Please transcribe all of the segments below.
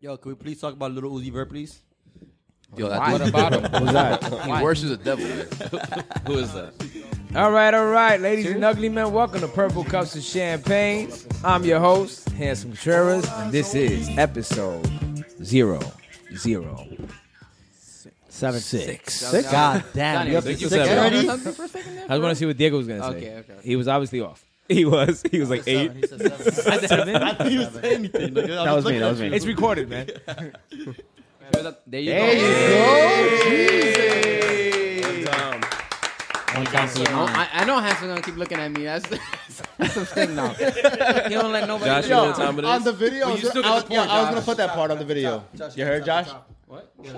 Yo, can we please talk about Little Uzi Vert, please? Yo, that What dude- about him? Who's that? He worships the devil. Man. Who is that? All right, all right, ladies and ugly men, welcome to Purple Cups and Champagnes. I'm your host, Handsome Contreras, and this is episode zero zero Seven six. Six? God damn. Johnny, You have you to think six you said already? seven? I was going to see what Diego was going to say. Okay, okay, okay. He was obviously off. He was. He was like eight. Seven, he said seven. I didn't even say anything. nigga. I That was me, looking that at was you. me. It's recorded, man. There you There go. you go. I, I know Hanson gonna keep looking at me. That's, that's the thing now. He don't let nobody. Josh, you know what time it On is? the video, I was you still gonna- I was get the yeah, point, I was gonna Josh. put that part on the video. You heard, Josh? Yo, you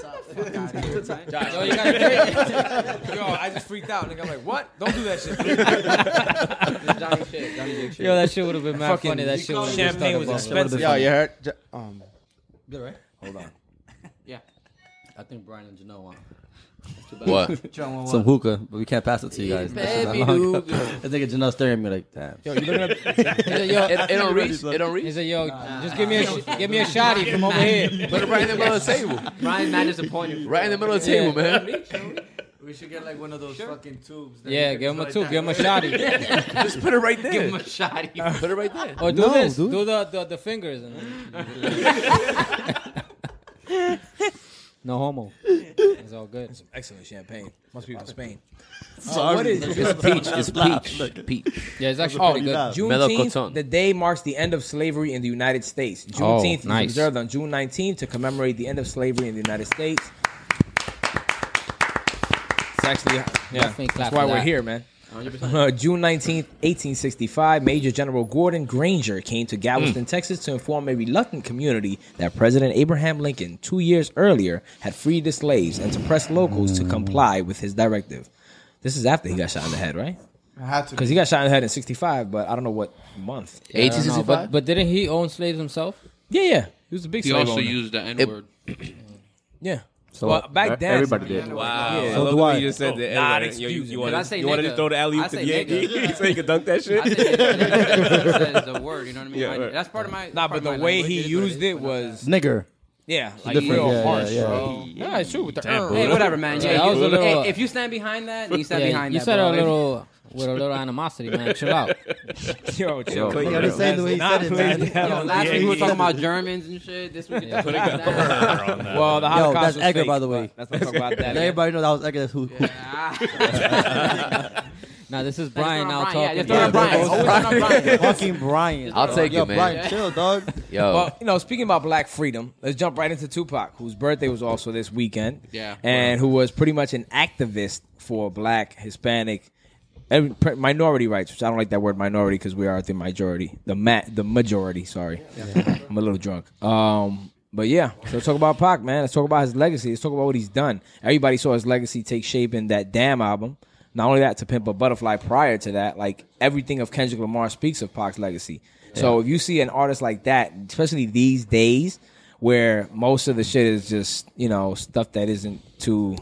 gotta get it. Yo, I just freaked out, nigga. I'm like, what? Don't do that shit. Johnny shit. Johnny Dick shit. Yo, that shit would have been mad Fucking- funny. That you shit call was it champagne was expensive. Yo, you heard? Jo- Um, Good, right? hold on. Yeah. I think Brian and Janelle want. What? Some hookah, but we can't pass it to you guys. Baby I think Janelle staring at me like that. Yo, you looking at? Yo, It, it don't reach. It don't he reach. said, "Yo, just give me a sh- give me a shotty from over here." Put it right in the middle of the table. Brian's not disappointed. Right in the middle of the table, man. We should get like one of those fucking tubes. that Yeah, you give him a like two, that. give him a shotty, Just put it right Give him there. a shot. Put it right there. or Oh, do No, this, dude. do the the, the fingers. And no homo. It's all good. Excellent champagne. Must be from Spain. What is It's peach. It's peach. Peach. Yeah, it's actually Oh, pretty you good. got it. Mellow Juneteenth, Cotton. the day marks the end of slavery in the United States. Oh, Juneteenth nice. is observed on June 19th to commemorate the end of slavery in the United States. It's actually, yeah, Definitely clap that's for why we're that. here, man. Uh, June 19th, 1865, Major General Gordon Granger came to Mm. Galveston, Texas to inform a reluctant community that President Abraham Lincoln, two years earlier, had freed the slaves and to press locals to comply with his directive. This is after he got shot in the head, right? I had to. Because he got shot in the head in 65, but I don't know what month. I don't know, 1865. but but didn't he own slaves himself? Yeah, yeah. He was a big He slave also owner. used the N word. yeah. So Well, back then, everybody did. Wow. Yeah. I love do that I. You just said that. Nah, Anyway, that's yo, you, excuse me. you Cause I want say to you wanted nigga. to throw the alley I oop to say the Yankee so you could dunk that I shit. think that's the word, you know what I mean? Yeah, Like, right. That's part of my. Nah, part but of the my way language, he is what used is, it but- was, Nigger. yeah, like Different. real Yeah, harsh. yeah, yeah. Oh, bro. Nah, it's true. With the Damn, Hey, Hey, whatever, man. Yeah, Yeah, that you- was a little- hey, if you stand behind that, you stand Yeah, behind you that. said bro. a little with a little animosity, man. Chill out. Yo, chill. You understand the way he said it, man? Yo, last week we were talking about Germans and shit. This week we're talking about that. Well, the Holocaust that's was Edgar, fake, by the but way. Let's not talk about that. Let everybody know that was Edgar. That's who. Now this Let's is Brian throw now it on talking. Brian. Yeah, about- just throw it on Brian. Always throw it on Brian. Fucking Brian. I'll take Yo, it, man. Brian, chill, dog. Yo, Well, you know, speaking about black freedom, let's jump right into Tupac, whose birthday was also this weekend. Yeah. And who was pretty much an activist for black, Hispanic, and pr- minority rights, which I don't like that word minority because we are the majority. The ma- the majority, sorry. I'm a little drunk. Um, but yeah, so let's talk about Pac, man. Let's talk about his legacy. Let's talk about what he's done. Everybody saw his legacy take shape in that damn album. Not only that, to Pimp a Butterfly prior to that, like everything of Kendrick Lamar speaks of Pac's legacy. So if you see an artist like that, especially these days, where most of the shit is just, you know, stuff that isn't too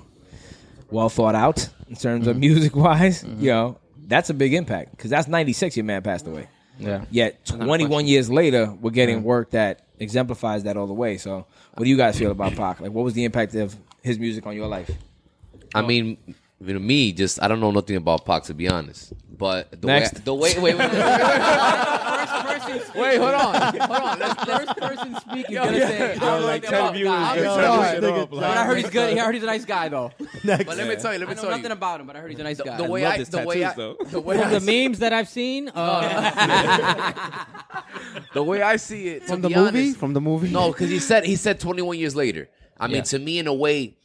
well thought out in terms Mm-hmm. of music wise, you know, that's a big impact because that's 96 your man passed away. Yeah. Yet 21 years later, we're getting work that exemplifies that all the way. So, what do you guys feel about Pac? Like, what was the impact of his music on your life? I mean, you know, me just I don't know nothing about Pac to be honest. But the way Next. the way wait wait wait, First person speaking. wait hold on. First person speaking. gonna say, I don't like know ten about viewers. God. just But Sorry, turn this shit nigga, off, like- I heard he's good. I heard he's a nice guy, though. But let me tell you, let I me know tell you. nothing about him, but I heard he's a nice guy. The way love I his the way I tattoos, though. the way I The memes that I've seen, uh, uh, the way I see it to From the be movie? honest- From the movie? No, because he said he said 21 years later. I mean, to me, in a way,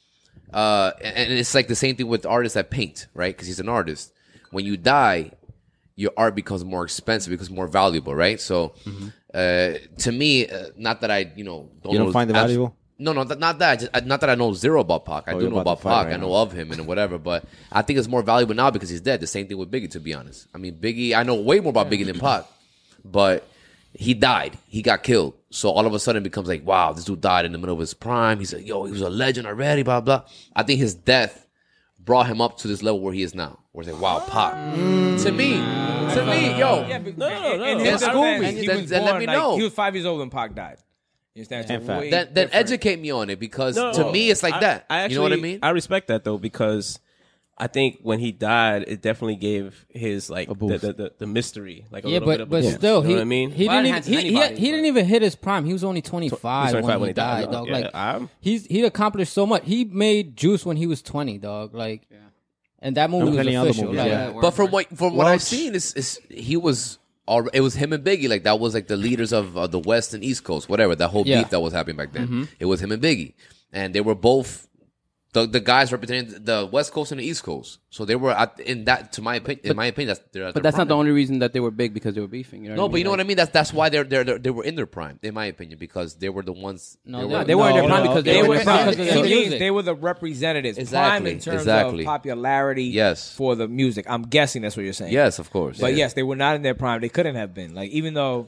uh, and and it's like the same thing with artists that paint, right? Because he's an artist. When you die, your art becomes more expensive, becomes more valuable, right? So, uh, to me, uh, not that I, you know, don't, You don't know- find it abs- valuable? No, no, th- not that. I just, I- not that I know zero about Pac. I Oh, do you're know about about to fight Pac. right I now. know of him and whatever, but I think it's more valuable now because he's dead. The same thing with Biggie, to be honest. I mean, Biggie, I know way more about Biggie than Pac, but he died. He got killed. So all of a sudden it becomes like, wow, this dude died in the middle of his prime. He's like, yo, he was a legend already, blah, blah. I think his death brought him up to this level where he is now. Where it's like, wow, Pac. Mm. To me, to me, yo. no, no, no. his defense, he was born, like- He was five years old when Pac died. You understand? And It's fact. way Then, then different. educate me on it because No. to me it's like I- that. I actually, you know what I mean? I respect that though because I think when he died, it definitely gave his like the, boost. the, the, the mystery like a yeah, little bit but of a but boost, still, you he know what I mean? he Brian didn't Hansen, even, he, he, anybody, he didn't even hit his prime. He was only twenty five He's when, 25 he died, dog. Yeah, Like I'm- he's he accomplished so much. He made Juice when he was twenty, dog. Like, and that movie was plenty of other official. movies, like, yeah. But from what from what I've seen, is is he was alre it was him and Biggie like that was like the leaders of uh, the West and East Coast, whatever that whole Yeah. beef that was happening back then. Mm-hmm. It was him and Biggie, and they were both the the guys representing the West Coast and the East Coast. So they were at, in that to my opinion. In my opinion, that's they're at But their that's not the prime. only reason that they were big because they were beefing. You know No, but you know Like- what I mean. That's that's why they're, they're they're they were in their prime, in my opinion, because they were the ones. No, No, they weren't in their prime because they, They were were in their prime prime. because of the So it means music. they were the representatives. Exactly, Prime in terms exactly. of popularity Yes. for the music. I'm guessing that's what you're saying. Yes, of course. But Yeah. yes, they were not in their prime. They couldn't have been. Like even though,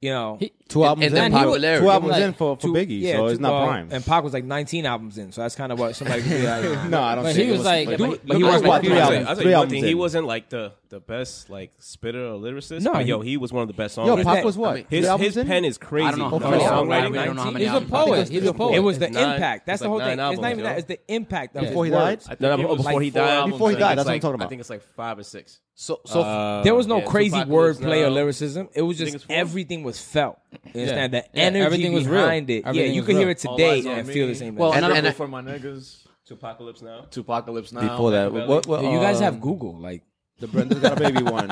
you know, He- Two albums and then in. popularity. Two albums Like, in for, for two- Biggie, yeah, so two- it's not well, prime. And Pac was like 19 albums in, so that's kind of what somebody could be like. no, I don't. But think he it was like- But, but- he I was was what like, three I'll tell you- albums. I'll tell Three you one albums. thing, in. he wasn't like the the best like spitter or lyricist. No, No, but, he- yo, he was one of the best Yo, songwriters. Pac was what? mean, Three His albums his in? pen is crazy. I don't know how bro. many Songwriting, albums. I really don't know how 19. many He's a albums. poet. it's- He's it's a poet. It was the It's nine- impact. That's it's the whole like nine thing. It's albums, not even yo. that. It's the impact. That Before he his died? words- I think No, no, it was before like he four died. albums, Before he I died, think that's what I'm it's talking like- about. I think it's like five or six. So so Uh, There was no yeah, crazy Tupac was, wordplay or uh, lyricism. It was think just it's four? everything was felt. You understand the Yeah, energy everything was real. behind it. Everything yeah, you was could hear real. it All today Eyes on and feel Me. the same. Well, thing. and, and, for my niggas, Apocalypse Now. Apocalypse Now. Before that, Machiavelli. what, what, Dude, you guys uh, have Google. Like, The Brenda's Got a Baby one.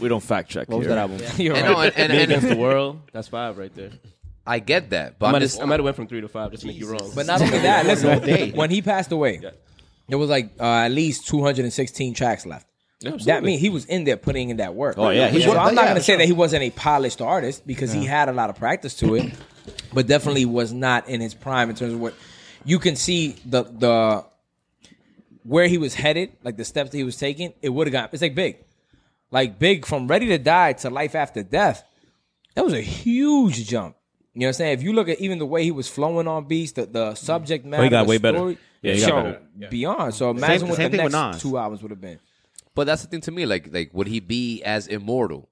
we don't fact check What was here. that album? you're and, right. no, and, and, Me and, Against the World. That's five right there. I get that, but I I'm might, just- have, I might have went from three to five just to make you wrong. But not only that, listen. when he passed away, there was like uh, at least 216 tracks left. That means he was in there putting in that work. Oh, yeah, he so was. I'm not Yeah, gonna say sure. that he wasn't a polished artist because he had a lot of practice to it, but definitely was not in his prime in terms of what you can see the the where he was headed, like the steps that he was taking. It would have got it's like big, like big from ready to die to life after death. That was a huge jump. You know what I'm saying? If you look at even the way he was flowing on beats, the, the subject matter, Oh, got the way better. story, Yeah, he got so better. Yeah. beyond. So imagine what same the thing with next Nas. two albums would have been But that's the thing to me, like like would he be as immortal?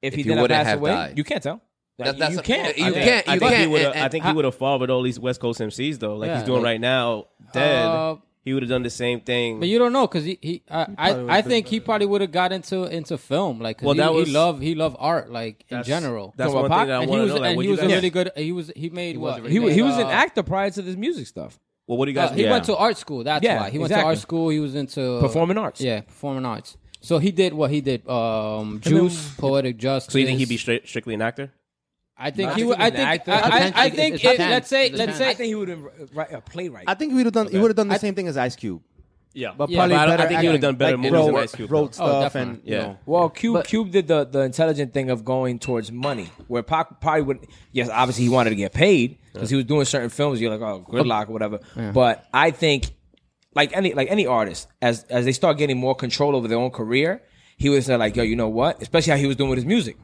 if, he he didn't wouldn't pass have away. died. You can't tell. That- that's you a- can't. you I think- can't. I You think he can't. would. and- I think he and- would have fought with all these West Coast MCs though, like Yeah, he's doing like- right now. Dead, Uh, he would have done the same thing. But you don't know because he, he I, I, I think he probably would have got into into film like 'cause Well, he, that was- he loved he loved art like in That's- general. That's Talking one about Pac? thing that I and he want to was know. Like, and what he you was a guys- really good. He was he made what He, wa- he was an uh, actor prior to this music stuff. Well, what do you guys? Uh, he yeah. went to art school. That's Yeah, why he went to exactly. art school. He was into uh, Performing arts. Yeah, performing arts. So he did what he did. Um, Juice, poetic justice. So you think he'd be straight, strictly an actor? I think I he think would. he's I an think. actor. I, I, I It's think. a It, talent. let's say. It's a talent. Let's say. I think he would have a playwright. I think he would have done. He would have done the same thing as Ice Cube. Yeah, But Yeah, probably but I don't- I better. think he would've acting. done better Like, movies than wrote- Ice Cube, Wrote though. Oh, stuff definitely. and you Yeah. know. well, Cube Cube did the, the intelligent thing of going towards money, where Pac probably would. Yes, obviously he wanted to get paid because he was doing certain films. You're like, oh, gridlock or whatever. But I think, like any like any artist, as as they start getting more control over their own career, he was like, yo, you know what? Especially how he was doing with his music.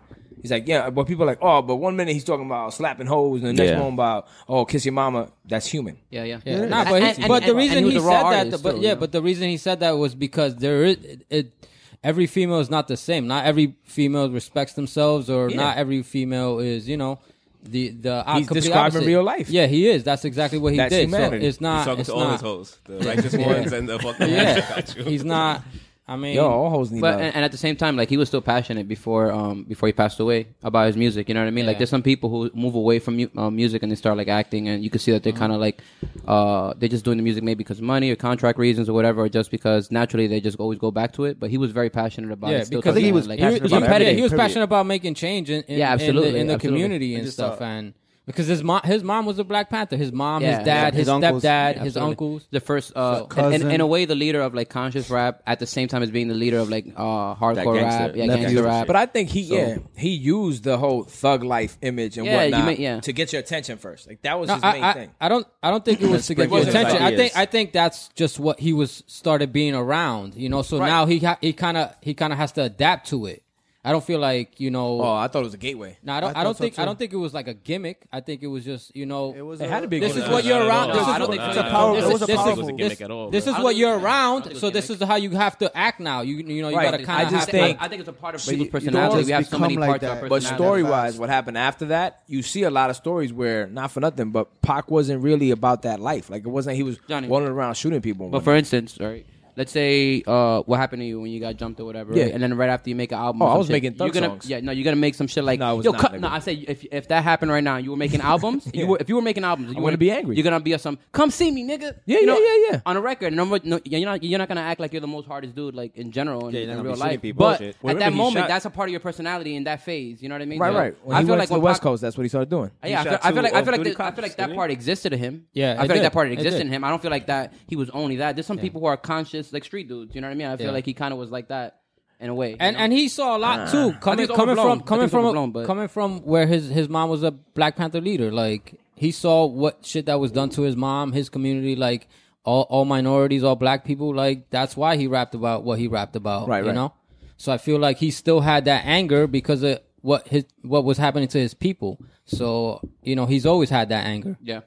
He's like, yeah, but people are like, oh, but one minute he's talking about slapping hoes, and the next Yeah. moment about, oh, kiss your mama. That's human. Yeah, yeah. Yeah. Nah, but, he- And- and- but the and- reason and he was a raw said that, artist, but too, yeah, you know? but the reason he said that was because there is it, it- every female is not the same. Not every female respects themselves, or not every female is you know the the uh, He's complete describing opposite. real life. Yeah, he is. That's exactly what he That's did. So humanity. it's He's not. talking it's to all his not hoes, the righteous Yeah. ones and the fucking yeah, Got you. he's not. I mean, Yo, all hoes need But love. and, and at the same time, like he was still passionate before um before he passed away about his music. You know what I mean? Like Yeah. there's some people who move away from mu- uh, music and they start like acting, and you can see that they're kind of like uh they're just doing the music maybe because of money or contract reasons or whatever, or just because naturally they just always go back to it. But he was very passionate about Yeah, it. Still because to the I think he end, was like, he, was- passionate he- about yeah, everything. he was period. passionate about making change in, Yeah, in, in the- in the, absolutely, absolutely. community and just stuff. thought- and because his mom, his mom was a Black Panther. His mom, Yeah, his dad, yeah, his, his uncles. stepdad, Yeah, his Absolutely. uncles. the first uh So- in, in, in Cousin. a way the leader of like conscious rap at the same time as being the leader of like uh hardcore gangster- rap yeah that gangster gangster rap shit. But I think he yeah he used the whole thug life image and Yeah, you whatnot may- yeah. to get your attention first. Like that was No, his main I, I, thing. I don't I don't think it was to get sprinkle your his attention. I ideas. think I think that's just what he was started being around, you know. So now he ha- he kind of he kind of has to adapt to it. I don't feel like you know. Oh, I thought it was a gateway. no, I don't. I, I don't thought so think. I too. don't think it was like a gimmick. I think it was just you know. It was. It had to be. a This gateway. is what you're no, no, around. no, This no, is I don't what- think this is- so. It's a power- this it was is- a this is- powerful- It wasn't a gimmick at all, This bro. is what you're around. So this is how you have to act now. You you know you Right. gotta kind I of. just think- I think it's a part of you people's don't personality. just We have so become many like parts of that. our But personality. story wise, what happened after that? You see a lot of stories where, not for nothing, but Pac wasn't really about that life. Like it wasn't. He was Johnny. rolling around shooting people. But for instance, right? Let's say uh, what happened to you when you got jumped or whatever, Yeah. right? and then right after you make an album. Oh, or I some was shit, making Thug you're gonna, songs. Yeah, no, you're gonna make some shit like No, I was yo, not, cut, nigga. no. I say if if that happened right now, and you were making albums. You were if you were making albums, you gonna wanna- be angry. You're gonna be a some come see me, nigga. Yeah, you know, yeah, yeah, yeah. On a record, and I'm like, no, you're not you're not gonna act like you're the most hardest dude like in general in, Yeah, you're not in gonna real be shooting life. people and But shit. at Remember that he moment, shot- that's a part of your personality in that phase. You know what I mean? right, So right. When he went to the when West Pac- Coast, that's what he started doing. yeah, I He feel, I shot feel like two I feel like off-duty that, I cops, feel like didn't that he? part existed to him. Yeah, I it feel like did. that part It existed did. in him. I don't feel like that he was only that. There's some people who are conscious, like street dudes. You know what I mean? I feel Yeah. like he kind of was like that in a way. and and he saw a lot too coming it's coming overblown. from I coming think it's from overblown, a, but- coming from where his his mom was a Black Panther leader. Like he saw what shit that was done to his mom, his community, like all all minorities, all black people. Like that's why he rapped about what he rapped about. Right, you right. know. So I feel like he still had that anger because of what his what was happening to his people. So you know he's always had that anger. yeah,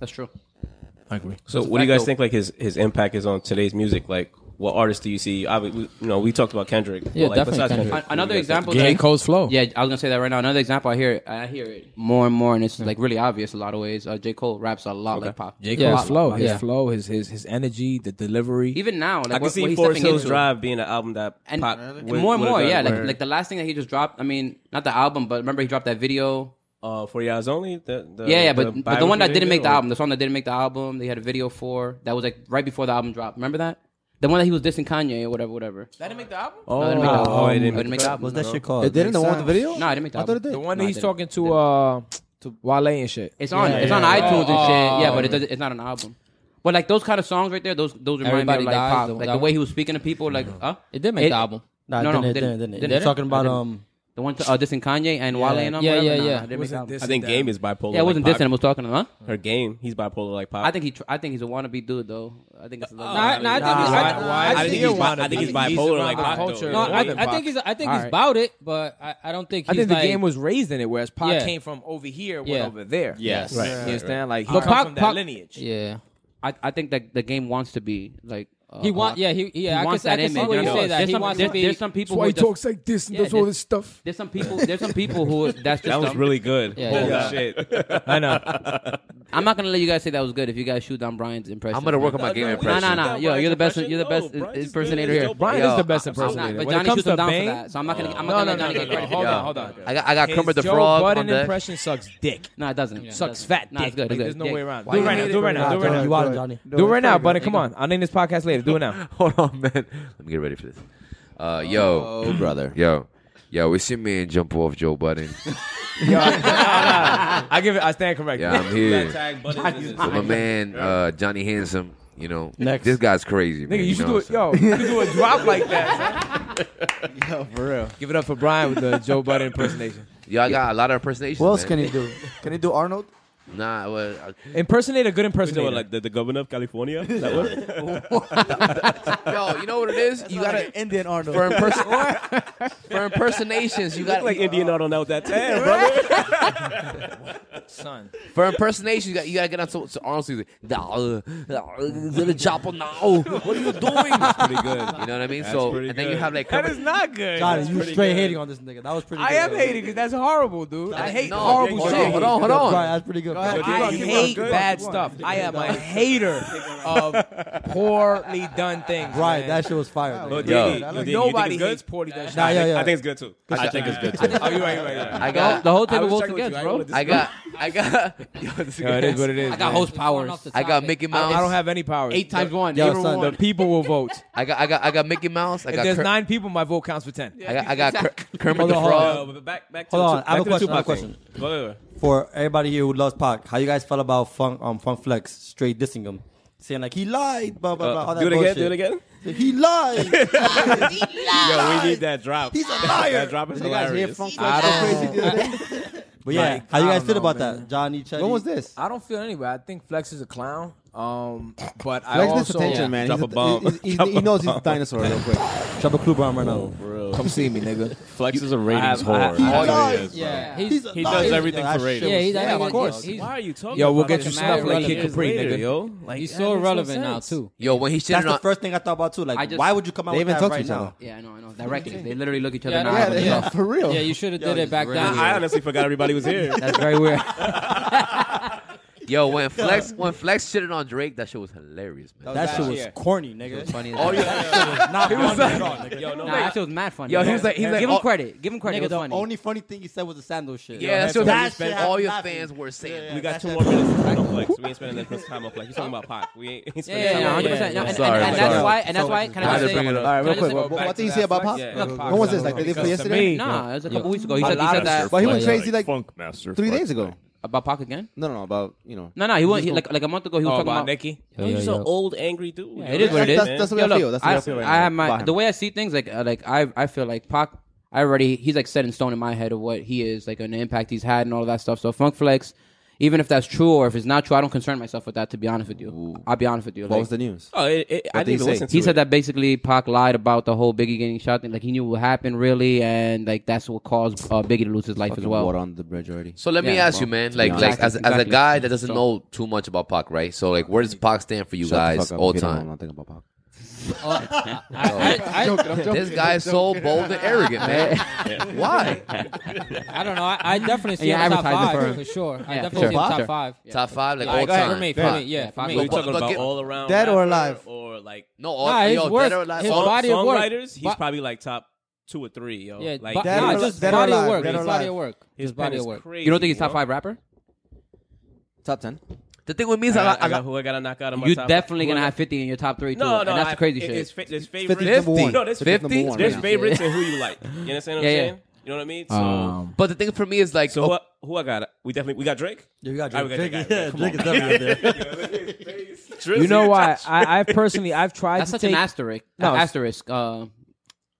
that's true. So, what do you fact, guys though. think? Like his his impact is on today's music. Like, what artists do you see? I, we, you know, we talked about Kendrick. but, Yeah, like, definitely besides Kendrick. An- Another what do you guys think? example. J. that- Cole's flow. Yeah, I was gonna say that right now. Another example, I hear it. I hear it more and more, and it's like really obvious. A lot of ways. Uh, J. Cole raps a lot like pop. J. Yeah. Cole's flow, his Yeah. flow, his his his energy, the delivery. Even now, like I can what, what see he's Forest stepping Hills into. Drive being an album that and Pac would- more and would've more, done yeah. Like, where, like the last thing that he just dropped. I mean, not the album, but remember he dropped that video. uh, Forty Hours Only. The, the, Yeah, yeah, but the, but the one that didn't biography video, make the or- album, the song that didn't make the album, they had a video for that was like right before the album dropped. Remember that? The one that he was dissing Kanye or whatever, whatever. that didn't make the album. No, Oh, they didn't make the album. oh, it They didn't didn't make the album. What's that shit called? It didn't the one with the video? No, I didn't make the I thought album. it did. The one No, that he's it didn't. talking to uh to Wale and shit. It's on. Yeah, it's yeah, on yeah. iTunes and Oh, shit. Yeah, oh, but it doesn't, it's not an album. But like those kind of songs right there, those those remind Everybody me of like Dies, pop, the- like that the way one? he was speaking to people, like huh? It did make It- the album. Nah, No, no, no, didn't, it, didn't- didn't, didn't, didn't You're it? talking about Didn't- um. The one uh, dissing Kanye and Wale and um, Yeah, whatever? yeah, No, no, yeah. I didn't make the album. I think Game is bipolar. Yeah, it wasn't like dissing. him, Pac. It was talking. Huh? Her Game, he's bipolar like Pac. I think he. Tr- I think he's a wannabe dude though. Oh, I think it's. A little- Nah, nah, I think he's- I- I I think think he's he's- bi- I think he's bipolar around like Pac. the though. culture. No, More I, than I Pac. think he's I think All he's right. about it, but I, I don't think he's I think the like- game was raised in it, whereas Pac Yeah. came from over here, went Yeah. over there. Yes. you Right, right, understand? Like he But comes Pac- from that Pac- lineage. Yeah. I, I think that the game wants to be like uh, He want- yeah, he- yeah, I can wants say- I that can see image, where you you know? say that. There's He some, wants there's, to be- there's some people who just, like this and Yeah, does all this stuff. there's some people uh, there's some people who that's just That was them. really good. Yeah, Holy yeah. shit! I know. I'm not gonna let you guys say that was good if you guys shoot down Brian's impression. I'm gonna work on my game No, impression. no, no. Yo, you're the best. You're the best No, Brian's good. impersonator It's here. dope. Brian is the best I'm not, impersonator. but when it Johnny comes shoots him to down Bane, for that, so I'm not gonna. I'm no, no, not gonna no, let Johnny no, get no, credit. hold for on, that. hold on. I got I got His Kermit the Joe Frog on Budden deck. impression sucks dick. No, it doesn't. Sucks fat Nah, dick. it's good. Like, It's there's good. no Yeah. way around. Why Do it you right hate now. it, Do it right bro? now. Do it right Johnny, now. you want it, Johnny? Do it right now, buddy. Come on. I'll name this podcast later. Do it now. Hold on, man. Let me get ready for this. Uh, yo, Oh, brother. yo, yo. It's your man jump off Joe Budden. I give it. I stand corrected. Yeah, I'm here. Tag buttons in his- With my man uh, Johnny Handsome. You know, Next. this guy's crazy, man. Nigga, you should know do what it. I'm saying? Yo, you should do a drop like that. yo, for real. Give it up for Brian with the Joe Budden impersonation. Yo, I got a lot of impersonations. What else man. can he do? Can he do Arnold? Nah, well, uh, I- Impersonate a good You know impersonator. what, like the, the governor of California? Is that what? yo, you know what it is? You gotta Indian Arnold. for imperson for impersonations. You uh, got like Indian Auto now with that tag, brother. son. for impersonations. You got you gotta get on to, to Arnold Schwarzenegger. Nah, uh, uh, Little chopper now. What are you doing? Pretty good. You know what I mean? so, pretty and then you good. have like That Kermit- is not good. Johnny, you straight hating on this nigga. That was pretty. I good. am hating because that's horrible, dude. I hate No, horrible hold shit. on, hold on, hold Right, on. that's pretty good. I hate bad stuff. I am a hater of poorly done things. Right, man. that shit was fire. Lil nigga. Yo. Diddy, Lil Diddy, you think Nobody it's good? hates poorly done shit. Nah, yeah, yeah. I think it's good too. I think it's good too. Oh, you're right, you're right, you're right. I got, The whole I table was goes checking with together, you. I bro. wanted to I got, I got, yo, this Yo, it guy- is what it is. I got man. host powers. Off the I got topic. Mickey Mouse. I I don't have any powers. Eight times one. Yo, Never son, won. The people will vote. I got, I got, I got Mickey Mouse. I If got, there's Ker- nine people, my vote counts for ten. I got, I got Ker- Kermit Hold the on, hold Frog. Uh, but back, back to Hold the on, Tup- I have a back to question, I have a the Tupac thing. Go ahead. For everybody here who loves Pac, how you guys felt about Funk um Funk Flex straight dissing him, saying like he lied, blah Uh, blah blah. all that Do it again. bullshit. Do it again. He lied. Yo, we need that drop. He's a liar. That drop is you guys hear hilarious. Funk I Flex go crazy the other day? But yeah, Oh. Like, how you I guys don't feel know, about man. that, Johnny? Chetty? When was this? I don't feel anyway. I think Flex is a clown. Um, but I Flex also this attention, man. Drop He's a bomb. he's- he's- he knows he's a dinosaur real quick. Oh, Drop a clue bomb right now. Bro. Come see me, nigga. Flex is a ratings I- I- whore. I- That's what lied. he is, bro. Yeah, he's, He's a He liar. does everything for ratings. yeah, he's, Yeah, I mean, of course. He's, Why are you talking? Yo, we'll about get you it stuff mad like Kid years Capri, later, nigga. Yo, like he's that so makes no relevant now sense. too. Yo, when he That's shitted the on first thing I thought about too. Like, I just- why would you come out They with even that talk to right each now? other. Yeah, I know, I know. Directly, they literally look each other Yeah, in the yeah, eye. and yeah. stuff. For real. Yeah, you should have did it back really then. I, I honestly forgot everybody was here. That's very weird. yo when Flex when Flex shitted on Drake, that shit was hilarious, man. That Last shit was year. corny, nigga. funny. Oh yeah, Not funny at all, nigga. Yo, no, nah, that shit was mad funny. Yo, he was like- he was like, give oh- him credit. Give him credit. it Nigga, was the funny. only funny thing he said was the sandal shit. yeah. That's Yo, what that shit had all me your laughing. fans were saying. we got two more minutes to spend on Flex. We ain't spending that much time on Flex. You talking about Pac? We ain't, ain't yeah, spending yeah, yeah, time 100. on Flex. percent I'm And, sorry, and, I'm and that's sorry. why. And that's why. Can I I had to just bring say? it up. All right, real Can I quick. just What, go what back what to did he that say about Pac? slide? Yeah. When was this? Like the day before yesterday? Nah, it was a couple weeks ago. He said he lot said of that But he was crazy like Funk Master. three Funk. days ago. about Pac again. No, no, no, about you know. No, no, he was he, like like a month ago. He was Oh, talking about about Nikki. Yo, he's an old angry dude. it is what it is. That's, that's the way Yo, I look, feel. That's the way I, feel. Right I now. have my About him. the way I see things. Like uh, like I I feel like Pac. I already he's like set in stone in my head of what he is like and the impact he's had and all of that stuff. So Funk Flex, even if that's true or if it's not true, I don't concern myself with that. To be honest with you, I'll be honest with you. What like, was the news? Oh, it, it, I What did didn't he even say? listen to he it. said that basically Pac lied about the whole Biggie getting shot thing. Like he knew what happened really, and like that's what caused uh, Biggie to lose his life as well. Water on the bridge already. So let me Yeah, ask you, well, man. to be Like, honest. like as, as a Exactly. guy that doesn't So- know too much about Pac, right? So, like, where does Pac stand for you guys all time? I, This guy is so bold and arrogant, man. Why? I, I don't know. I, I definitely see you him top advertise it five for- for sure. I Yeah, definitely sure. see him top Sure. five. Top five, like Yeah, all go ahead. time. For me, for Pac. me, yeah, for me. Are you But- talking but about get- all around Dead or rapper alive? or like No, all Nah, his yo, work, dead or alive, his all- body of work. songwriters? He's Bo- probably like top two or three, yo. Yeah, like bo- Dead nah, or- just dead or body of alive, work. dead or His body alive. of work. his His body pen of is work. crazy, you don't think he's bro. top five rapper? Top ten. The thing with me is, I I, got, I, I, who I gotta knock out of my You top definitely who I gonna got- have fifty in your top three too, No, and no, that's the I- crazy it- shit. It's, fa- there's favorites. Fifty number one. No, there's Fifty number favorites. one There's right now. favorites and who you like. You understand what Yeah, I'm Um, yeah. saying? You know what I mean? So, but the thing for me is like, so oh, what? Who I got? We definitely we got Drake. Yeah, we got All right, we Drake. Drake, got yeah, that guy. Come Drake on. is definitely out there. You know why? I, I've personally, I've tried That's to such take, an asterisk. No, an it's- asterisk. Uh,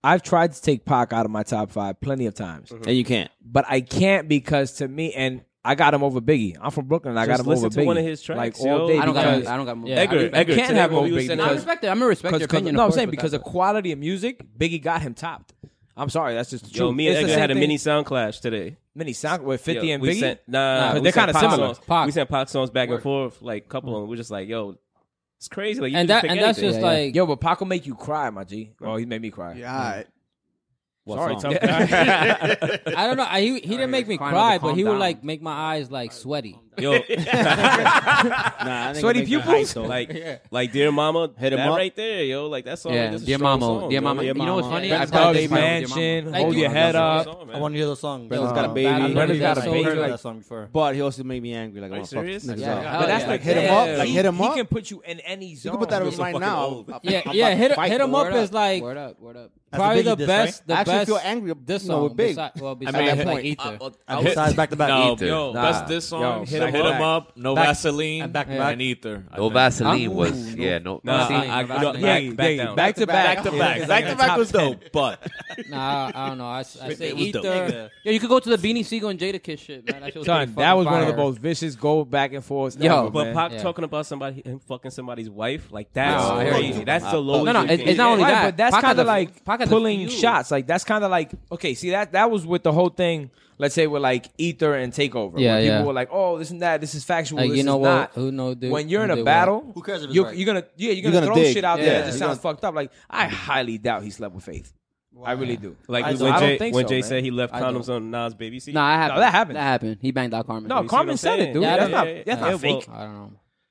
I've tried to take Pac out of my top five plenty of times, Mm-hmm. And you can't. but I can't because to me, and I got him over Biggie. I'm from Brooklyn. I got Just him over listen Biggie. to one of his tracks, like all yo. day. I don't got. because- I don't got. Yeah. I, Edgar, I Edgar, can't today have when no we were big sitting I because- down- respect it. I'm gonna respect your Because, opinion. no, of I'm course, saying with because that, the quality of music, Biggie got him topped. I'm sorry, that's just the Yo, truth. me and It's the Edgar had a same mini thing- sound clash today. mini sound with 50 Yeah, and we Biggie. Sent, nah, Nah, we they're sent kinda Pac similar. songs. Pac. We sent Pac songs back and forth, like couple of them. We're just like, yo, it's crazy. Like, you And just that- pick and that's anything. just Yeah, yeah. like- yo, but Pac will make you cry, my G. Oh, he made me cry. Yeah. sorry, tough I don't know. I, he he didn't make me Calm cry, down, but calm he would down. like make my eyes like sweaty. yo, Nah, Sweaty pupils. like, like, dear mama, Hit that him up. right there, yo, like that song. Yeah, like, that's a Dear strong Mama, song, Dear yo. Mama. You know what's funny? Ben I probably Dog's did fight with your mansion. mama. Hold Like, your dude, head That's a up. strong song, I man. want to hear the song. Brenda's Uh, got a baby. I Brenda's literally got got a a baby. baby. heard that song before. But he also made me angry. Like, Are you oh, fuck serious? niggas Yeah. up. Hell But that's yeah. like hit him up, like, hit him he up. can put you in any You zone. can put that You're on so right fucking now. old. I'm- Yeah, I'm yeah. about to Hit, fight. hit him up Word as like Word up. Word up. That's a probably Biggie the diss, best. right? The I actually best feel angry, This you know, song with Big. besi- well, At besides that like point. Ether. I was sides back to back. No, Ether. yo, Nah. that's this song. Yo, hit back him to back. up. No Back- Vaseline and back to back. and Ether. I no think. Vaseline was, yeah, no. Nah, Vaseline. I, I, Back to no, back, Yeah, back yeah, down. back to back. Back to Yeah, back. it's Back like to a back top was dope, but Nah, I, I don't know. I, s- I say it was dope. Ether. Yeah, you could go to the Beanie Siegel and Jada Kiss shit, man. That, shit was Son, pretty that was fucking one of the fire. most vicious go back and forth. Yo, ever, But man. Pac Yeah. talking about somebody him fucking somebody's wife, like that's Nah, I hear crazy. you. That's the lowest. No, no, you Oh, it's, can it's not only Right, that. but that's Pac has kind of a- like Pac has a pulling few. shots. Like that's kind of like okay. See that that was with the whole thing. Let's say with like Ether and Takeover. Yeah, where yeah. People were like, "Oh, this and that. This is factual. Like, this you know is what? not." Who know the- when you're who in did a what? battle, Who cares if it's you're, right? you're gonna yeah, you're gonna, gonna throw dig. shit out there. Yeah. It just You're sounds fucked up. Like I highly doubt he slept with Faith. I really do. Like I, when so I don't Jay, think when so, Jay man. said he left I condoms don't. on Nas baby seat. No, that happened. that happened. That happened. He banged out Carmen. No, You see what Carmen I'm said it, saying? dude. Yeah, that's yeah, not yeah, that's yeah. not Yeah, well, fake. I don't know.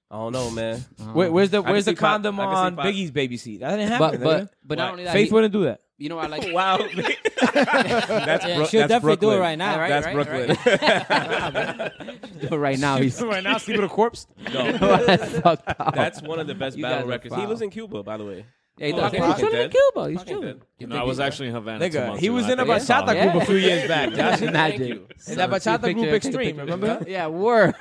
I don't know, man. Where- where's the can where's the see Pac- condom I can see on Pac. Biggie's baby seat? That didn't happen. But but nigga. but not only that, Faith he- wouldn't do that. you know what I like. Wow, that's Yeah, Bro- she'll that's definitely do Brooklyn. it right now. Right, That's right, Brooklyn. right now he's right now, sleep with a corpse. No, fucked up. that's one of the best You guys battle are records. He foul. lives in Cuba, by the the way. Yeah, he Oh, does. Pac He's ain't chilling in dead. Cuba. He's Pac ain't chilling. dead. You no, think I was he's- actually in Havana. two Nigga, months he ago. was I in a think I saw bachata him. group Yeah. a few years back. That's Josh. imagine. And that Take a bachata group picture, take a extreme, picture. remember? Yeah, word.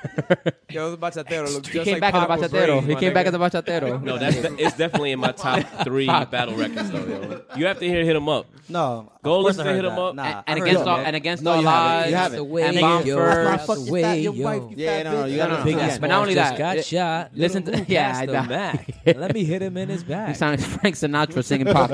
Yo, the bachatero looked He just came like back as a Pac was bachatero. raised, He my came back as nigga. a bachatero. No, that's it's definitely in my top three battle records though. yo. You have to hear "Hit 'Em Up." No, of Go course listen I to heard Hit 'Em that. Up. Nah, And, I and heard against that. all, and against No, all you haven't. odds, You haven't. and Nigga, bomb yo, first. that's my fucking Way, fat- your yo. wife, you Yeah, fat no, no, you bitch. gotta- Big Yeah. ass But not only that, it- shot. listen to- yeah, I know. Let me hit him in his back. He sounds like Frank Sinatra singing pop.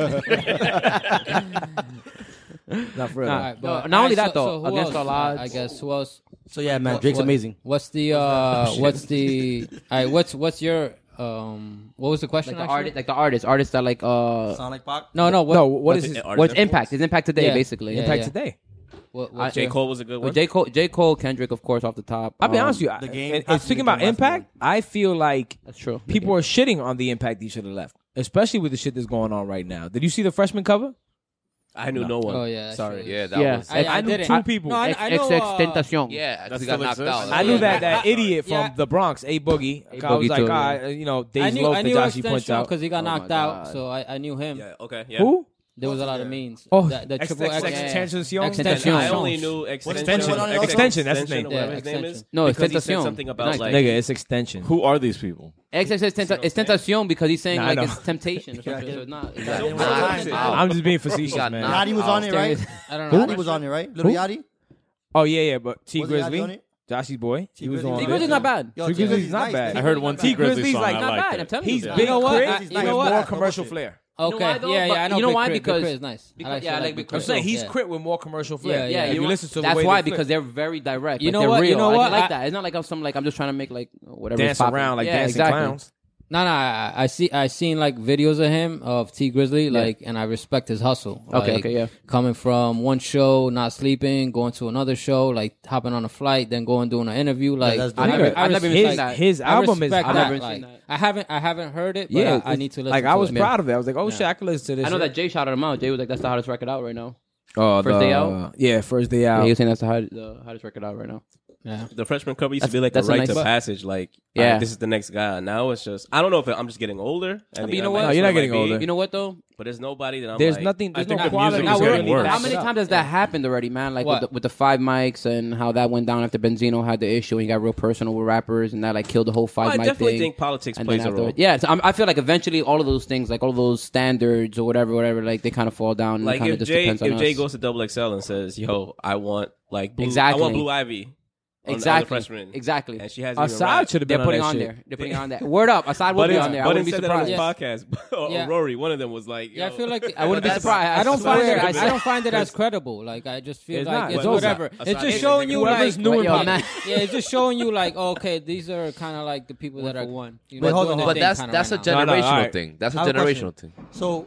Not for real. Nah, Alright, no, not but- only alright, that so- though, so who against else? all odds. I I guess who else? So yeah, man, What- Drake's what- amazing. What's the uh? what's the? All right, what's what's your um? What was the question? like the actually? artist, like the artists, artists that like uh, Sound like Pac? no, no. What, no, what is What's his it- what's impact? Is impact today Yeah. basically? Yeah, impact yeah. today? What, I- what's J your- Cole was a good one. Well, J Cole, J Cole, Kendrick, of course, off the top. I'll be Um, honest with you. I- the game and- and has to speaking be the about last impact, I feel like That's true. people are shitting on the impact he should have left, especially with the shit that's going on right now. Did you see the freshman cover? I knew no one. Oh yeah. sorry. actually. Yeah, that Yeah. was. I, I, I knew didn't. two people. I, I, X, I know, X, uh, Tentacion. Yeah, That because he still got knocked exists? out. I knew Yeah. that that Yeah. idiot from Yeah. the Bronx, A Boogie. I Boogie was like, too, all yeah. right, you know, I Days knew, I Loaf that knew Joshy Extension points out. because he got knocked my out, God. so I, I knew him. Yeah, okay. Yeah. Who? There was a lot of means. Oh. the, the Ex- triple ex- X, Extension. Extension. And I only knew extension. Extension. Ex- Extension, that's his Extension, name. or Whatever Yeah, his name is. Extension. No, because he said Extension. something about Nice. like Nigga, it's Extension. Who are these people? X, X, X, Tenta- it's Tentacion because he's saying Nah, I like know. it's temptation or something. So it's not. it's not- Knocked Sometimes- out. I'm just being facetious, got man. knocked Yachty was on it, right? I don't know. Yachty was on it, right? Little Yachty? Oh yeah, yeah, but T Was it Yachty on Grizzly, it? Joshy's boy, he was Grizzly on. was T it. there. Grizzly's not bad. Yo, T. T. Grizzly's not nice. bad. T. I heard one Grizzly's T Grizzly Grizzly's song. like, I Not liked bad. I'm it. telling He's you. big know what? Chris I- you with know what? more commercial flair. You know Okay. why, though? yeah, yeah. I But know. you know Big why? Crit. Big Because- Crit is nice. I because- like yeah, I shit like Big I'm Crit. Crit. saying he's Yeah. crit with more commercial flair. Yeah, yeah, If you you want- listen to the That's way why they flip. because they're very direct. You like, know they're what? You Real. know I what? like I- that. It's not like I'm some like I'm just trying to make like whatever. dance around like yeah, dancing exactly. clowns. No, no. I, I see. I seen like videos of him of T Grizzly, like, and I respect his hustle. Okay, Like, okay, yeah. Coming from one show, not sleeping, going to another show, like hopping on a flight, then going doing an interview. Like, that's dope. I, Nigga, re- I I've never respect even that. seen His, his that. I album is respect I've out. never that. seen Like, that. I haven't, I haven't heard it. But Yeah, I, I need to listen. Like to I was it. proud of that. I was like, oh shit, I can listen to this. I know that shit. Jay shouted him out. Jay was like, "That's the hottest record out right now." Oh, First the- Day Out? Yeah, first day out. he was saying that's the, hot, the hottest record out right now. the freshman cover used to That's- be like a that's a rite nice of book. passage. Like, Yeah. yeah, this is the next guy. Now it's just I don't know if I'm just getting older. I mean, you know I what? might- No, you're not I might getting be, older. You know what though? But there's nobody that I'm. There's like, nothing. There's I think no the quality. music to is it. getting Really worse. backs How Back many it up. times has that happened already, man? Like with What? the, with the five mics and how that went down after Benzino had the issue and he got real personal with rappers and that like killed the whole five I mic definitely thing. think politics and plays then a role. afterward- yeah. So I'm, I feel like eventually all of those things, like all those standards or whatever, whatever, like they kind of fall down. Like and kind if of just Jay, depends on if Jay us. goes to Double XL and says, "Yo, I want like blue, I Exactly. want Blue Ivy." On The exactly, other freshman. exactly. And she hasn't even Assad arrived. should have been They're putting that on shit. there. They're putting on that. Word up, Asad will But, be it's- on there. I but wouldn't be instead that on surprised. his surprised. podcast, or Yeah. Rory, one of them was like, Yeah, I yo, feel like I wouldn't be That's- surprised. I don't find swear. it. I don't find it as credible. Like I just feel It's like not. it's Well, whatever. it's not. It's Aside- just showing you Whoever's like new in Yo, pop- man. yeah, it's just showing you like oh, okay, these are kind of like the people that are one. You know, But hold doing on, their But thing that's kinda that's a right now. No, generational no, alright. thing. That's a I have a generational question. thing. So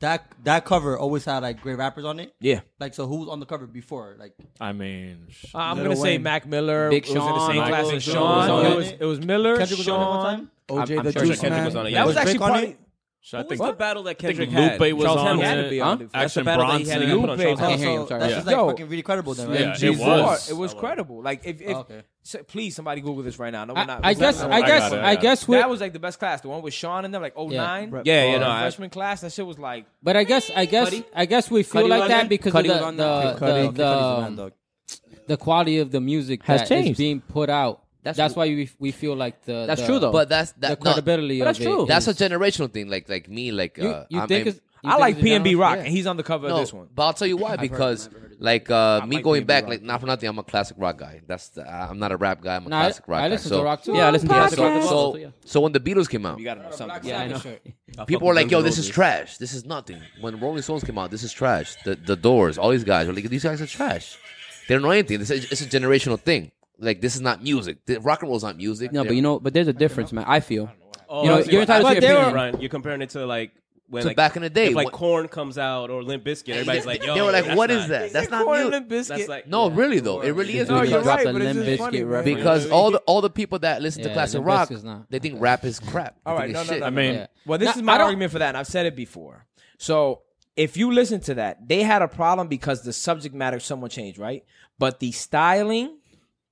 that that cover always had like great rappers on it. Yeah. Like so, who's on the cover before? Like I mean, sh- I'm Lil gonna say Wayne. Mac Miller Big was in the Sean, same Michael class as Jordan Sean. was on It was it. it was Miller, Kendrick was on it one Sean. time. I'm- OJ I'm the sure Juice Kendrick was on Man. it. That was Drake actually on probably it? should I Who was think the battle that I think Kendrick Lupe had? was Charles on Hamilton it. had to be Huh? on it. That's the Action battle that he had to Bronson. get put on Lupe. Charles Oh, can't Hamilton. hear you, so I'm sorry. that's Yeah. just like Yo. fucking really credible then, right? Yeah, G4. it was. It was credible. Like if, if Okay. so- please somebody Google this right now. No, we're I, not. I we're not guess. gonna I Google guess. got it, I yeah. guess. that We're, was like the best class. The one with Sean and them, like 09. Yeah, yeah, The no, I- freshman class. That shit was like. but I guess. I guess. Cudi? I guess we feel Cudi like was that on- because of Cudi the was on the that. the, Cuddy, Cuddy's the man, the, dog. the quality of the music Has that is changed. being put out. That's- That's, why we we feel like the That's the- true, though. But that's The that. no, credibility. But of that's true. It that's a is- generational thing. Like like me. Like You, uh, you I'm- think I'm- it's, you I think like it's a P and B genre? Rock, Yeah. and he's on the cover no, of this one. but I'll tell you why. because like uh, me going back, like not for nothing, I'm a classic rock guy. That's the, I- I'm not a rap guy. I'm a Nah, I- classic rock I guy. listen so, to rock too. yeah, I listen to classic rock as well. so, yeah. So so when the Beatles came out, You gotta know something. Yeah, I know. people were like, "Yo, this is trash. This is nothing." When Rolling Stones came out, this is trash. The the Doors, all these guys were like, "These guys are trash. They don't know anything. This is, it's a generational thing. Like this is not music. The, rock and roll's not music." No, They're- but you know, but there's a difference, man. I feel. Oh, You know, I see you're what- entitled I to see your what opinion. you're saying. You're comparing it to like when To like back in the day, if like what- corn comes out or Limp Bizkit, everybody's like, "Yo, they were like, that's "What not- is that? That's not Corn music." and Biscuit. That's like No, really though, it really is. No, no, Because you're because drop right, the but Limp it's just Bizkit funny. reference. because all the all the people that listen to Yeah, classic Limp rock, Bizkit's not- they think rap is crap. They All right, think no, it's no, shit. no. I mean, Yeah. Well, this No, is I my don't- argument for that, and I've said it before. So if you listen to that, they had a problem because the subject matter somewhat changed, right? But the styling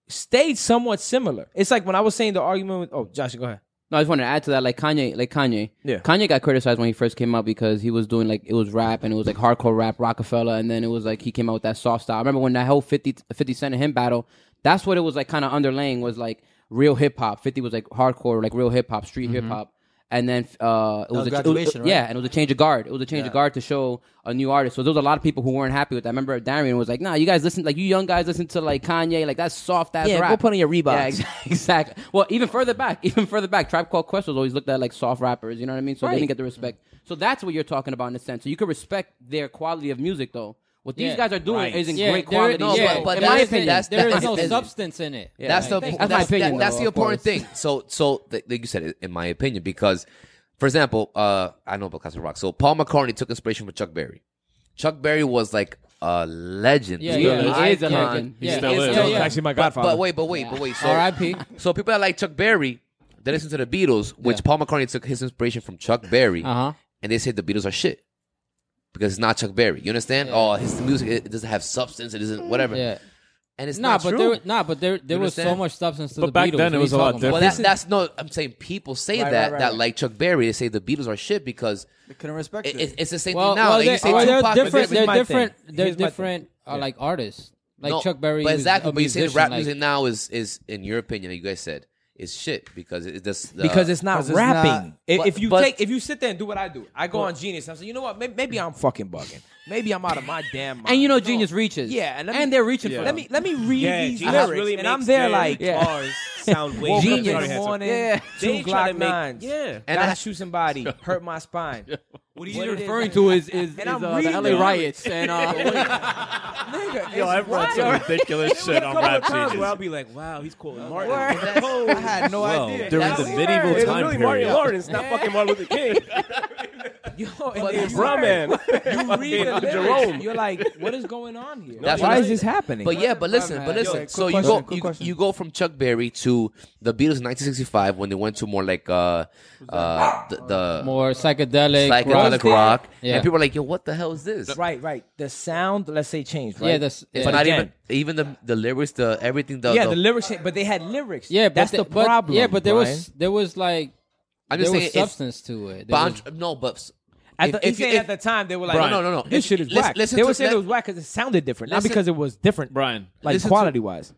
stayed somewhat similar. It's like when I was saying the argument with oh Josh, go ahead. No, I just wanted to add to that, like Kanye, like Kanye. Yeah. Kanye got criticized when he first came out because he was doing like it was rap and it was like hardcore rap, Rockefeller, and then it was like he came out with that soft style. I remember when that whole 50, 50 Cent and him battle, that's what it was like kind of underlaying was like real hip hop. Fifty was like hardcore, like real hip hop, street Mm-hmm. hip hop. And then uh, it was, was a, it graduation, right? yeah, and it was a change of guard. It was a change of guard to show a new artist. So there was a lot of people who weren't happy with that. I remember Darian was like, "Nah, you guys listen, like you young guys listen to like Kanye, like that's soft ass Yeah, rap." go put on your Reeboks. Yeah, ex- exactly. Well, even further back, even further back, Tribe Called Quest was always looked at like soft rappers. You know what I mean? So they didn't get the respect. So that's what you're talking about in a sense. So you could respect their quality of music though, What these Yeah. guys are doing Right. isn't Yeah, great there- quality. No, yeah, but- but there that's- isn't- that's- there that's- is no that's- substance in it. That's Like, the thank that's, you. my opinion, that- that's though, the of important thing. So so th- like you said it in my opinion because, for example, uh, I know about Castle Rock. So Paul McCartney took inspiration from Chuck Berry. Chuck Berry was like a legend. Yeah, He yeah, was an he is a icon. legend. He Yeah. still is. Yeah, yeah. Actually, my But- godfather. But wait, but wait, but wait. So R.I.P. So people that like Chuck Berry, they listen to the Beatles, which Paul McCartney took his inspiration from Chuck Berry, Uh-huh. and they say the Beatles are shit because it's not Chuck Berry. You understand? Oh, his music it it doesn't have substance. It isn't whatever. Yeah. And it's Nah, not but true. there, was- nah, but there, there You was so understand? much substance to But the back Beatles. What then, it are was you a lot talking about? Well, different. that, that's no. I'm saying people say Right, that right, right, that right. like Chuck Berry, they say the Beatles are shit because They couldn't respect it, it. it, it's the same Well, thing now. well, like they, you say well, they're Tupac, different. but They're my thing. different. They're Here's my thing. different. Uh, like artists, like no, Chuck Berry. But was exactly, a but you say the musician, rap like- music now is is in your opinion, like you guys said, is shit because it, it's the, because it's not because it's rapping. not- if, but- if you but- take, if you sit there and do what I do, I go on Genius. I'm saying, you know what? Maybe, maybe I'm fucking bugging. Maybe I'm out of my damn mind. And you know, No. Genius reaches. Yeah, and, let me- they're reaching for Let me let me read Yeah, these Jesus lyrics, really and I'm makes there their like bars sound way woke better. up in the morning, two They try to Glock make- nines, yeah. and I- I shoot somebody, hurt my spine. What are What he's referring to is is, is And I'm uh, the reading LA the lyrics. riots and uh, Nigga, Yo, I've read some ridiculous shit on couple rap of times where I'll pages. be like, wow, he's quoting Martin. I had no idea. During the That's medieval It's time really period. Martin Lawrence, not fucking Martin Luther King. Brahman. you read the lyrics, Jerome. you're like, what is going on here? That's Why what is I- this happening? But yeah, but listen, but listen. so you question, go quick you, question. you go from Chuck Berry to the Beatles in 1965 when they went to more like uh uh the, the more psychedelic, psychedelic rock. rock, Yeah. and people are like, yo, what the hell is this? right, right. The sound, let's say, changed. Right? Yeah, that's It's yeah. not Again. even even the the lyrics, the everything. The, yeah, the- the lyrics, cha- but they had lyrics. Yeah, but that's th- the but- problem. yeah, but there Brian. was there was like I'm there just was saying, it's- substance to it. There was- but I'm, no, but s- At if- the, if you- he's saying if- at the time they were like, Brian. No, no, no. If- this shit is listen- whack. listen they to- were saying let- it was whack because it sounded different, not Listen- because it was different, Brian, like listen to- quality wise.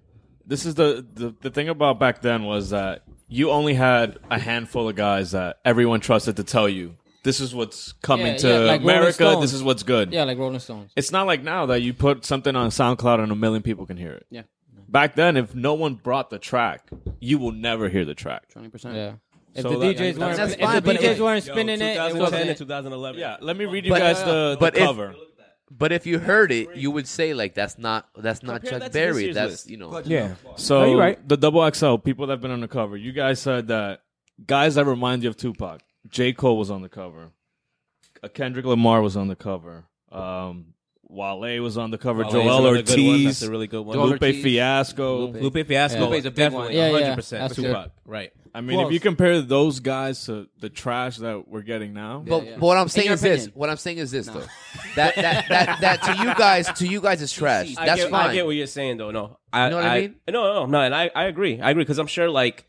this is the, the the thing about back then was that you only had a handful of guys that everyone trusted to tell you this is what's coming Yeah, to yeah, like Rolling America. Stones. This is what's good. yeah, like Rolling Stones. It's not like now that you put something on SoundCloud and a million people can hear it. Yeah. Back then, if no one brought the track, you will never hear the track. Yeah. If So the like- DJs weren't, That's if fine, the but DJs it- weren't spinning it, it 2010 and wasn't. 2011. Yeah, let me read you But- guys the, but the if- cover. But if you heard it, you would say like that's not that's not Compare Chuck that to this Berry. year's That's list. you know. Yeah, So No, you're right. the double XL people that've been on the cover. You guys said that guys that remind you of Tupac. J Cole was on the cover. Uh, Kendrick Lamar was on the cover. Um, Wale was on the cover. Joel Ortiz, That's a really good one. Lupe Ortiz. Fiasco. Lupe Fiasco. Lupe's a big definitely, one. Yeah, yeah, 100%. that's good. Tupac. Right. I mean, if you compare those guys to the trash that we're getting now, But, but what I'm saying your is this. opinion. What I'm saying is this though. That, that that that to you guys to you guys is trash. I That's get, fine. I get what you're saying, though. No, I, You know what I mean? No, no, no. And I, I agree. I agree because I'm sure, like,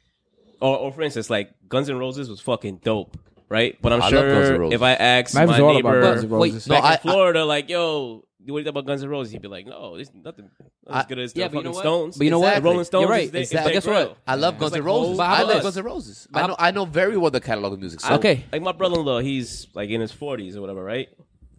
or, or for instance, like Guns N' Roses was fucking dope, right? But I'm I love Guns N' sure Roses. if I asked Mine's my all about neighbor Guns N' back Roses. no, I, in Florida, like, yo, what do you think about Guns N' Roses? He'd be like, no, there's nothing not as I- good as yeah, the but you know fucking what? Stones. But you know what? The Rolling You're Stones. is right. their- is Exactly. their But guess what? grill. I love Guns N' Roses. But how I about love this? Guns N' Roses. I know I know very well the catalog of music. So okay. Like my brother-in-law, he's like in his forties or whatever, right?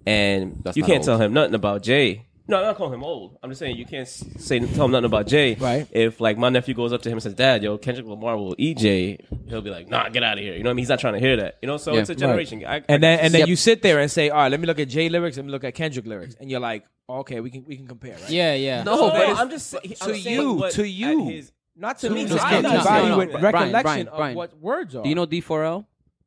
And you not can't old. tell him nothing about Jay. No, I'm not calling him old. I'm just saying you can't s- say tell him nothing about Jay. Right. If like my nephew goes up to him and says, "Dad, yo, Kendrick Lamar will eat Jay," he'll be like, "Nah, get out of here." You know what I mean? He's not trying to hear that. You know, so it's a generation. I- I, and then and then Yep. you sit there and say, all right, let me look at Jay lyrics, let me look at Kendrick lyrics, and you're like, okay, we can we can compare. Right? Yeah, yeah. No, no, but it's- I'm just saying- I'm to saying you, what to at you. his- Not to me. no, I no, can no, value no, with no. recollection Brian, of Brian. what words are. Do you know D4L?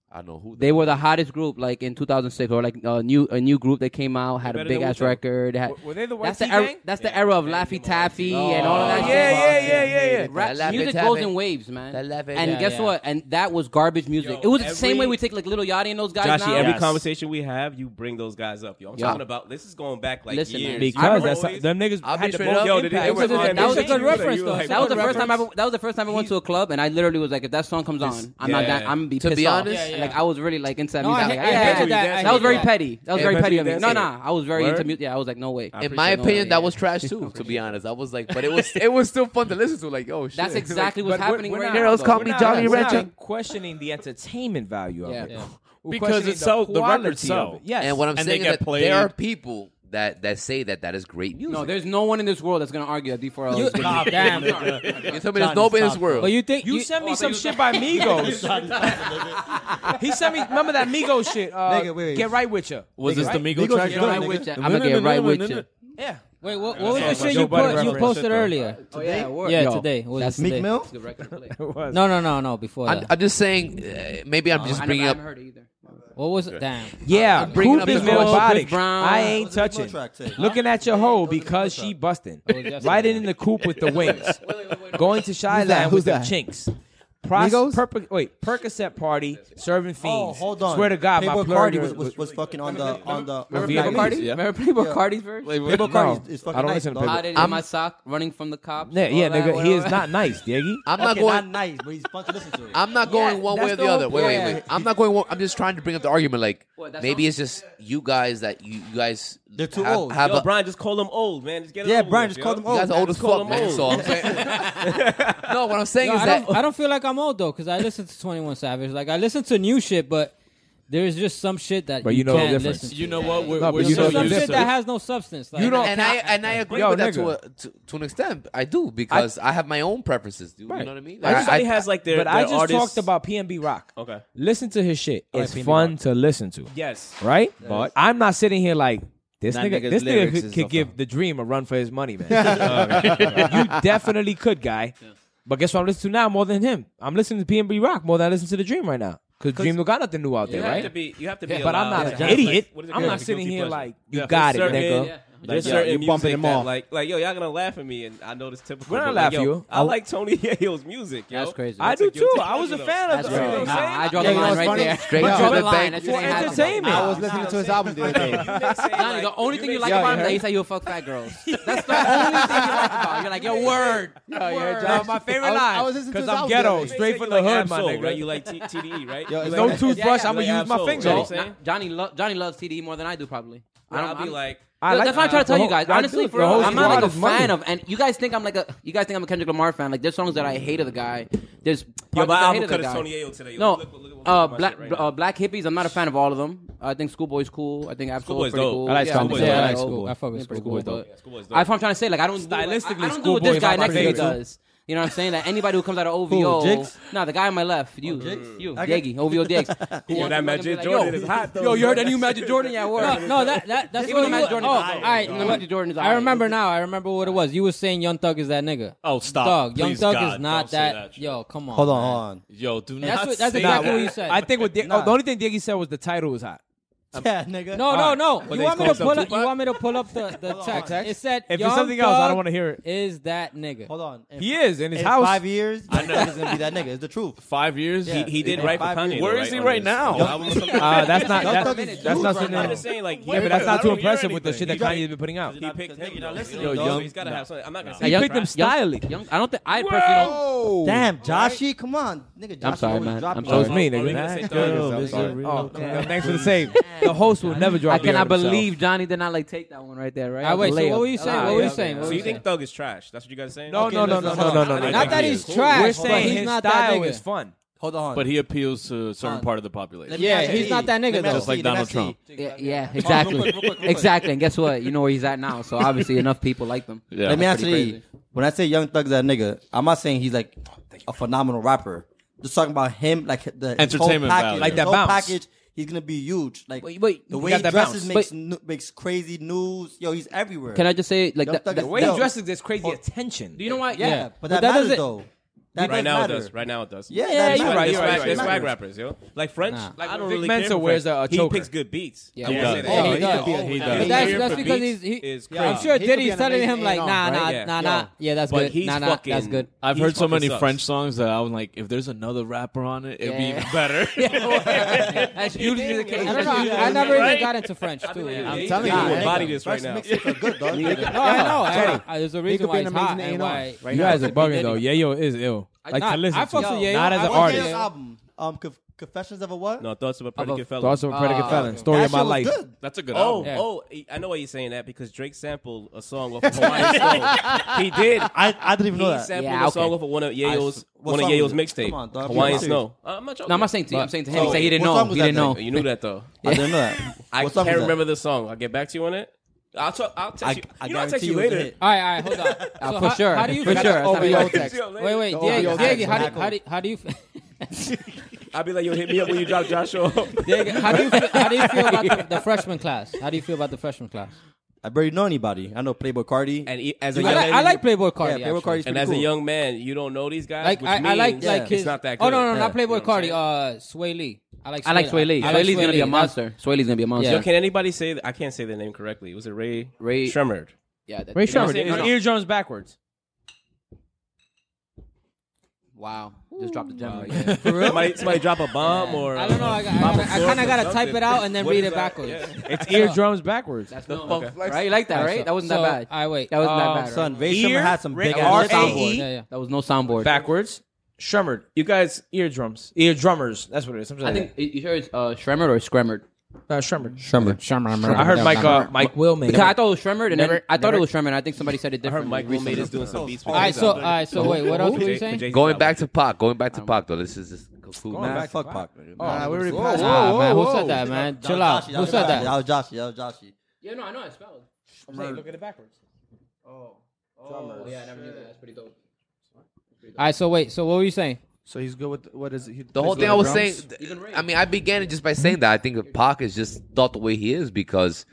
I know who They were the hottest group like in 2006 or like a new a new group that came out had a Better big than ass Wu-Tang. record. They had- Were- were they the that's YT the era, gang? that's the era of Laffy Taffy and all of that. shit. yeah, yeah, yeah, yeah, yeah. Rap, That Laffy music Taffy. goes in waves, man. That Laffy and Taffy. guess Yeah. what? And that was garbage music. Yo, it was the same every- way we take like Little Yachty and those guys Joshy, now. every Yes. conversation we have, you bring those guys up. Yo, I'm Yeah. talking about this is going back like Listen, man. years. Because that's Always- them niggas I'll be had the straight most up. Yo, impact. they- they It were was a- on that was a Jay. good You were reference, though. like, That was the first time I reference. that was the first time I went to a club and I literally was like, if that song comes on, I'm not Yeah. down, I'm gonna be To pissed be off. honest- Yeah, yeah. like I was really like into No, music. I like, ha- yeah, I hated hated that. I That was hated very that. petty. That was Yeah, very but petty you of me. dance No, to nah, I was very Word? into music. Yeah, I was like, no way. In my Appreciate it. opinion, that was trash too. To be honest, I was like, but it was it was still fun to listen to. Like, oh shit, That's exactly what's But we're- happening we're right not- now. Girls though. call We're me not- Johnny we're not- Rancher. questioning the entertainment value of Yeah. it. Yeah. We're Because questioning it sells- the record quality of sells. it. Yes. And what I'm And they saying get is that played. there are people that that say that that is great music. No, there's no one in this world that's gonna argue that D4L is good. music. Damn. You tell me there's nobody in this world. But you think Oh, you, sent Oh, me some shit by Migos. he sent me remember that Migos shit. Uh, Nigga, wait, wait. Get right with you. was this the Migos Migos track? is Get right good, with you. nigga. I'm gonna get right with you. Yeah. Wait, what, what was the shit Joe you, Budden put, you reference. posted earlier? Today? Yeah, Oh, Yeah, today. What was That's it Meek today? Mill? No, no, no, no. Before I'm, that, I'm just saying. Uh, maybe I'm just I, bringing never, up. I haven't heard it either. what was it? Damn. Yeah, I'm bringing poop up is the question. robotic. Chris Brown. I ain't Those are the touching. contract things. Looking at your hoe because she busting. just- Riding in the coop with the wings. Going to Shy that? Land Who's with the that? chinks. Pros- Migos? perp- wait, Percocet party serving fiends. Oh, hold on. Swear to God, Playboy my Cardi plug was, was, was fucking on the on the. Remember Vietnamese, Playboy Cardi? yeah. Remember Playboy Yeah. Cardi's verse? Playboy Cardi is, is fucking I don't nice. listen to dog. Playboy. Hot it in my sock, running from the cops. Yeah, yeah, all that, nigga, he is whatever. not nice, Diggy. I'm not Okay, going. not nice, but he's fun to listen to. I'm not going one way that's or the, the other. whole Wait, wait, point. wait. I'm not going. One, I'm just trying to bring up the argument. Like What, that's maybe not- it's just you guys that you, you guys They're too have, old. Have Yo, a, Brian, just call them old, man. Just get it Yeah, over Brian, just with, yo. call them you old. guys are old as call fuck, them man. old. So I'm saying. no, what I'm saying Yo, is I, that don't, I don't feel like I'm old though, because I listen to Twenty One Savage. Like I listen to new shit, but there's just some shit that But you know the can't difference. listen to. You know what? We're, No, we're but you so There's know some the used shit to- that has no substance. Like, You don't- and I and I agree Yo, with that to, a, nigga. to to an extent. I do because I, have my own preferences. Dude, you Right. know what I mean? I just I, he has like their. but I their just artists- talked about PNB Rock. Okay. Listen to his shit. All right, It's PNB fun Rock. to listen to. Yes. Uh, Right? But I'm not sitting here like this That nigga nigga's this nigga lyrics could, is could off give the dream a run for his money, man. you definitely could, guy. But guess what I'm listening to now more than him? I'm listening to PNB Rock more than I listen to the Dream right now. Because Dream don't got nothing new out You there, have right? to be. You have to be. but I'm allowed not to an have, like, idiot. what is it I'm called? not sitting guilty here pleasure. like you Yeah, for got it, certain- nigga. yeah. Like, There's yeah, certain you're bumping music them that, off. like, like, yo, y'all gonna laugh at me, and I know this typical. We're not but, laugh like, yo, at you. I like Tony Yale's music. Yo. That's crazy. I do That's a guilty too. I was a pleasure, fan of That's the you know what I'm right. Nah, saying? I draw Yeah, you the know line what's right funny? there. Straight I to draw the the line. bank. That shit For ain't happening. entertainment. I was listening to his album the other day. Nah, the only thing you like Yeah, you about him is that heard? he said you'll fuck fat girls. That's the only thing you like about him. You're like, yo, word. Yeah, John, my favorite line. I was listening to Because his I'm album the other ghetto, day. straight from the hood, my nigga. You like T- TDE, right? Yo, You it's like No that? toothbrush. yeah, I'm gonna like use my Absol, finger. right? So, what I'm saying? Johnny, lo- Johnny loves TDE more than I do, probably. I don't, I'll be I'm- like, I Yo, like that's what I'm trying to tell the you guys. whole- I Honestly, do. for The real, whole I'm not like a fan squad is money. of, and you guys think I'm like a, you guys think I'm a Kendrick Lamar fan. Like, there's songs that I hate of the guy. There's yo, parts that my I hate album of the cut is guy. Tony Yale today. Yo, No, look- look- look- look uh, at my black shit right bl- now. uh, black hippies. I'm not a fan of all of them. I think Schoolboy's cool. I think Absol's Schoolboy's pretty dope. cool. I like think Schoolboy. Yeah, I Absol's like cool. Schoolboy. I fuck with Yeah, pretty Schoolboy's cool, dope. but- Schoolboy's dope. That's what I'm trying to say. Like I don't do- I- Stylistically, I, don't do what Schoolboy this is guy my next to me favorite. does. You know what I'm saying? Like anybody who comes out of Who, OVO, Jigs? nah, the guy on my left, Oh, you, you, Okay. Diggy, OVO Diggs. Who Yo, wants that to fucking be Magic like, Jordan yo, is hot though. Yo, you heard that new Magic Jordan? Yeah, word. No, no, that that that's Even what the you Magic were- Jordan. Oh, is all alright. right. The Magic Jordan is I alright. remember now. I remember what it was. You were saying Young Thug is that nigga. Oh, stop. Thug. Young Please, Thug God, is not don't say that. shit. yo, come on. Hold on, man. hold on. Yo, do not. That's what- that's say exactly that. what you said. I think what Dig- Nah. oh, the only thing Diggy said was the title was hot. Yeah, nigga. No, no, Alright. no. What, you they want me to called pull up? something? You want me to pull up the the text? Text? It said If Young it's something else, I Thug don't want to hear it. Is that nigga? Hold on. In, He is in his in house. five years, I know he's gonna be that nigga. It's the truth. Five years. Yeah. He did Yeah. write for Five Kanye. years. though, Where is he on right this. now? Uh, that's not Young Thug that's, is that's, not huge right something. now. I'm just else. saying, like, Yeah, but that's not I too don't hear impressive with the shit that anything. Kanye's been putting out. he picked him. You're not though. listening, You know, dog. so he's gotta have something. I'm not gonna Hey, say young- picked him stylish. Young, I don't think I personally don't. Damn, Joshy, come on, nigga. Josh sorry, always man. dropping I'm it. So it's sorry. me, Oh, we nigga. gonna say Nice Thug is girl, up, is sorry. it real? Oh, Thanks for the save. The host will never drop. I a beer cannot on himself. believe Johnny did not like take that one right there. Right? Ah, wait, That was a so what layup. were you saying? Ah, What were you yeah, saying? yeah. What So were you think Thug is trash? That's what you guys are saying? No, no, no, no, no, no, no. Not no. Not that He he's is cool. trash. We're but saying he's his not that style nigga. is fun. Hold on. But he appeals to a certain part of the population. Let me Yeah, ask he's you. not that Let nigga, me though. ask Just like you, Donald let me ask Trump. you. Yeah, yeah, real quick, real quick, real exactly, quick. exactly. And guess what? You know where he's at now. So obviously, enough people like them. Yeah. Let me That's ask pretty you. crazy. When I say Young Thug's that nigga, I'm not saying he's like a phenomenal rapper. Just talking about him, like the his whole Entertainment package, value. his Like that whole bounce. package. He's gonna be huge. Like Wait, wait, the he way got he that dresses bounce. makes nu- makes crazy news. Yo, he's everywhere. Can I just say like Young that? Thug that- is The way he Yo. dresses, there's crazy attention. do you know why? Yeah, Yeah. but But that, that matters doesn't- though. That Right does now it matter. does. Right now it does. Yeah, Yeah, that you're matters. right, you're That right, Swag, you're they're matters. right. swag rappers, yo. Like French, Nah. I Like don't Vic really Mensa care. for wears French. a- a choker. He picks good beats. Yeah, I will he say does. that. Yeah, he His does. ear for He does. beats- his But that's, ear that's for because beats he's. He, is Yeah. I'm crazy. sure He could be Diddy's an telling him amazing like, A&R, nah, nah, right? nah, Yeah. nah. Yeah, that's But good. he's Nah, nah, fucking. that's good. I've he heard so fucking many sucks. French songs that I'm like, if there's another rapper on it, it'd Yeah. be better. That's usually the case. I don't know. I never even got into French too. I feel like, yeah. yeah, you telling think you, he will man. body this right Fresh now. mixes are good, dog. No, I know. I Tony. know. I- There's a He reason could why be it's an hot amazing and A&R. why. You guys are bugging though. Yayo is ill. Like Nah, to listen I fuck to. with Yayo. Not as an I fuck with One artist. J's album, um, Conf- Confessions of a What? No, thoughts about Of a- predicate fellow. Thoughts of a predicate Ah. felon. Story that of my shit was life. good. That's a good Oh, album. Yeah. oh! I know why you're saying that because Drake sampled a song off of Hawaiian Snow. He did. I, I didn't even know He that. sampled Yeah, a okay. song off of one of Yayo's what one of song was Yayo's it? mixtape. Come on, dog. Hawaiian Come on. Snow. Uh, I'm not joking. No, I'm not saying to you. I'm saying to him. he So, said he didn't what know. song was He that didn't know. then? You knew that though. I didn't know that. I What song can't was that? remember the song. I'll get back to you on it. I'll talk. I'll text you. I you know, I'll text guarantee you it was a later. hit. All right, all right, hold on. Uh, So for how- sure. How do you for feel- sure. That's not OVO even- text. Wait, wait, The Diego, OVO Diego, text how do, was how do how do you I'll be like, yo, hit me up when you drop Joshua. off. Diego, how do you feel, how do you feel about the, the freshman class? How do you feel about the freshman class? I barely know anybody. I know Playboy Cardi. And e- as a I, young like, I like Playboy Cardi. yeah, Playboy actually. Cardi's and pretty as a cool. young man, you don't know these guys. Like which I, I like means like it's his, not that. Good. Oh no no, Yeah. not Playboy You know what I'm Cardi. saying? Uh, Sway Lee. I like Sway I like Sway Lee. I Sway Lee's gonna be a Lee. monster. Sway Lee's gonna be a monster. Yeah. Yo, can anybody say? That? I can't say the name correctly. Was it Ray? Ray- Shremmerd. Yeah, that- Ray you know what Sherman. I'm saying? His No, no. eardrums backwards. Wow, just dropped a gem. right there. For real? Somebody, somebody drop a bomb or I don't know. I, got- I, Papa gotta- I Scorp kind or of gotta type something. it out and then What read is it that? backwards. Yeah. It's eardrums backwards. That's no, funk flex. right? You like that, right? That wasn't So, that bad. I wait. That wasn't um, that bad. Son, Right? Vay Sherman had some big R ass A soundboard. E. Yeah, yeah. That was no soundboard. Backwards. Shrummered. You guys, Eardrums. Eardrummers. That's what it is. Something I like think you sure it's uh, Shremmered or Scremmered? that. Uh, Shrummered. Sherman. I heard Mike. Uh, Mike Willman. Because I thought it was Shremmered, and then Never- I thought never- it was Shremmered. I think somebody said it I heard differently. Mike Wilmade is doing some beats. with All right. Jay-Z. So all right. So wait. What else were you Jay- saying? Jay-Z's Going album. back to Pac, going back to Pac though. This is just conclude. Man, fuck Pac. Oh, we already Nah, passed. man. Who said that, man? Chill out. Who said That that? was Joshy. That was Joshy. Yeah, no, I know I spelled. Look at it backwards. Oh, yeah, I never knew that. That's pretty dope. All right. So wait. So what were you saying? So he's good with what is it? He The whole plays thing I was drums? saying, I mean, I began it just by saying that I think Pac is just thought the way he is because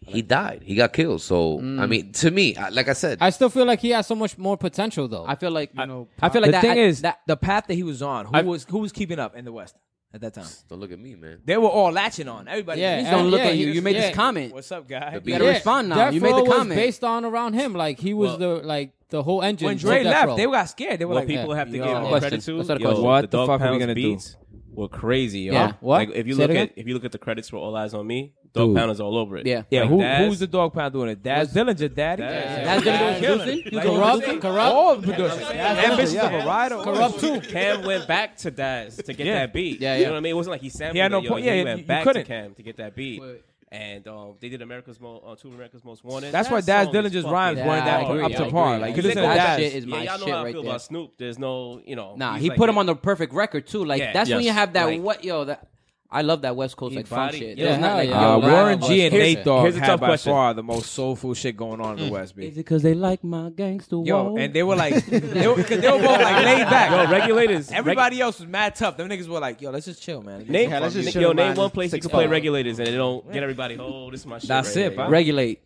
he died, he got killed. So I mean, to me, I- like I said, I still feel like he has so much more potential though. I feel like you know. I feel like the that, thing I- is that the path that he was on. Who I've- was who was keeping up in the West at that time? don't look at me, man. They were all latching on everybody. Yeah, He's and- gonna Don't look- look yeah, at you. he You was- made yeah. this comment. What's up, guy? The You gotta Yeah. respond now. You made Death the Row was comment. based on around him. Like he was the like the whole engine. When to Dre Death left, Row. they got scared. They were What like, people have to yo, give him question. credit to? What's that yo, question? what What the, the dog fuck are we pound's gonna do? beats were crazy. Yo. Yeah, what? Like, if you Say look it again? at if you look at the credits for All Eyes on Me, dog pound is all over it. Yeah. Yeah, Like, who, Daz- who's the dog pound doing it? Daz Dillinger, daddy. That's Yeah. Dillinger was producing. Like, corrupt, all corrupt. All the producers. Ambitious yeah. of a rider. Corrupt too. Cam went back to Daz to get Yeah. that beat. Yeah, You yeah. know what I mean? It wasn't like he sampled He had no it. Yo, point. He Yeah, went you back couldn't. to Cam to get that beat. Wait. And um, they did America's Most uh, Two of America's Most Wanted. That's That why Daz song is Dillinger's fucking rhymes weren't Yeah, I that agree, up I to agree, par. I Like, you agree. listen to That Daz. shit is my yeah, y'all know shit how I right feel there. about Snoop. There's no, you know. Nah, he's he like put him the- on the perfect record too. Like Yeah. that's when Yes. you have that Like- what yo that I love that West Coast He like funk body- shit. Yeah, It's not hell like yeah. yo, Uh, rap Warren was G and crazy. Nate Dogg here's a had tough by question. far the most soulful shit going on in the West Is B. it because they like my gangster? Mm. Yo, and they were like, they were, 'cause they were both like laid back. Yo, regulators. Everybody else was mad tough. Them niggas were like, yo, let's just chill, man. Name, Yeah, let's just yo, chill, name man. one place you Six can play oh. bucks. regulators and they don't get everybody. Oh, this is my shit. That's right it, here. bro. regulate,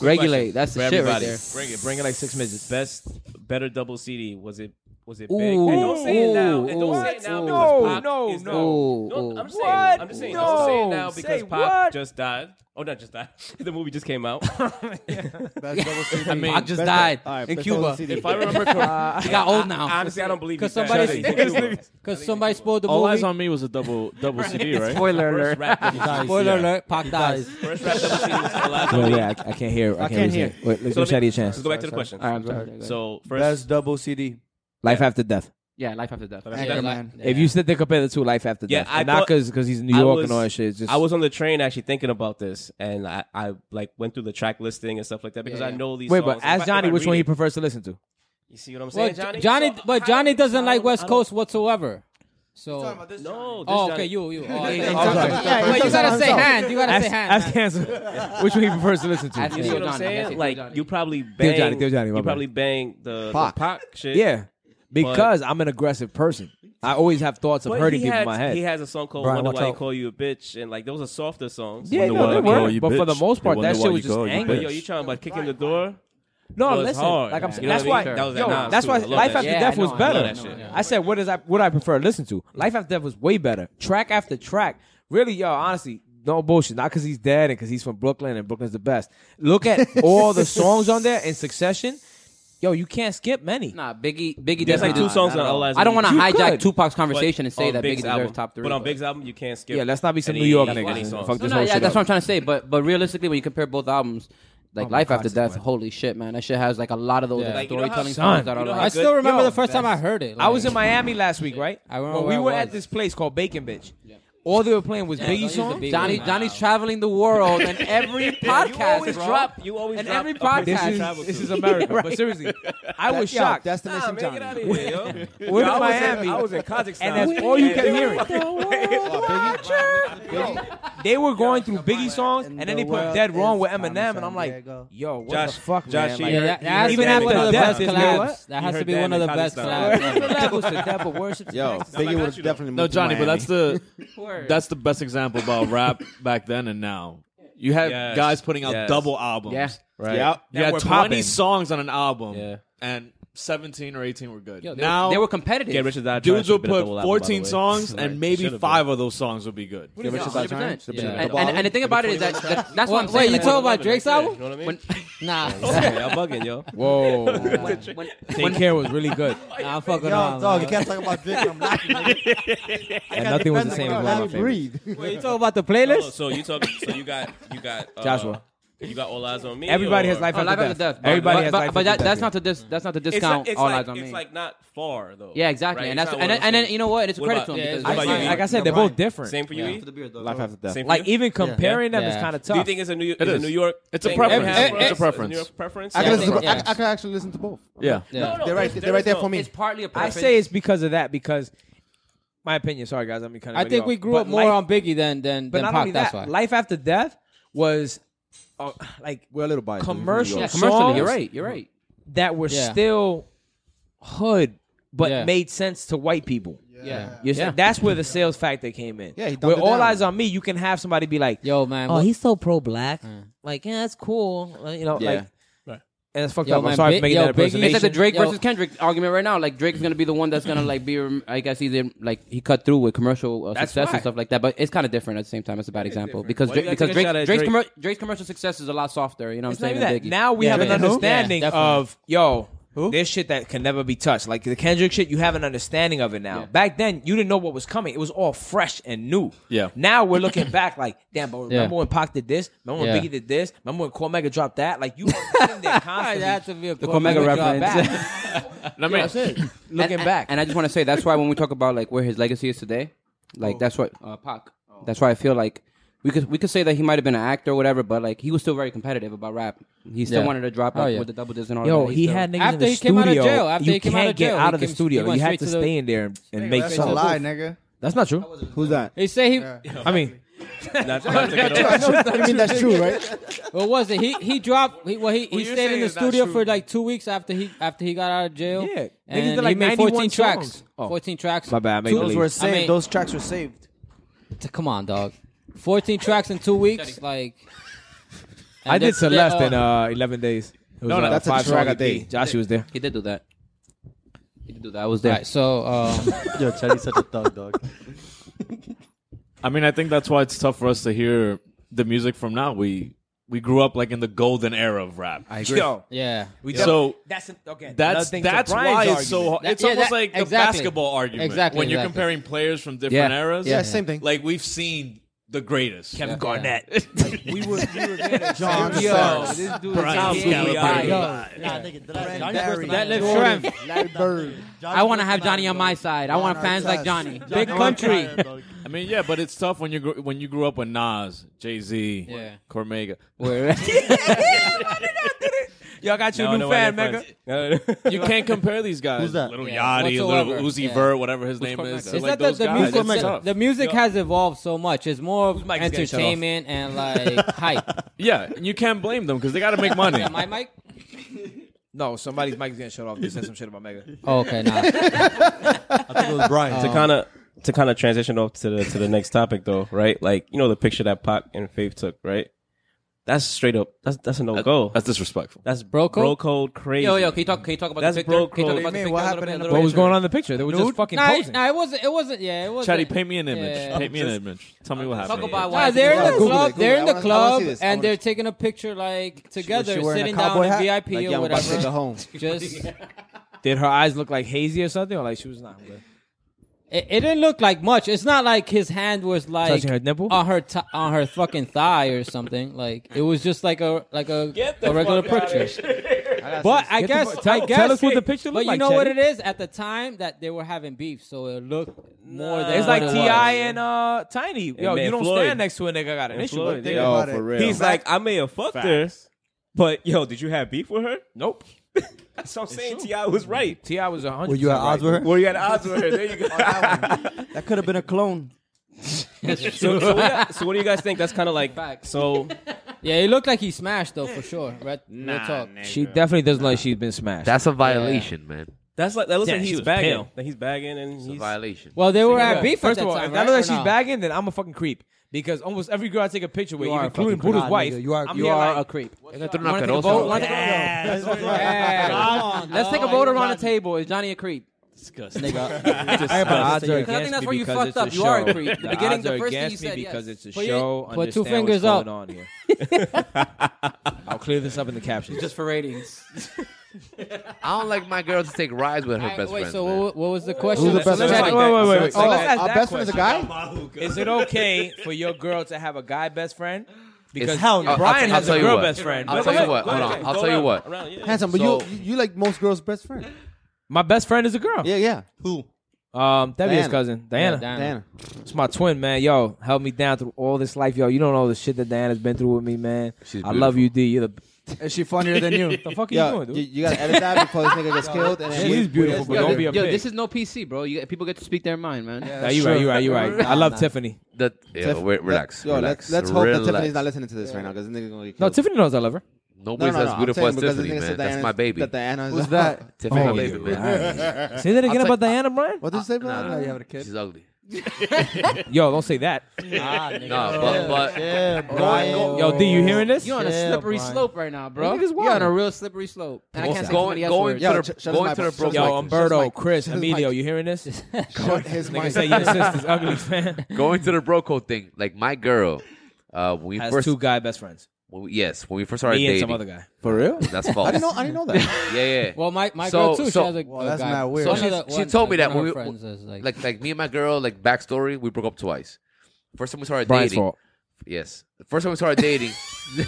regulate. That's the For shit right everybody. there. Bring it, bring it like six midgets. Best, better double CD. Was it? Was it Ooh, big? And don't say it now. And don't ooh, say it now ooh. because No, Pac no, is the- no. Don't- I'm Ooh, saying. What? I'm just saying. Don't say it now No. because Say Pac what? just died. Oh, not just died. the movie just came out. Best double CD. I mean, I just Best- died all right, in best Cuba. double CD. if I remember correctly, I got old now. Honestly, I don't believe because he's somebody dead. because somebody spoiled the All movie. Eyes on Me was a double double CD, right? Spoiler First alert. rap double- Nice, Spoiler yeah. alert: Pac dies. first rap double CD was collab. Wait, wait, I, I can't hear. I can't, can't hear. Wait, let's So give let me- Shady a chance. Let's go back to the question. All right, I'm sorry. So first, Best double CD. Life after death. yeah, life after death. Yeah, Anchorman. like- If you sit there compare the two, life after Yeah, death. I And not thought- because he's in New I York was- and all that shit. It's just I was on the train actually thinking about this, and I, I like went through the track listing and stuff like that because I know these. wait, songs. but If I- ask if Johnny I which read one he it- prefers to listen to. You see what I'm Well, saying, Johnny? Johnny, So, but how- Johnny I doesn't don't- like West I don't- Coast whatsoever. So No, this oh, Johnny- okay, you you. Oh, Yeah, okay. yeah, yeah, Wait, you yeah, gotta yeah, say yeah. hand. You gotta Ask, say hand. ask Hansel which one he prefers to listen to. Ask You see Theo what I'm Johnny, yes, saying? Theo Like Johnny. you probably bang. Theo Johnny, Theo Johnny, my You bad. probably bang the Pac. the Pac shit. Yeah, because I'm an aggressive person. I always have thoughts of But hurting he people had, in my head. He has a song called Brian, "Wonder watch Why You out. Call You a Bitch" and like those are softer songs. yeah, Wonder no, Why they You Call were. You But for the most part, wonder that why shit you was just call you anger. But yo, you trying about kicking the door? No, Well, it's listen. hard. Like I'm You saying, know that's what I why. mean? That was yo, that Nas that's too. why. I love Life that after shit. death Yeah, I was know, I better. love that shit. I said, what is I? What I prefer to listen to? Life after death was way better. Track after track. Really, yo, honestly, no bullshit. Not because he's dead and because he's from Brooklyn and Brooklyn's the best. Look at all the songs on there in succession. Yo, you can't skip many. Nah, Biggie, Biggie There's definitely like two did- songs I on don't All know. Eyes I don't on want to You. hijack could. Tupac's conversation and say on that Biggie Big's album. deserves top three. But on but- Big's album, you can't skip. Yeah, let's not be some any- New York any niggas and songs. fuck No, this no, whole yeah, shit that's up. Oh what I'm trying to say. But but realistically, when you compare both albums, like my Life God, After it's a Death, weapon. holy shit, man, that shit has like a lot of those like, Like, you know how storytelling son- songs that you are know like. how I still good- remember Yo, the first time I heard it. I was in like, Miami last week, right? I remember When where we I were was. at this place called Bacon Bitch. All they were playing was don't Biggie use the songs. Biggie. Johnny Wow. Johnny's traveling the world and every podcast, always bro. drop- you always and drop every a podcast. podcast. This is, this is America, but seriously, I was Yo, shocked. That's the missing man, get Johnny. outta here, yo. We're Yo, in I was in- Miami, I was in Kazakhstan, and that's all you kept hearing. Oh, Biggie- They were going through Biggie songs, And and then they the put world Dead Wrong is with Eminem, and I'm San like, Diego. yo, what Josh- the fuck, Josh, man? he Like, Yeah, heard- that, that has even to be after one of the death, best this collabs. nigga- That You has to heard be that one of in the best Kazakhstan. collabs. ever. Yo, Biggie would definitely No, moved to Johnny, but Miami. that's the that's the best example about rap back then and now. You had Yes. guys putting out Yes. double albums. Yeah. Right. Yeah. That You had were 20 popping. songs on an album. Yeah. And 17 or 18 were good. Yo, they, now they were competitive. Get Rich or Die Trying dudes will should've been a put double album, by the 14 way. songs Right. and maybe Should've been. five of those songs will be good. Get Rich or Die Trying. Yeah. And, and, and the thing about it is that, that that's what I'm Wait, saying. you like, talking about Eleven, Drake's that's it, album? You know what I mean? Nah. Yeah, I'm bugging, yo. Whoa. when- when- Take Care was really good. Nah, I'm fucking Yo, around. dog, you can't talk about Drake. I'm laughing. And nothing was the same as one of my favorites. Wait, you talking about the playlist? Oh, So you talk. So you got you got uh, Joshua. You got all eyes on me. Everybody or- has life Oh, Life after After death. Death. Everybody but, has but, life but after that, death. that's yeah. not to dis- that's not to It's discount like, it's all like, eyes on it's me. like not far though. yeah, exactly. Right? And It's that's not and, one of and, those and you know what? It's a What credit about- to him yeah, it's because about Like, you? like I said, Yeah, they're both Brian. different. Same for you. Ian? the beer, dog. Life after death. Same for Like you. even comparing them is Yeah. kind of Do you tough. think it's a New, It it's a is. New York? It's a thing? preference. Everyone has It- it's a preference. New York preference. I Yeah, can, I listen think- to, yeah. I, I can actually listen to both. Yeah. Yeah. No, They're right, there's- they're right there no- for me. It's partly a I preference. say it's because of that because my opinion. Sorry guys, I'm kind of. I think we grew up more on Biggie than than but than not Pac. only that, That's why. Life After Death was uh, like We're a little biased. commercial yeah, songs commercially, you're right. You're right. that were Yeah. still hood, but Yeah. made sense to white people. Yeah. You see, That's where the sales factor came in. Yeah, he dumped where it all down. eyes on me, you can have somebody be like, Yo, man. "Oh, what- he's so pro black." Like, yeah, that's cool. Uh, You know, Yeah. like, and it's fucked Yo, up. man, I'm sorry Big- for making yo, that Biggie- It's It's impersonation. like the Drake Yo. versus Kendrick argument right now. Like Drake's gonna be the one that's gonna like be, I guess, either like he cut through with commercial uh, That's success right. and stuff like that. But it's kind of different at the same time. It's a bad example because Why you Drake, because gotta take a Drake, shot at Drake's, Drake? commer- Drake's commercial success is a lot softer. You know what It's I'm not saying? even than that. Biggie. Now we Yeah, have an yeah. Who? understanding Yeah, definitely. of yo, this shit that can never be touched. Like the Kendrick shit, you have an understanding of it now. Back then, you didn't know what was coming. It was all fresh and new. Yeah. Now we're looking back like, damn, but remember Yeah. when Pac did this? Remember when Yeah. Biggie did this? Remember when Cormega dropped that? Like you were sitting there constantly. That had to be a The Cormega reference. And I mean, looking and, back. And, I just want to say that's why when we talk about like where his legacy is today, like that's what uh, Pac. That's why I feel like we could we could say that he might have been an actor or whatever, but like he was still very competitive about rap. He still Yeah. wanted to drop like, Oh, yeah. with the double disc and all Yo, that. he still- had niggas in After the he studio. came out of jail, after you he came can't out of get jail, out he of the came- he studio. went You have straight to to the- stay in there and, and make That's a songs. lie, nigga. That's not true. Who's that? He said he. I mean, Not trying to take it over. I mean, that's true, right? What was it? He he dropped. He, well, he, he you're stayed in saying the is not studio true. for like two weeks after he after he got out of jail. Yeah. Niggas did, and he like, made 91 14 songs. tracks. Oh. 14 tracks. My bad, I made Two- the leap. Those were saved. I mean, Those tracks were saved. t- come on, dog. 14 tracks in two weeks, like. I and did that's- yeah, Celeste in uh, 11 days. It was, no, uh, that's a five track song a EP. day. Josh was there. he did do that. He did do that. I was All there. right, so um, Yo, Chelsea's such a thug, dog. I mean, I think that's why it's tough for us to hear the music from now. We we grew up like in the golden era of rap. Yo, yeah, we So- that's okay. That's that's why it's so hard. That- It's yeah, almost that- like the exactly. basketball argument Exactly, when you're exactly. comparing players from different Yeah. eras. Yeah, same thing. Like we've seen the greatest. Kevin Garnett. we were, we were there. John Yo, Cyrus. this dude Brian Scalabrine. that lives Jordan, strength. Larry Bird. I want to have Johnny on my side. I want fans like Johnny. Big country. I mean, yeah, but it's tough when you gr- when you grew up with Nas, Jay Z, Yeah. Cormega. Y'all got your I new know why fan, they're mega. friends. You can't compare these guys. Who's that? Little Yeah, Yachty, whatsoever. little Uzi Yeah. Vert, whatever his name Cormega? is. It's It's like not that those the guys. music, It's the, tough. music has evolved so much. It's more of mic is getting shut off? entertainment and like hype. yeah, and you can't blame them because they got to make money. My mic? No, somebody's mic is getting shut off. They said some shit about mega. Oh, okay, nah. I think it was Brian. Uh, to kind of to kind of transition off to the to the next topic though, right? Like you know the picture that Pac and Faith took, right? That's straight up. That's that's a no go. That's disrespectful. That's Bro code? Bro code crazy. Yo, yo, can you talk? Can you talk about That's the picture? bro Can you talk code. about the Hey, picture what a little happened in bit? A the little What bit? was going on in the picture? They were just fucking nah, it- posing. nah, it wasn't. It wasn't. Yeah, it wasn't. Chatty, paint me an image. Paint me an image. Tell me what happened. Talk about Nah, why they're in the Google it, club. Google they're it. I in wanna- the I wanna club, see this. I and wanna- they're taking a picture like together, She wearing a sitting down cowboy in hat? VIP Like, yeah, or I'm about to go whatever. home. Just Did her eyes look like hazy or something, or like she was not? Good? It, it didn't look like much. It's not like his hand was like Touching her nipple? on her t- on her fucking thigh or something. Like it was just like a like a, a regular picture. but Get I the guess fuck- tell- I guess tell us what the picture But looked you like, know what it Chetty. is? At the time that they were having beef, so it looked more than It's like what it Ti was. and uh Tiny. Yo, man, you don't Floyd. stand next to a nigga got an And issue. Floyd, with it. yeah. Yo, about Oh, for it. real. He's like, I may have fucked her, Facts. but yo, did you have beef with her? Nope. That's what I'm saying. Ti was right. Ti was a hundred. Were you at percent odds with right. her? Were you at odds with her? There you go. That could have been a clone. so, so, what do you- so what do you guys think? That's kind of like Facts. so. yeah, it looked like he smashed though for sure. Red, real talk. She definitely does like she's been smashed. That's a violation, man. That's like that looks Yeah, like she he's was pale. bagging. Like he's bagging and It's a he's violation. Well, they were at Yeah. beef First at of that all, time, if I right? know Or that she's no? bagging, then I'm a fucking creep. Because almost every girl I take a picture with, You are a including fucking Buddha's creep. wife, Nigga, you are I'm uh, you here are like, a creep. Wanna take a vote? vote? Yes. Let's take a vote around the table. Is Johnny a creep? Disgusting. I The have odds to are say against against me me because because it's it's a a show. show. The odds are against against me me because because it's a Put your- show. put Understand two what's fingers going up. on here. I'll clear this up in the captions. Just for ratings. I don't like my girl to take rides with her All right, best wait, friend. so man. what, what was the question? Who's the best So let's friend? ask that- so let's Oh, ask our that best friend is a question. guy? Is it okay for your girl to have a guy best friend? Because It's- hell no. if Brian has I'll tell a you girl what. best friend. I'll Wait, tell wait, you what. wait, Hold wait. on. I'll tell you what. Around, yeah. Handsome, but So- you, you you like most girls' best friend. My best friend is a girl. Yeah, yeah. Who? Um, that'd be his Diana. cousin, Diana. Diana. It's my twin, man. Yo, held me down through all this life, yo. You don't know the shit that Diana's been through with me, man. She's I love beautiful. you, D. You're the. Is she funnier than you? The fuck are Yo, you doing, dude? you, you gotta edit that before this nigga gets killed. And then She's we- beautiful, but yo, don't thi- be a yo, pig. this is no PC, bro. You, people get to speak their mind, man. Nah, you right, you right, you right. I love Tiffany. The, yeah, Tiff- wait, relax. Yo, relax. Let's, let's hope relax. that Tiffany's not listening to this right now because nigga's gonna get No, killed. Tiffany knows I love her. Nobody's as I'm beautiful saying as because Tiffany, this nigga man. said That's Diana's- my baby. That Diana's Who's that? Tiffany's my Oh, baby, you're man. Say that again tell- about Diana, Brian. What did you say, bro? nah, nah. you having a kid? She's ugly. Yo, don't say that. Nah, but but Yeah, Brian. Brian. Yo, D, you hearing this? You're on a Yeah, slippery Brian. slope right now, bro. Look at this You're on wine. a real slippery slope. And I can't say too going many S going words. to Yo, the sh- shut going his to the mic broke off. Yo, Yo, like this. Just Umberto, like- Chris, just like- Emilio, you hearing this? Cut his Nigga mic. say your sister's ugly, man. going to the bro code thing. Like my girl, uh, when we Has first, two guy best friends. when we- yes, when we first started Me and dating, some other guy. For real? that's I false. didn't know. I didn't know that. yeah, yeah. Well, my my So- girl too. so- she has a, Well, a that's guy. mad weird. So She- another she one- told me like, that one of when her we- friends is like, like like me and my girl, like backstory, we broke up twice. First time we started Brian's dating, fault. yes. The First time we started dating,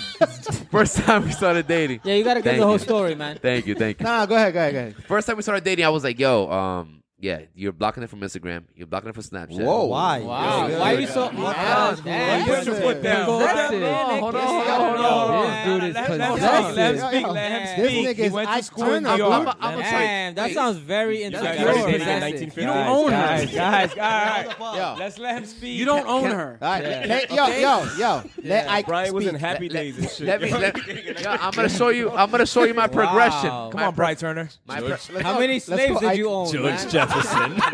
first time we started dating. yeah, you gotta give Thank the whole you. story, man. Thank you, thank you. Nah, go ahead, go ahead, go ahead. First time we started dating, I was like, "Yo, um, yeah, you're blocking it from Instagram, you're blocking it from Snapchat." Whoa. Why? Wow, Yo, why yo, are you so? yo. Wow, damn. Put your foot down. Go That's back. it. Hold on, hold on, Yes, yo, hold no. on. Yeah. This dude is possessed. Let him speak. Let him This speak. nigga He is went to school iconic, in New dude. York. I'm- I'm- Damn, that sounds very Guys, insecure. guys, You're guys, possessive. man. You don't own her. guys, guys, guys, all Yo. right. Let's let him speak. You don't own her. All right. Let- Yo, yo, yo. Let Ike Brian was speak. in happy days and shit. Let me. Let, yeah, I'm gonna show you. I'm gonna show you my progression. Wow. Come on, Brian Turner. My pro- Let's How go- many let's slaves go did Ike- you own? man? George Jefferson. let's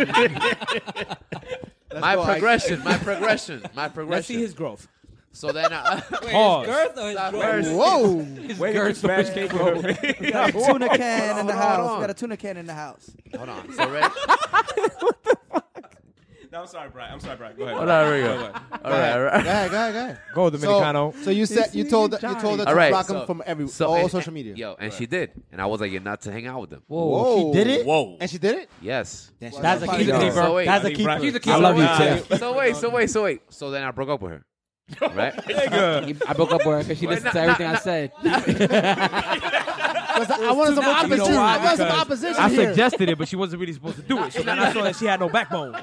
my go Ike. progression, my progression, my progression. Let's see his growth. so then, I, Pause. Girth or his Stop growth? first. Whoa. Wait, it's fresh cake with her face. Tuna can in the house. We got a tuna can in the house. Hold on. So ready? No, I'm sorry, Brian. I'm sorry, Brian. Go ahead. Hold on. Here we go. All right. All Go right. ahead, go ahead, go ahead. Go, So, Dominicano. so you said you told you told her to All right, block so- him from every So all and- social media. Yo, and she did, and I was like, "You're not to hang out with them." Whoa, She did it? Whoa. and she did it. Yes. That's a Yo. keeper. So, keeper. wait. That's a Leave keeper. Brian. He's a I love you, Nah. Tiff. so wait. So wait. So wait. So then I broke up with her. Right. I broke up with her because she Wait, listened to nah, everything nah, I nah. said. I was- I wanted some You know opposition. why? I wanted some Because opposition I here. suggested it, but she wasn't really supposed to do it. So then I saw that she had no backbone.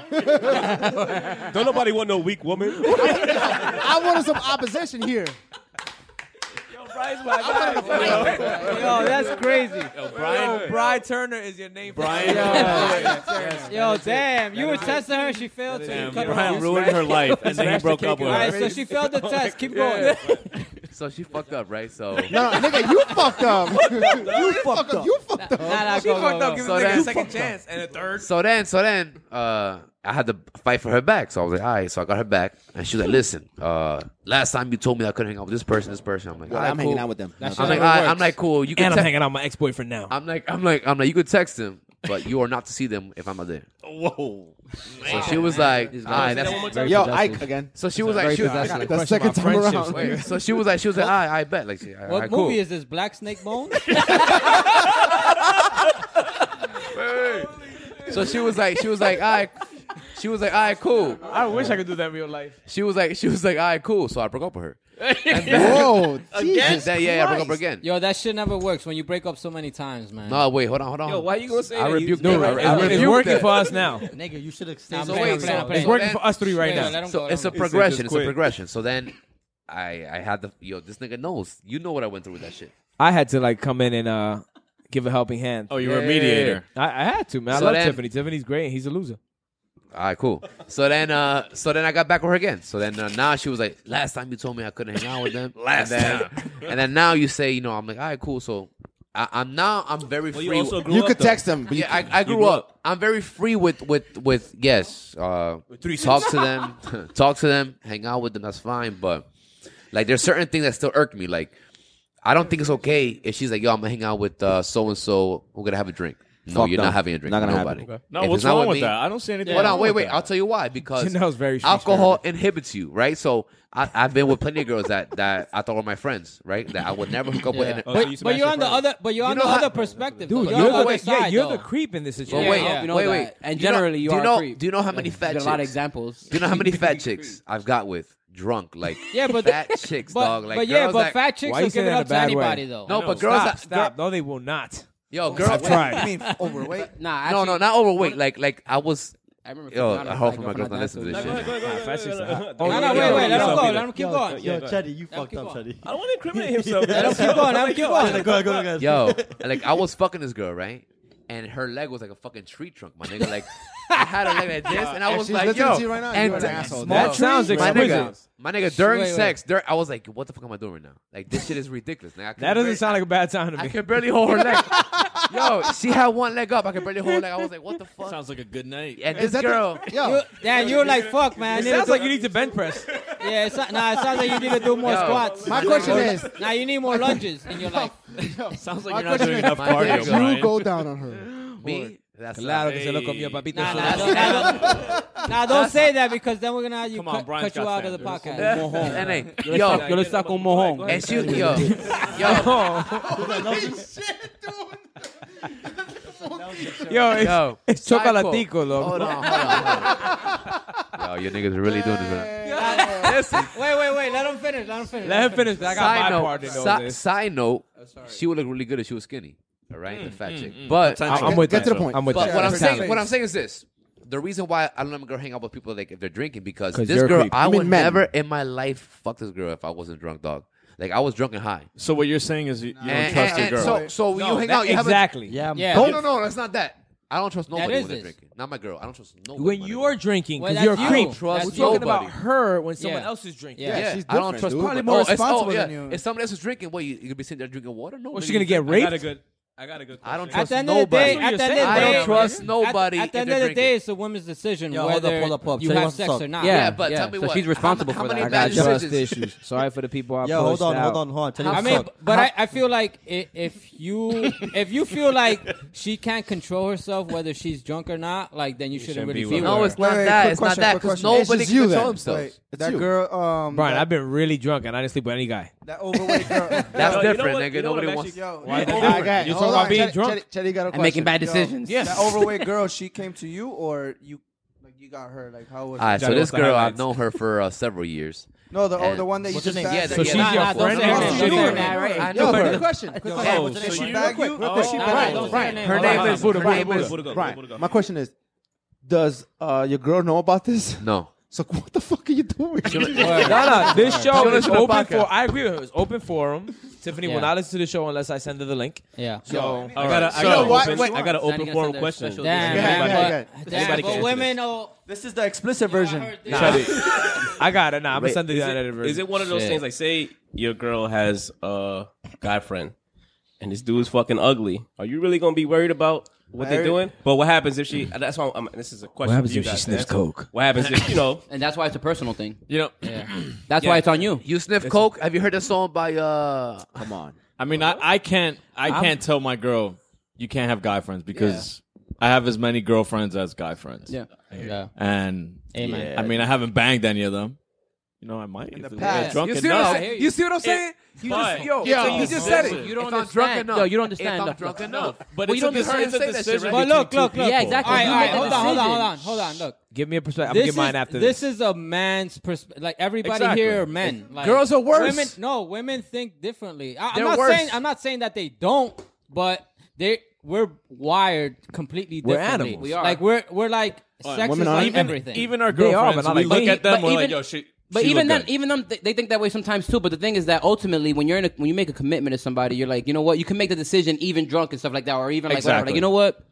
Don't nobody want no weak woman. I wanted some opposition here. Yo, that's crazy. Brian, Brian Turner is your name. Brian, Yo, damn, you were testing her. She failed. So you damn, cut her Brian off. ruined her life, and then he broke up All with right, her. so she failed the test. Keep going. So she fucked up, right? So. No, no, nigga, you fucked up. you fucked up. You fucked up. Nah, nah, go, go, go. So then, So then, so then, uh, I had to fight for her back. So I was like, all right. So I got her back, and she was like, listen, uh, last time you told me I couldn't hang out with this person, this person. I'm like, all right, I'm hanging out with them. I'm like, all right, I'm like, cool. You can And I'm te- hanging out with my ex boyfriend now. I'm like, I'm like, I'm like, you could text them, but you are not to see them if I'm not there. Whoa. So she was like, all right, that's. Yo, Ike again. So she was like, she was The like, second time around. wait, so she was like, she was like, all right, I bet. Like, she, all right, What cool. movie is this? Black Snake Bone? So she was like, she was like, all right. She was like, all right, cool. I wish I could do that in real life. She was like, she was like, all right, cool. So I broke up with her. Whoa, And Jesus then, yeah, I broke up Christ. again. Yo, that shit never works when you break up so many times, man. No, wait, hold on, hold on. Yo, you gonna say I rebuked them. Dude, I, I it's, it's rebuked working them. for us now. Nigga, you should I'm extend So playing, wait, so- I'm playing, I'm playing. It's so working then- for us three right Wait, let now. him go, So let it's him a go. progression. just It's a quit. progression. So then, I I had the yo. This nigga knows. You know what I went through with that shit. I had to like come in and uh, give a helping hand. Oh, you were a Yeah. mediator. I, I had to, man. I So love then- Tiffany. Tiffany's great. and He's a loser. All right, cool. So then, uh, so then I got back with her again. So then uh, now she was like, last time you told me I couldn't hang out with them. last and then, time. and then now you say, you know, I'm like, all right, cool. So I, I'm now. I'm very Well, free. you also with- grew You up, could though. text them. but you yeah, I, I grew, up. I'm very free with with with yes. Uh, talk to them, talk to them, hang out with them. That's fine. But like, there's certain things that still irk me. Like, I don't think it's okay if she's like, "Yo, I'm gonna hang out with uh, so and so. We're gonna have a drink." No, Fuck you're no. not having a drink. Not gonna Nobody. happen. No, If it's what's not wrong with with me- that? I don't see anything. Hold wrong on, wait, with wait. that. I'll tell you why. Because Janelle's very street alcohol inhibits you, right? So I, I've been with plenty of girls that, that I thought were my friends, right? That I would never hook up with. And, Oh, so But, you but smash you're your on the friends. other, but you're on know the how- other perspective, Dude, you're, Though. You're on the, other yeah, side, you're though. the creep in this But situation. Yeah, wait, yeah. We know wait, that. wait. And Do you know- generally, you do are a know, creep. Do you know how many fat There's chicks? a lot of examples. Do you know how many fat chicks I've got with drunk? Like Yeah, but- fat chicks, but, dog. Like but yeah, girls but that- fat chicks Why will you say give it that in up a to bad anybody way? though. No, No, but girls Stop, that stop. No, they will not. yo, girls that- Try. You mean overweight? Nah, actually, no, no, not overweight. Like, like I was. I remember. Yo, freaking out I on hope my my girlfriend girls don't listen to not this dancing. shit. Oh, No, yeah, no, wait, yeah, wait. yeah, Let him yeah. go. Let him keep going. yeah, Let Yo, go Chetty, you fucked keep up, going. Chetty. I don't want to incriminate himself. him keep going. Let him keep going. Go ahead, go ahead, go ahead. Yo, like I was fucking this girl, right? And her leg was like a fucking tree trunk, my nigga. Like I had a leg like this, and I If was she's like, listening yo, to you right now, and you're an asshole. Small That tree? sounds my nigga, exquisite. my nigga. During Wait, wait. sex, dur I was like, what the fuck am I doing right now? Like this shit is ridiculous. Like, I That couldn't bear- doesn't sound like a bad time to I me. could barely hold her leg. Yo, she had one leg up. I could barely hold her leg. I was like, what the fuck? Sounds like a good night. and Is this that the- girl, Yo, Damn, you're like fuck, man. I It need to sounds do- like you need to bench press. Yeah, it's, nah, it sounds like you need to do more Yo. squats. My question is- now you need more lunges in your life. Sounds my like you're not question doing is, enough My cardio, did you Brian. go down on her? me, that's Claro que not- se lo comió papito. Nah, So nah, that's- don't, nah, don't, nah, don't say that because then we're gonna have you Come on, cut, Brian's cut you out got of the standards. podcast. And hey, Yo, yo, yo, let's talk on Mohong. and she, yo, yo, Yo, it's, yo, it's chocolatico, Hold loco. on, hold on, hold on. Yo, your niggas are really doing this. Right Wait, wait, wait. Let him finish. Let him finish. Let him finish. I got my Side part note, in all si- this. Oh, side note, she would look really good if she was skinny. All right, Mm, the fat chick. But I- I'm with Get to that. the point. I'm with But that. what I'm Potential. saying, what I'm saying is this: the reason why I don't let my girl hang out with people like if they're drinking because 'Cause this you're a girl, creep. I You mean would men. never in my life fuck this girl if I wasn't drunk, dog. Like I was drunk and high. So what you're saying is you, you don't And- trust your and- girl. and So, so when you hang That- out, you have a- exactly. Yeah, I'm- Yeah. No, no, no, that's not that. I don't trust nobody is when they're this. drinking. Not my girl. I don't trust nobody. When my you nigga. are drinking, Well, because that's you're a you. creep. Trust We're That's you. talking nobody. about her when someone Yeah. else is drinking. Yeah. yeah, she's I don't different, trust. dude. nobody. Probably more Oh, it's- oh, responsible yeah. than you. If somebody else is drinking, what you, you could be sitting there drinking water? No, Well, nigga, she's gonna you- get I got a raped. good. I got a good. I don't question. At trust the end of the nobody. day, That's what at you're the end of the saying. I day, don't trust at- nobody At, the if end they're of the day, drinking. it's a woman's decision Yo, hold up, whether hold up, hold up. you Tell you have what's sex up. or not. Yeah, Yeah, but yeah. tell me so what- she's how- responsible how for many that. I got Imagine trust if it's- issues. Sorry for the people I Yo, hold pushed on, out. hold on, hold on. Tell you I what's mean, up. but I, I feel like i- if you if you feel like she can't control herself whether she's drunk or not, like then you, shouldn't shouldn't really be feel with No, her. it's Wait, not wait, that. quick It's not question, that quick because question. It's nobody just can you control then. themselves. Wait, that girl, um, Brian, that, I've been really drunk and I didn't sleep with any guy. that overweight girl. That's Yo, you know different, what- you nigga. know what Nobody I'm wants. actually- Why that's different. You talking about being drunk? Chetty, Chetty got a question. And making bad Yo, decisions. That overweight girl, she came to you or you, like you got her? Like how was? All right, it? so Johnny, this what's the girl, I've highlights? known her for uh, several years. No, the oh, and- the one that you What's her just name? asked. Yeah, So yeah, she's that's your my fault. friend? say her Oh, name. she Don't knew say her her name. name. right? I Yo, know quick her. question. Quick Oh, question. so She she- back you? Oh, Quick question. nah, Brian, nah, don't say Brian, Brian, her hold on, Her name name. hold on. is Buddha. Her Buddha, is- Buddha, Buddha, Brian, Buddha. My question is, does uh, your girl know about this? No. So what the fuck are you doing? No, no. This show Jonas is open Kopaka. for. I agree with her. It's open forum. Tiffany Yeah. will not listen to the show unless I send her the link. Yeah. So I got a. I You know got what? an Wait. open. I got an Now open you forum gotta question. send a Damn, Yeah, special- yeah, man, yeah. but, Everybody damn, can but answer women. Oh, This is the explicit version. nah. I got it. Nah, I'm gonna Wait, send it Is to it- editor. Is it one of those Shit. things like say your girl has a guy friend and this dude's fucking ugly? Are you really gonna be worried about what they're Married. doing? But what happens if she? That's why I'm, this is a question. happens for you if she guys to sniffs answer. coke? What happens if you know? And that's why it's a personal thing. you know, That's Yeah. why it's on you. You sniff coke? Have you heard that song by uh? Come on. I mean, I, I can't I can't tell my girl you can't have guy friends because I have as many girlfriends as guy friends. Yeah. Yeah. and Amen. I mean, I haven't banged any of them. You know, I might. In the Get past. drunk You see what enough. I'm saying? You see what I'm saying? You but- just yo, Yeah. so you just said it. You don't if I'm drunk understand. enough, No, you don't understand If I'm enough. drunk enough, But Well, it's you a, don't deci- understand it's a that shit, decision. right? But between look, two look, people. look. Yeah, exactly. All right, You all right, make the hold on, hold on, decision. hold on, hold on. Look, Give me a perspective. I'm gonna give this is mine after this this. is a man's perspective. Like everybody Exactly. here are men. Like, Girls are worse. Women, no, women think differently. I, am They're not worse. saying I'm not saying that they don't, but they we're wired completely We're differently. animals. We are. Like we're we're like sex women aren't is like even, everything. Even our They are, girlfriends, but not we like look me. at them. But we're like, even- yo, she. But she even look then, good. even them, they- they think that way sometimes too. But the thing is that ultimately, when you're in a, when you make a commitment to somebody, you're like, you know what, you can make the decision even drunk and stuff like that, or even like whatever. Exactly. Like, you know what,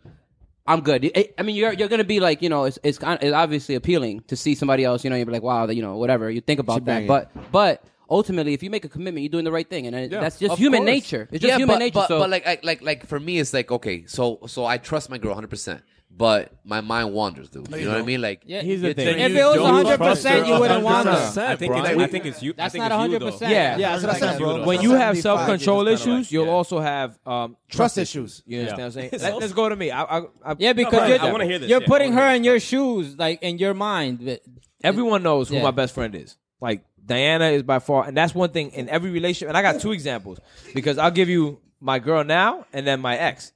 I'm good. I- I mean, you're you're gonna be like, you know, it's it's, kind it's obviously appealing to see somebody else. You know, you're like, wow, that you know, whatever. You think about that, but but ultimately, if you make a commitment, you're doing the right thing, and uh, that's just Of human course. nature. It's just Yeah, human but, nature. But, so but like, I, like, like for me, it's like okay, so so I trust my girl 100, percent but my mind wanders, dude. You know what I mean? Like, Yeah. Here's the If thing. if it was don't 100 percent, trust you her wouldn't want 100%. to. I think, it's, Brian. I think it's you. That's I think not it's you, 100. though. percent Yeah. Yeah, that's what I said, bro. When you have 75, self control it's kinda issues, like- you'll yeah. also have um, Trust issues. You understand what Yeah. I'm saying? Let, let's go to me. I, I, I, Yeah, because Brian, you're, I wanna hear this. you're Yeah, I putting wanna her hear in your shoes, like in your mind. But everyone knows who Yeah. my best friend is. Like Diana is by far, and that's one thing in every relationship. And I got two examples because I'll give you my girl now and then my ex.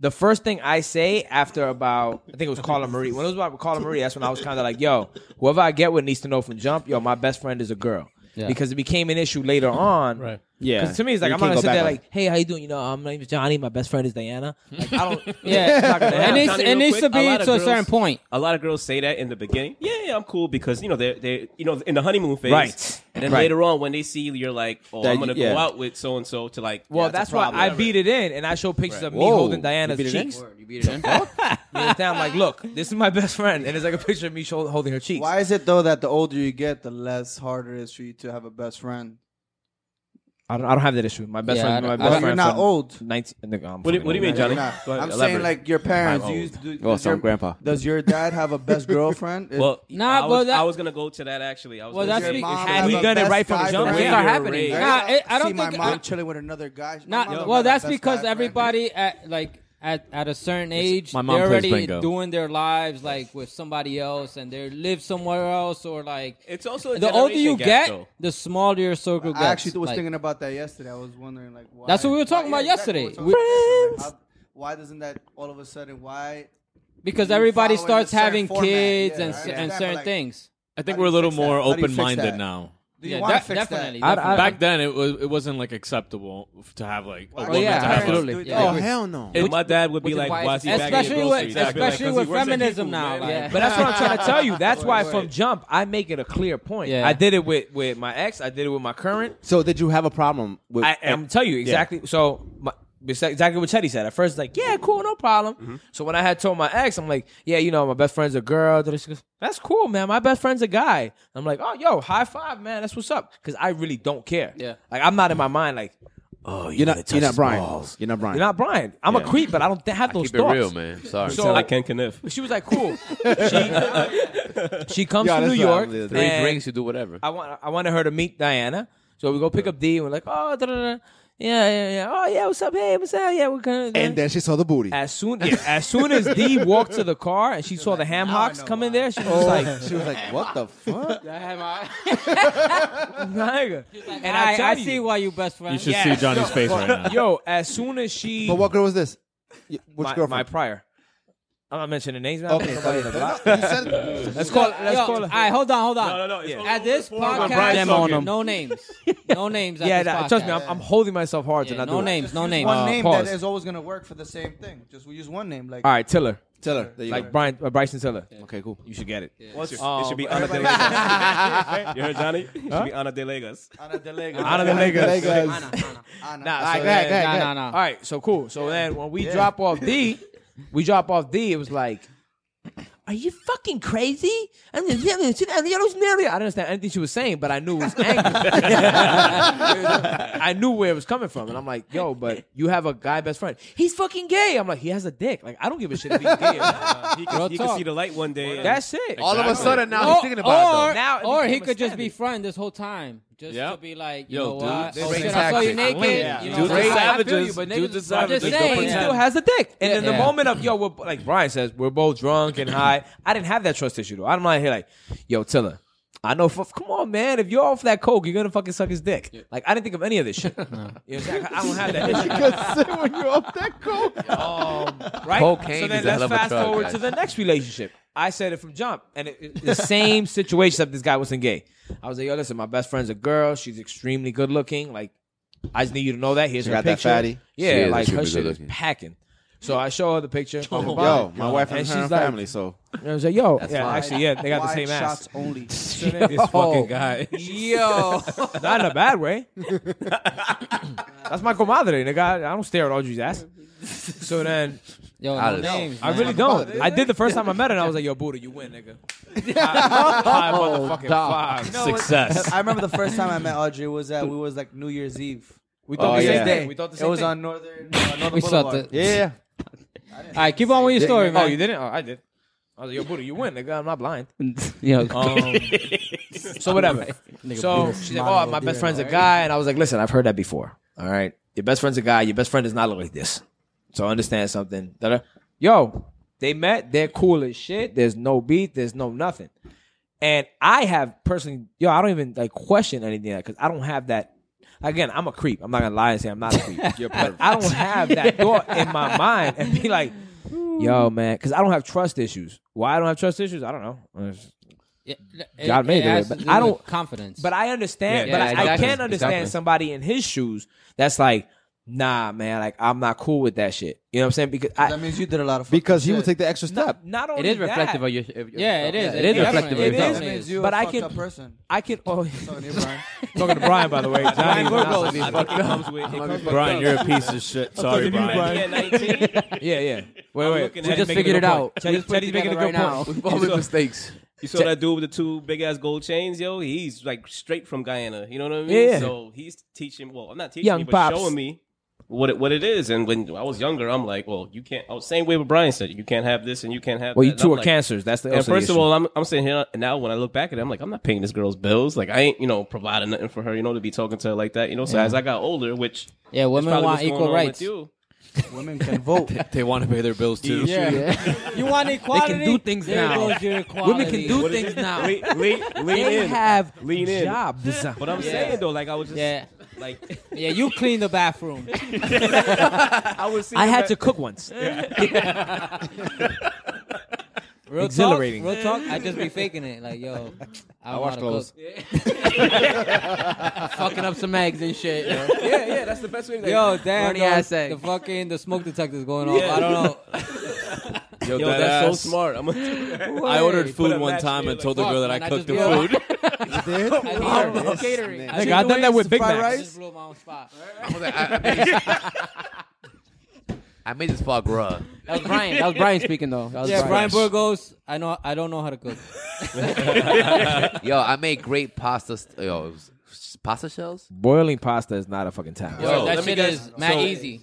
The first thing I say after about, I think it was Carla Marie. When it was about Carla Marie, that's when I was kind of like, yo, whoever I get with needs to know from jump, yo, my best friend is a girl. Because it became an issue later on. Right. Yeah. Because to me, it's like, You I'm not can't going to sit go back there on like, hey, how you doing? You know, um, my name is Johnny. My best friend is Diana. Like, I don't. Yeah. it's not gonna it happen. needs, Johnny, it real needs to quick, a be lot of to a girls- certain point. a lot of girls say that in the beginning. Yeah, yeah, I'm cool because you know they're they you know in the honeymoon phase, Right. And then Right. later on, when they see you, you're like, oh, That I'm you- gonna yeah. go out with so and so to like. Well, yeah, it's a that's why problem. I beat it in, and I show pictures of me Whoa. holding Diana's You beat it in? cheeks. You understand? I'm like, look, this is my best friend, and it's like a picture of me sho- holding her cheeks. Why is it though that the older you get, the less harder it is for you to have a best friend? I don't, I don't have that issue. My best Yeah, friend, I my don't- best I don't- friend. You're not from old. 19 nigga, I'm Um, What do you- fucking what do you mean, old. Johnny? You're not. Go ahead, I'm saying elaborate. like your parents. You, do, Well, does, so your, I'm grandpa. does your dad have a best girlfriend? If- Well, Nah, I but was, that- I was gonna go to that actually. I was Well, gonna that's say be- it's- mom had have we a done it best right from guy jump, friend? it started happening. Right? Nah, it- I don't see my think- mom I- chilling with another guy. My Not, mom don't well, have a that's best guy because friend. everybody at like at, at a certain age, my mom they're plays already bingo. doing their lives like with somebody else, and they live somewhere else, or like It's also a the older generation you gap, get, though. the smaller your circle gets. I actually was Like, thinking about that yesterday. I was wondering like why. That's what we were talking why- about yeah, exactly. We yesterday. were talking about yesterday. Like, how- Why doesn't that all of a sudden? Why because you everybody follow in a starts certain having format. kids Yeah, and I s- understand, and but, certain like, things. I think How we're a do you little fix that? more How do you fix open-minded that? now. now. do you Yeah, want to de- fix definitely. that? I- I- Back then, it was it wasn't like acceptable f- to have like a Why woman do yeah, to have absolutely. a, dude, Yeah. oh, I agree. hell no. And my dad would be Which is like, why why is it's- he bagging especially your with- groceries? I'd be like, especially 'cause he with works at feminism Hebrew, now, man. like- Yeah. But that's what I'm trying to tell you. That's why from jump I make it a clear point. Yeah. I did it with, with my ex. I did it with my current. So did you have a problem with? I, I'm tell you exactly. So my, bes- exactly what Chetty said. At first, like, yeah, cool, no problem. Mm-hmm. So when I had told my ex, I'm like, yeah, you know, my best friend's a girl. She goes, That's cool, man. My best friend's a guy. I'm like, oh, yo, high five, man. That's what's up. Because I really don't care. Yeah. Like I'm not in my mind. Like oh, you're not. You're not Brian. You're not Brian. you're not Brian. I'm a creep, but I don't th- have those keep it thoughts. real, man. Sorry. So- Sound like Ken Kniff. She was like, cool. she, she comes Yeah, to New that's York. what I'm- Three and- drinks, you do whatever. I want I wanted her to meet Diana. So we go pick up D and we're like, oh, da, da, da. yeah, yeah, yeah. Oh yeah, what's up? Hey, what's up? Yeah, we're gonna. And then she saw the booty. as soon yeah, as soon as D walked to the car and she saw the ham hocks come in there, she was like, Oh, She was like, "What the fuck?" nigga. And I, I, I, tell see you, why you best You friends. should see Johnny's face right now. yo, as soon as she, But what girl was this? Y- Which my, girlfriend? my prior, I'm not mentioning names now. okay, Somebody in the okay. block. You said it. Let's call. Let's Yo, call. all her- right, hold on, hold on. No, no, no. Yeah. At this Brian's podcast, talking. no names, no names. At yeah, this nah, trust me, podcast. I'm, I'm holding myself hard Yeah, to not no do it. names, no names. One Uh, name pause. that is always gonna work for the same thing. Just use one name. Like All right, Tiller, Tell her. There you like go. Brian, uh, Bryson Tiller. Okay, cool. You should get it. What's your, Oh, it should be but- Ana de Legas. you heard Johnny? It should be Ana de Legas. Ana de Lega. Out of the Ana. niggas. Nah, All right, so then- go ahead, go ahead, go Nah, nah, ahead. nah. All right, so cool. So then when we drop off D, we drop off D. It was like, are you fucking crazy? I'm just yelling at you, and you're just yelling. I didn't understand anything she was saying, but I knew it was anger. I knew where it was coming from, and I'm like, yo, but you have a guy best friend. He's fucking gay. I'm like, he has a dick. Like I don't give a shit if he's gay. or not. He can, he talk. can see the light one day. That's it. All of a Exactly. sudden, now or, he's thinking about or, it. Now it or he became a could just be standard. friend this whole time, just Yeah. to be like, you Yo, know dude, what? this Oh, is shit, I saw you tactics. naked. Yeah. You Dudes know, are I- I feel savages. you, but niggas Dudes are is- I'm savages. just Don't saying, put He Yeah. still has a dick. And in the Yeah. moment of yo, we're, like Brian says, we're both drunk and high. I didn't have that trust issue though. I'm not here like, yo, Tiller. I know. For, come on, man. If you're off that coke, you're gonna fucking suck his dick. Like I didn't think of any of this shit. You know, I I don't have that issue. Um, when you're up that cold. right? Cocaine so then is a hell let's of a fast drug, forward guys. to the next relationship. I said it from jump, and it, it- the same situation. Except this guy wasn't gay. I was like, yo, listen, my best friend's a girl. She's extremely good looking. Like, I just need you to know that. Here's She her got that picture. fatty? Yeah, She is like her extremely shit is good-looking. packing. So I show her the picture. from the body, Yo, my wife and, her she's and like, family. So And I was like, yo, yeah, fine. actually, yeah, they got the Oh, Wide same ass. shots only. So then this fucking guy, Yo, not in a bad way. That's my comadre, nigga. I I don't stare at Audrey's ass. So then Yo, no Alex. names. I really don't. I did the first time I met her, and I was like, "Yo, Buddha, you win, nigga." Oh, Five, motherfucking five. Success. I remember the first time I met Audrey was at we was like New Year's Eve. We Oh, thought the yeah. same thing. Day. We thought the it same was thing. on Northern, uh, Northern We saw Boulevard. the. yeah, yeah. All right, keep on with your story, man. Oh, you didn't? Oh, I did. I was like, "Yo, Buddha, you win, nigga." I'm not blind. yo, Um, so whatever. So she's like, "Oh, my best friend's a guy," and I was like, "Listen, I've heard that before. All right, your best friend's a guy. Your best friend does not look like this. So understand something." Da-da. Yo, they met. They're cool as shit. There's no beat. There's no nothing. And I have personally, yo, I don't even like question anything because I don't have that. Again, I'm a creep. I'm not gonna lie and say I'm not a creep. but I don't have that thought in my mind and be like, yo, man, because I don't have trust issues. Why I don't have trust issues? I don't know. It's- Yeah, it- God made it it, has but to do I don't- with confidence. But I understand. but Yeah, yeah, I, I exactly, can understand exactly. somebody in his shoes that's like, nah, man, like I'm not cool with that shit. You know what I'm saying? Because I That means you did a lot of because he fucking would shit. take the extra step. not only it is that, reflective of your. of your- yeah, it is. It is reflective definitely- of It your. is. That means you But a I fucked can- up person. I can. Oh, Talking to you, Brian. talking to Brian, by the way. Johnny, Virgo. yeah, Brian, you're a piece of shit. Sorry, Brian. yeah. Wait, wait. We just figured it out. We just put Teddy's making a together good right point. now. All the mistakes. You saw that dude with the two big ass gold chains, yo. He's like straight from Guyana. You know what I mean? Yeah. So he's teaching. Well, I'm not teaching Young me, but pops. showing me what it, what it is. And when I was younger, I'm like, well, you can't. I was same way what Brian said. You can't have this and you can't have. Well, you that. And two I'm are like- cancers. That's the And also the first of issue. all, I'm I'm sitting here now. When I look back at it, I'm like, I'm not paying this girl's bills. Like I ain't, you know, providing nothing for her. You know, to be talking to her like that. You know. So as I got older, which yeah, is women probably want what's going on equal with rights. you. Women can vote. They want to pay their bills too. Yeah. you want equality? do things there now. Goes your equality. Women can do things now. Lean, lean, lean they in. have Lean in. jobs. But I'm saying though, like I was just Yeah, like yeah. You clean the bathroom. I was. seeing I that- had to cook once. Real Exhilarating. Talk, real talk. I just be faking it. Like, yo, I, wash clothes. Fucking up some eggs and shit. yo. Yeah, yeah. That's the best way. To Yo, damn, Dirty yo, ass egg. the fucking the smoke detector's going off. I don't know. Yo, that that's ass. so smart. I'm gonna I ordered put food a one match time here, and like, told the fuck, girl that I man, I cooked the just be food. I catering. Nigga, I done that with Big fried Macs. rice? just blew my own spot. I, was like, I- I made this- I made this fuck raw. That was Brian. That was Brian speaking though. That was Yeah, Brian Brian. Burgos. I know. I don't know how to cook. Yo, I made great pasta. St- yo, it was s- pasta shells, Boiling pasta is not a fucking talent. Yo, that let me shit guess. is mad So- easy.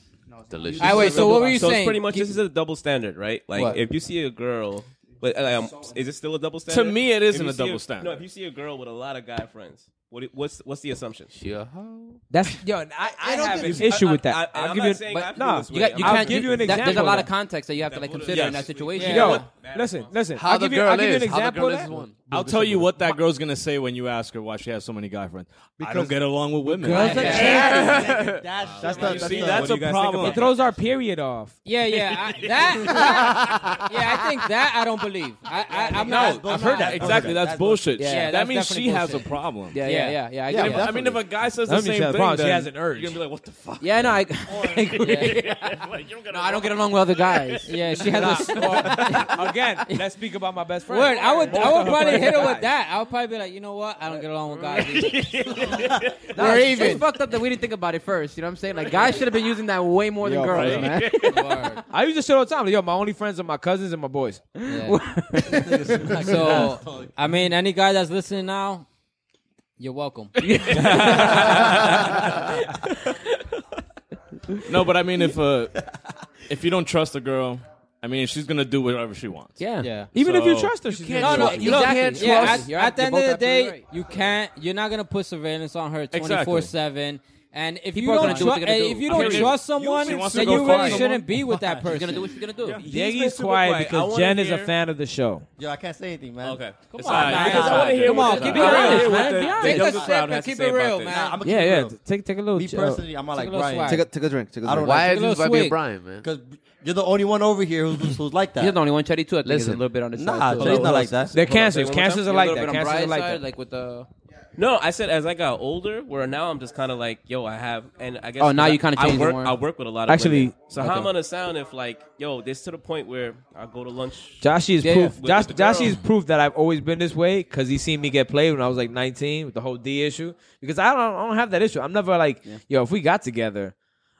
delicious. All right, wait. So what were you so saying? it's pretty much this is a double standard, right? Like if you see a girl, but uh, um, is it still a double standard? me, it If isn't you a see double standard. No, if you see a girl with a lot of guy friends, what it- what's what's the assumption? She a hoe. That's yo. I, I don't have think- an issue I- with I- that. I- I'm will give not you, saying I but feel nah, this way. You got. You I'll can't. give you an that- There's example a of lot that. of context that you have to like consider in that Yes. situation. Yeah. Yo, what- listen, listen. How I'll the give you, girl I'll give you is. an How the example girl of is that. one. I'll tell you what that girl's gonna say when you ask her why she has so many guy friends. I don't get along with women. That's the, that's See, the- that's do a you guys think problem. It throws our period off. Yeah, yeah, I, that, that- Yeah, I think that I don't believe. I, I, I'm not. I've heard that. Exactly, that's bullshit. Yeah, That that's means she definitely has a bullshit. problem. Yeah, yeah, yeah, yeah. I Yeah, get I it. mean, if a guy says the That means she same has a thing, problem. then She has an urge. You're gonna be like, what the fuck? Yeah, no, I, I agree. no, I don't get along with other guys. Yeah, she has a Again, let's speak about my best friend. word. I would, I would probably hit her Guys. with that. I would probably be like, you know what? I don't get along with guys. either. We're even. It's fucked up that we didn't think about it first. You know what I'm saying? Like guys should have been using that way more than Yo, girls, right. man. Word. I use this shit all the time. Like, Yo, my only friends are my cousins and my boys. Yeah. so, I mean, any guy that's listening now, you're welcome. No, but I mean, if uh, if you don't trust a girl, I mean, she's gonna do whatever she wants. Yeah. Yeah. Even if you So- trust her, she's can't gonna trust do it. you look, can't yeah, trust- at- you're At, ab- the you're end of both the day, absolutely right. you can't. You're not gonna put surveillance on her Exactly. twenty four seven. And if People you are don't gonna do what trust, they're gonna if do. you don't Period. trust someone, She wants to then go you really find shouldn't be with that person. She's gonna do what she's gonna do. Diggy's super quiet quiet. I because wanna Jen is a hear- fan of the show. Yo, I can't say anything, man. Okay. Come on, man. I want to hear. Come what on, keep the- I it wanna real, hear what man. the- Be the honest. Take younger a sip crowd and has to keep say it about real, this. man. Nah, I'm a Yeah, keep it yeah. real. Take take a little. Me chill. personally, I'm not like a little Brian. swag. take a take a drink. Take a I drink. don't Why like is Take a this little about being swig. Brian, man? Because you're the only one over here who's, who's like that. He's the only one. Chetty too. I think is a Listen. little bit on the nah, side. Jay's not like that. They're cancers. Say it one more Cancers time. are a like little that. bit on Cancers are Brian's like side, that. like with the No, I said as I got older, where now I'm just kind of like, yo, I have, and I guess. Oh, now you kinda I changed work, more. I work with a lot of Actually, women. so how okay. am I gonna sound if like, yo, this to the point where I go to lunch. Joshi is Yeah, proof. yeah. Josh, With the Joshi girl. is proof that I've always been this way because he seen me get played when I was like 19 with the whole D issue. Because I don't, I don't have that issue. I'm never like, yo, if we got together,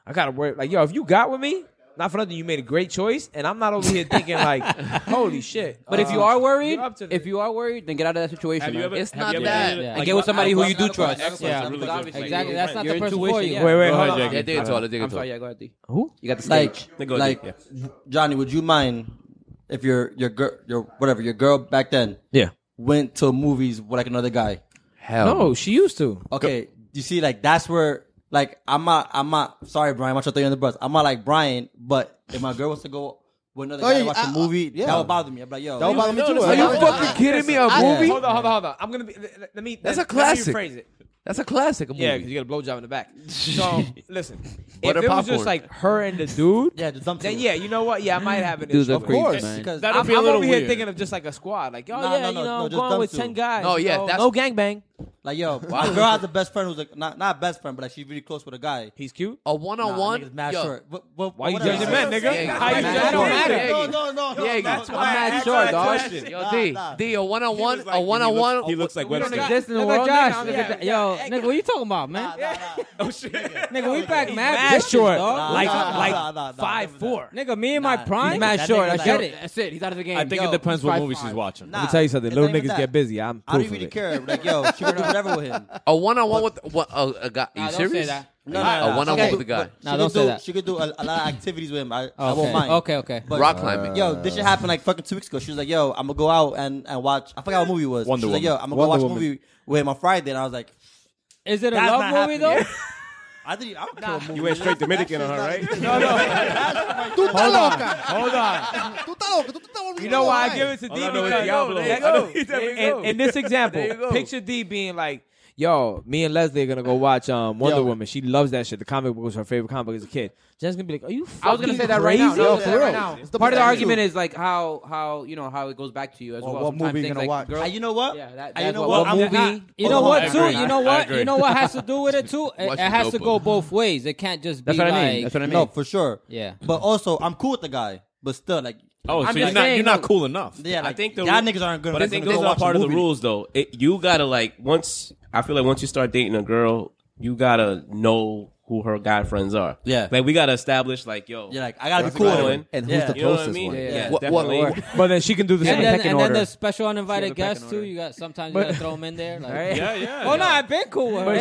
I gotta worry. Like, yo, if you got with me, not for nothing, you made a great choice, and I'm not over here thinking like, holy shit. But if you uh, are worried, you're up to if this. you are worried, then get out of that situation. Have you man. ever- It's have you not ever that. dated, Yeah. and like, get with somebody who you do That's not a trust. question. That's Yeah. really good. Exactly. Like, that's not your the first intuition- word, yeah. wait, wait, Go hold ahead, on. Jake. Yeah, dig into it. Dig I'm into sorry, it. yeah, go ahead. D. Who? You got the stage. Like, Go ahead, like Johnny, would you mind if your your girl, your whatever, your girl back then, Yeah. went to movies with like another guy? Hell, No, she used to. Okay, you see, like that's where, like, I'm not, I'm not. Sorry, Brian, I'm not trying to throw you on the bus. I'm not like Brian, but if my girl wants to go with another Oh, guy yeah, to watch I- a movie, yeah. that would bother me. I'm like, yo, That would bother me too. no, Are no, you no, fucking kidding me? A movie? Hold on, hold on, hold on. I'm gonna be. Let, let me. That's let- a let me classic. rephrase it. that's a classic. A movie. Yeah, because you get a blowjob in the back. So listen, if Butter it was popcorn. just like her and the dude, yeah, just dump to then it. yeah, you know what? Yeah, I might have an Dudes issue. are with it. creeps, course, man. because That'd I'm, be a I'm little over weird. here thinking of just like a squad, like oh No, yeah, no, no, you know, no, I'm just going them with two. ten guys. No, yeah, no, that's- no gangbang. like yo, my girl has a best friend who's like not not best friend, but like she's really close with a guy. He's cute. a one-on-one. Nah, nigga's mad yo, short. What, what, Why you whatever. judging men, nigga? Yeah, How you yeah, judging don't men? matter. No, no, no. Yeah, you- that's I'm why I mad asked short, that dog. question. Yo, D, nah. D, a one-on-one, a He, one-on-one. looks like Don't Webster. exist in the Look at world, Josh. nigga. Look at that. Yo, nigga, what you talking about, man? Oh shit. Nigga, we back mad Mad bitches, short, dog. Nah, like nah, like nah, nah, nah, five nah. four. Nigga, me and my Nah, prime. he's mad That short. I nigga get like- it. That's it. He's out of the game. I think Yo, it depends what five, movie she's five. watching. Nah, me tell you something, it's little not even niggas that. get busy. I'm I don't proof even of it. care. Like yo, she would do whatever with him. A one-on-one with what, a, a guy. Nah, you don't say serious? that. No, A one-on-one with a guy. Nah, she don't could say do, that. She could do a, a lot of activities with him. I, I Okay. won't mind. Okay, okay. But- Rock climbing. Yo, this shit happened like fucking two weeks ago. She was like, "Yo, I'm gonna go out and, and watch." I forgot what movie it was. she Wonder was like, Woman. "Yo, I'm gonna Wonder go watch Woman. a movie with him on Friday," and I was like, Is it a That's love not movie though? happening. "I didn't. I don't care." You went straight Dominican on her, right? No, no, Hold on. hold on. You know why I give it to D I don't know where because Diablo Yo, is. that- I know. in- There you in, go. in this example, picture D being like, "Yo, me and Leslie are gonna go watch um, Wonder Woman. She loves that shit. The comic book was her favorite comic book as a kid. Jen's gonna be like, are you fucking I was gonna say that right crazy? now. No, Yeah, I was gonna say that for right real. now. It's the Part of the best argument is like how how you know how it goes back to you as well. Or what Sometimes movie you things gonna like watch? girl- And Ah, you know what? Yeah, that, And you that's know what, what? what I'm movie? not- You Hold know on, I what too? agree. You know what? agree. You know what has to do with it too? It, Watch it the has to notebook. go both ways. It can't just be That's what I mean. like That's what I mean. No, for sure. Yeah. But also, I'm cool with the guy. But still, like, Oh, I'm so you're just not saying, you're not look- cool enough. yeah, like, I think the y'all niggas aren't good. But I think those are part of the rules, though. It, you gotta like once. I feel like once you start dating a girl, you gotta know who her guy friends are. Yeah. like we gotta establish like yo. Yeah, like I gotta be That's cool right. with him. And who's yeah. you know what I mean? Yeah, Yeah, yeah. What- what- definitely. But then she can do the same And then, pecking and then order. the special uninvited guests pecking too. order. You got sometimes But- you gotta throw them in there. Like, Yeah, yeah. Oh no, I've been cool with her.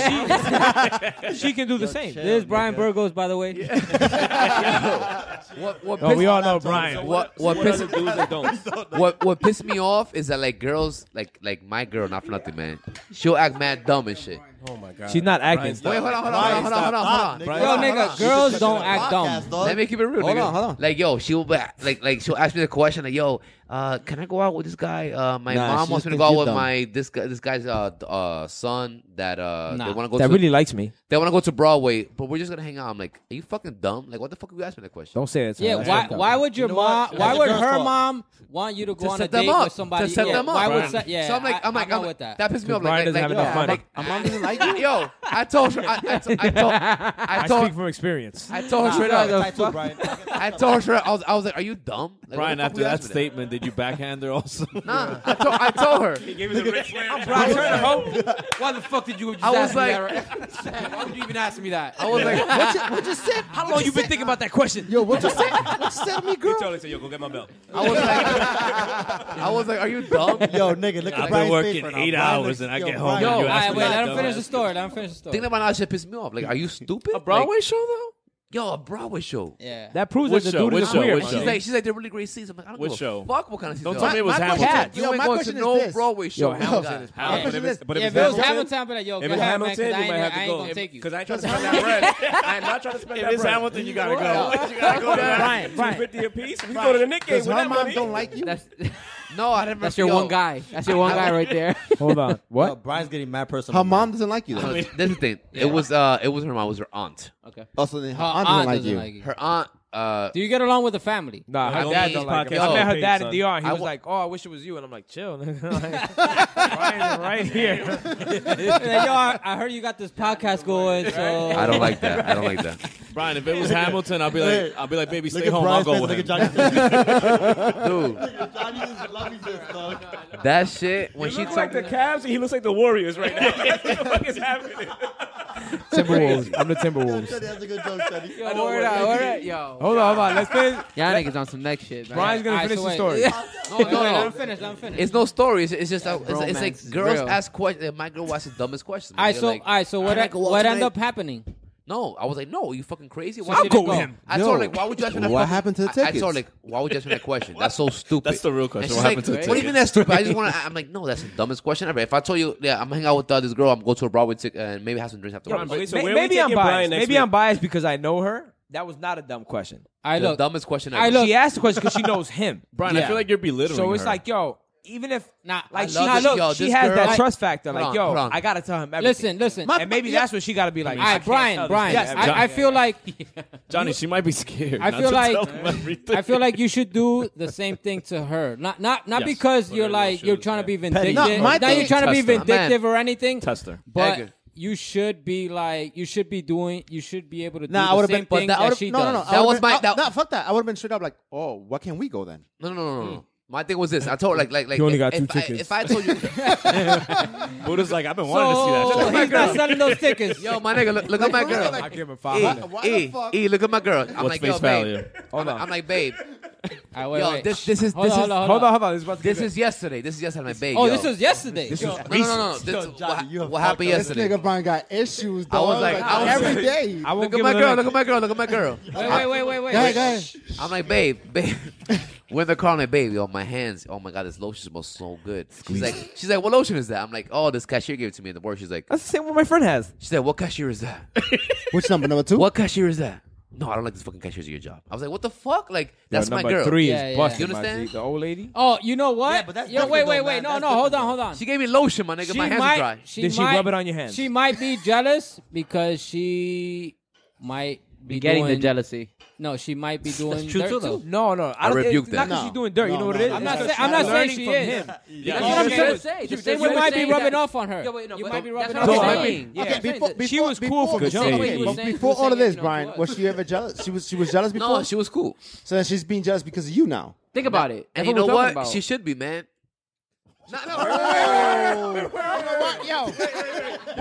she can do the same. This is Brian Burgos, by the way. What what No, we pissed all know Brian. what what What pissed other do's and don'ts? what what pissed me off is that like girls like like my girl not for nothing man she'll act mad dumb and shit. Oh She's not acting. Wait hold on hold on hold on hold on hold on. Yo, nigga, girls don't act dumb. Let me keep it real. Hold nigga. on, hold on. Like yo she'll be, like like she'll ask me the question like yo uh can I go out with this guy uh my Nah, mom she wants me to just thinks go out you with dumb. my this guy this guy's uh d- uh son that uh they Nah. want to go That to really likes me. they want to go to Broadway but we're just gonna hang out. I'm like are you fucking dumb like what the fuck are you asking that question? Don't say that. To Yeah, her. why? Why would your know mom? what? Why That's would a girl's her fault. mom want you to go To on a set them date up with somebody? to set yeah, them up. Why Brian. would? se- Yeah, so I'm like, I, I'm like, not I'm- with that. pissed me off. Brian Like, like, doesn't have yo, enough I'm money. like, yo, I told her, I, I, t- I told, I I speak told, from experience. I told her straight Nah, up. tight too, Brian. I told her straight up. I was, I was like, are you dumb? Like, what Brian, the fuck after we that asking statement, did you backhand her also? Nah, I told, I told her. Why the fuck did you just I was ask me like- that? Right? Why would you even ask me that? I was like, What you, what you said? How long you been thinking about that question? Yo, what you said? What you said to me, girl? Totally said, yo, go get my belt. I was like, I was like, are you dumb? Yo, nigga, look at I've been Brian's working face right now. eight Brian hours looks- and I yo, get home Brian- and Yo, you all right, ask wait. me Let that him finish the story. Let him finish the story. Thinking about now, shit pissed me off. Like, are you stupid? A show though? yo, a Broadway show. yeah. That proves Which that the show? dude Which is show? a weird. Which She's show? like, she's like, they're really great seasons. I'm like, I don't Which give a show? Fuck, what kind of season? Don't tell me it was my question- Hamilton. You Yo, ain't my going to question is no this. Broadway show. Hamilton is My question is this. But Yeah, if if it was it's Hamilton, I'd be like, yo, if go it's ahead, man, 'cause Hamilton, I you might ain't, have I to ain't go gonna take you. because I ain't trying to spend that bread. I'm not trying to spend If that it's bread. Hamilton, you gotta go. You gotta go down. Brian, Brian. 250 apiece. We go to the Nick game Because with her that mom money. don't like you. That's, No, I never. that's your yo, one guy. That's your one guy right there. Hold on. Yo, What? Brian's getting mad personal. Her mom doesn't like you. Though. That's the thing. It was uh, it wasn't her mom. It was her aunt. also, her Her aunt aunt doesn't like doesn't you. like you. Her aunt uh, Do you get along with the family? Nah, I her don't dad need- don't like him. Yo, I met her big dad son. in DR. And he I was wa- like, "Oh, I wish it was you." And I'm like, "Chill, nigga. like, Brian's right here." Like, Yo, I, I heard you got this podcast going, so I don't like that. I don't like that. Brian, if it was Hamilton, I'll be like, I'll be like, baby, stay home. I'll Brian's go face, with him. Look at Johnny's Dude, face. Johnny is loving this, dog. that shit, when she He looks like talked the Cavs, and he looks like the Warriors right now. what the fuck is happening? Timberwolves. I'm the Timberwolves. Johnny has a good joke, Johnny. Yo, word out, word out, yo. Hold on, hold on. Let's finish. Y'all niggas on some next shit, man. Brian's gonna All right, finish so the wait. story. no, no, no, let him finish, let him finish. It's no story. It's, it's just that- it's, romance it's is like girls real. ask questions. My girl asked the dumbest questions. All right, You're so like, all right, so what "Can I go out what ended tonight?" up happening? No, I was like, no, you fucking crazy. she didn't go. I told her like, why would you ask me that? What fucking- happened to the I, I tickets? told her like, why would you ask me that question? That's so stupid. That's the real And question. she's What like, happened to the What do you mean tickets? that's stupid? I just want to. I'm like, no, that's the dumbest question ever. If I told you, yeah, I'm hanging out with uh, this girl, I'm going to a Broadway ticket and maybe have some drinks after. Brian, The So May- where are we maybe I'm taking Brian biased. next Maybe week? I'm biased because I know her. That was not a dumb question. I look, dumbest question I ever. look- She asked the question because she knows him. Brian, I Yeah. feel like you're belittling So it's her. like, yo, even if Nah, I like she, love nah, this- look, yo, she this has girl- that Like- trust factor. Like, hold on, yo, hold on. I gotta tell him everything. listen, listen. and maybe that's what she gotta be like. all right, Brian, Brian, I, I feel like Johnny, she might be scared. I not feel to like- tell him everything. I feel like you should do the same thing to her. Not not not Yes. because you're Whatever like she you're was trying to be saying. vindictive. No, my not thing- you're trying to be Test her. vindictive or anything. Test her. But Egg. you should be like you should be doing you should be able to do Nah, I the would have same been. But thing that, that, I would've- she no, does. no, no, I That would've was been- my- I- that- No, fuck that. I would have been straight up like, oh, what can we go then? No, no, no, no, no. Hmm. My thing was this. I told her like, like, like. You if, only got two if I- tickets. if I told you. Buddha's like, I've been wanting to see So that. he's not selling those tickets. Yo, my nigga, look, look at my girl. I give him E, five. hundred. Why the e, fuck- e, look at my girl. I'm What's like, face yo, value? babe. I'm, like- I'm like, babe. All right, wait, Yo, wait. this, this is, Hold this is, on, hold on, hold Hold on, on. hold on. This is about to this get- is yesterday. This is yesterday, my babe. Oh, yo. this was yesterday. Yo, No, no, no, no. This, Yo, Johnny, what, you are what fucked happened up. This yesterday? nigga Brian got issues. Dog. was like, I was every day. I won't Look at give my her girl. that. Look at my girl. Look at my girl. Wait, wait, wait, wait, Go wait. ahead, go ahead. I'm like, babe, babe. We're in the car, I'm like, babe, yo, my hands. Oh my god, this lotion smells so good. She's like, she's like, what lotion is that? I'm like, oh, this cashier gave it to me in the board. She's like, That's the same one my friend has. she said, what cashier is that? Which number? Number two. What cashier is that? No, I don't like this fucking cashier at your job. I was like, what the fuck? Like, that's Yo, my number girl. Three Yeah, yeah. is busted. You my understand? G. The old lady. Oh, you know what? Yeah, but that's Yo, wait, different wait, though, wait. man. No, That's no, hold on, different hold on. She gave me lotion, my nigga. my hands are dry. She Did she might, rub it on your hands? She might be jealous because she might be, getting doing, the jealousy. No, she might be doing true, dirt too, too. though. No, no. I, I don't, rebuked it's Not that. because she's doing dirty. No, you know what no, it is? no, I'm It's no, she because she's not, say, I'm not saying learning she from is. him. That's Yeah. what I'm Yeah. trying to Yeah. say. Yeah. The same Yeah. way might be Yeah. rubbing off on her. Yo, wait, no, you but might be that's rubbing what off I'm on her. saying. Yeah. Okay, before, before, She was cool before, for before, Joe. okay, She was but saying- before she was all of saying, this, you know, Brian, what? was she ever jealous? She was she was jealous before. No, she was cool. so then she's being jealous because of you now. Think about it. And That's you know we're what? talking about. She should be, man. No, no, Yo,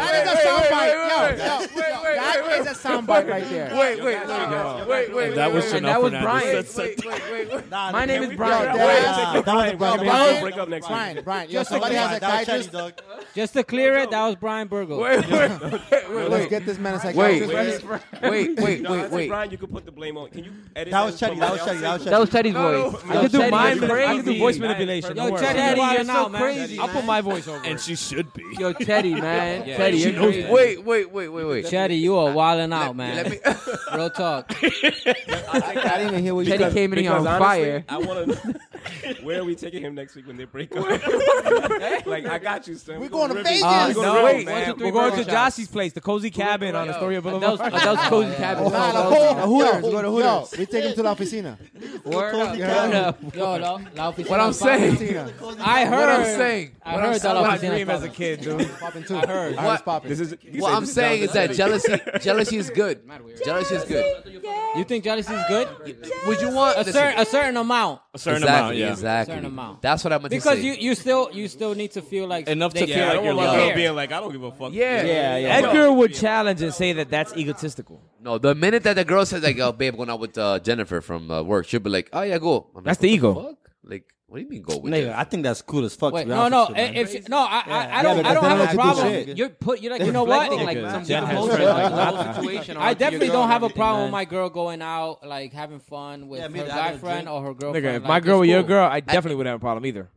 that is a soundbite. Yo, yo, that is a soundbite right there. wait, wait, wait, wait, wait, wait. That was wait, Chanel And that was Fernandez. Brian. That's- that's- Nah, My nigga, name we- is Yo, Brian. that- Nah, that was Brian, Brian, Brian. That was- Brian, break up next week. Brian, Brian, yo, somebody has a That was Chinese, psychiatrist. dog. Just to clear it, that was Brian Burgo. Let's get this man a Wait, psychiatrist. wait, wait, wait, No, I wait, think wait. Brian, you could put the blame on. Can you edit That was Chetty. That was Chetty. That was Chetty. That was Teddy's No, voice. no. That I was could do Teddy's mine. voice. I could do voice manipulation. Yo, Don't worry. Chetty, Don't worry. you're now, man. crazy, I'll put my voice over. And it. she should be. Yo, Teddy, man. Yeah. Teddy, She you're knows crazy. that. Wait, wait, wait, wait, wait. Chetty, you are wilding Let out, man. me. Real talk. I didn't even hear what you Teddy said. came in here on honestly, fire. I want to. Where are we taking him next week when they break up? like I got you, son. We're going to Vegas. Uh, Nah, no, Ah, No, wait, man. one, two, three We're going to burger Jossie's place, the cozy cabin on Astoria That was, Boulevard. uh, that was cozy cabin. the Oh, whole- Hooters. yo, Go to yo, Hooters. We take him to la oficina. word up. Cozy Cabin. Yo, La, La Oficina What I'm is fire. saying. Oficina. I heard. What I'm saying. I What heard I'm that La saying. Oficina is dream as a fire. kid, dude. Popping too. I heard. I heard What? it's popping. This is What I'm saying is that jealousy, jealousy is good. Jealousy is good. You think jealousy is good? Would you want A certain, a certain amount. A certain exactly, amount, yeah. Exactly. Certain amount. That's what I meant to Because say. you, you still you still need to feel like Enough to they feel care. like They you're care. loved. like, I don't give a fuck. yeah. Edgar would challenge and say that that's egotistical. No, the minute that the girl says like, "Oh, babe, going out with uh, Jennifer from uh, work," she'll be like, "Oh yeah, go." I'm like, That's the "What ego. Fuck? Like, what do you mean go with? Nigga, Nigga, I think that's cool as fuck. Wait, to be no, honest no. with you, man. If, if- no, I, I, I don't, but I don't then have I a do problem. shit. You're put, you're like, you know what? Like, Like, some Jen different has whole her. like, the whole situation. I onto your definitely girl don't and have a everything. problem man. with my girl going out, like having fun with Yeah, me her either. I got a guy friend drink. or her girlfriend. Nigga, if like, my girl it's were your cool. girl, I definitely wouldn't have a problem either.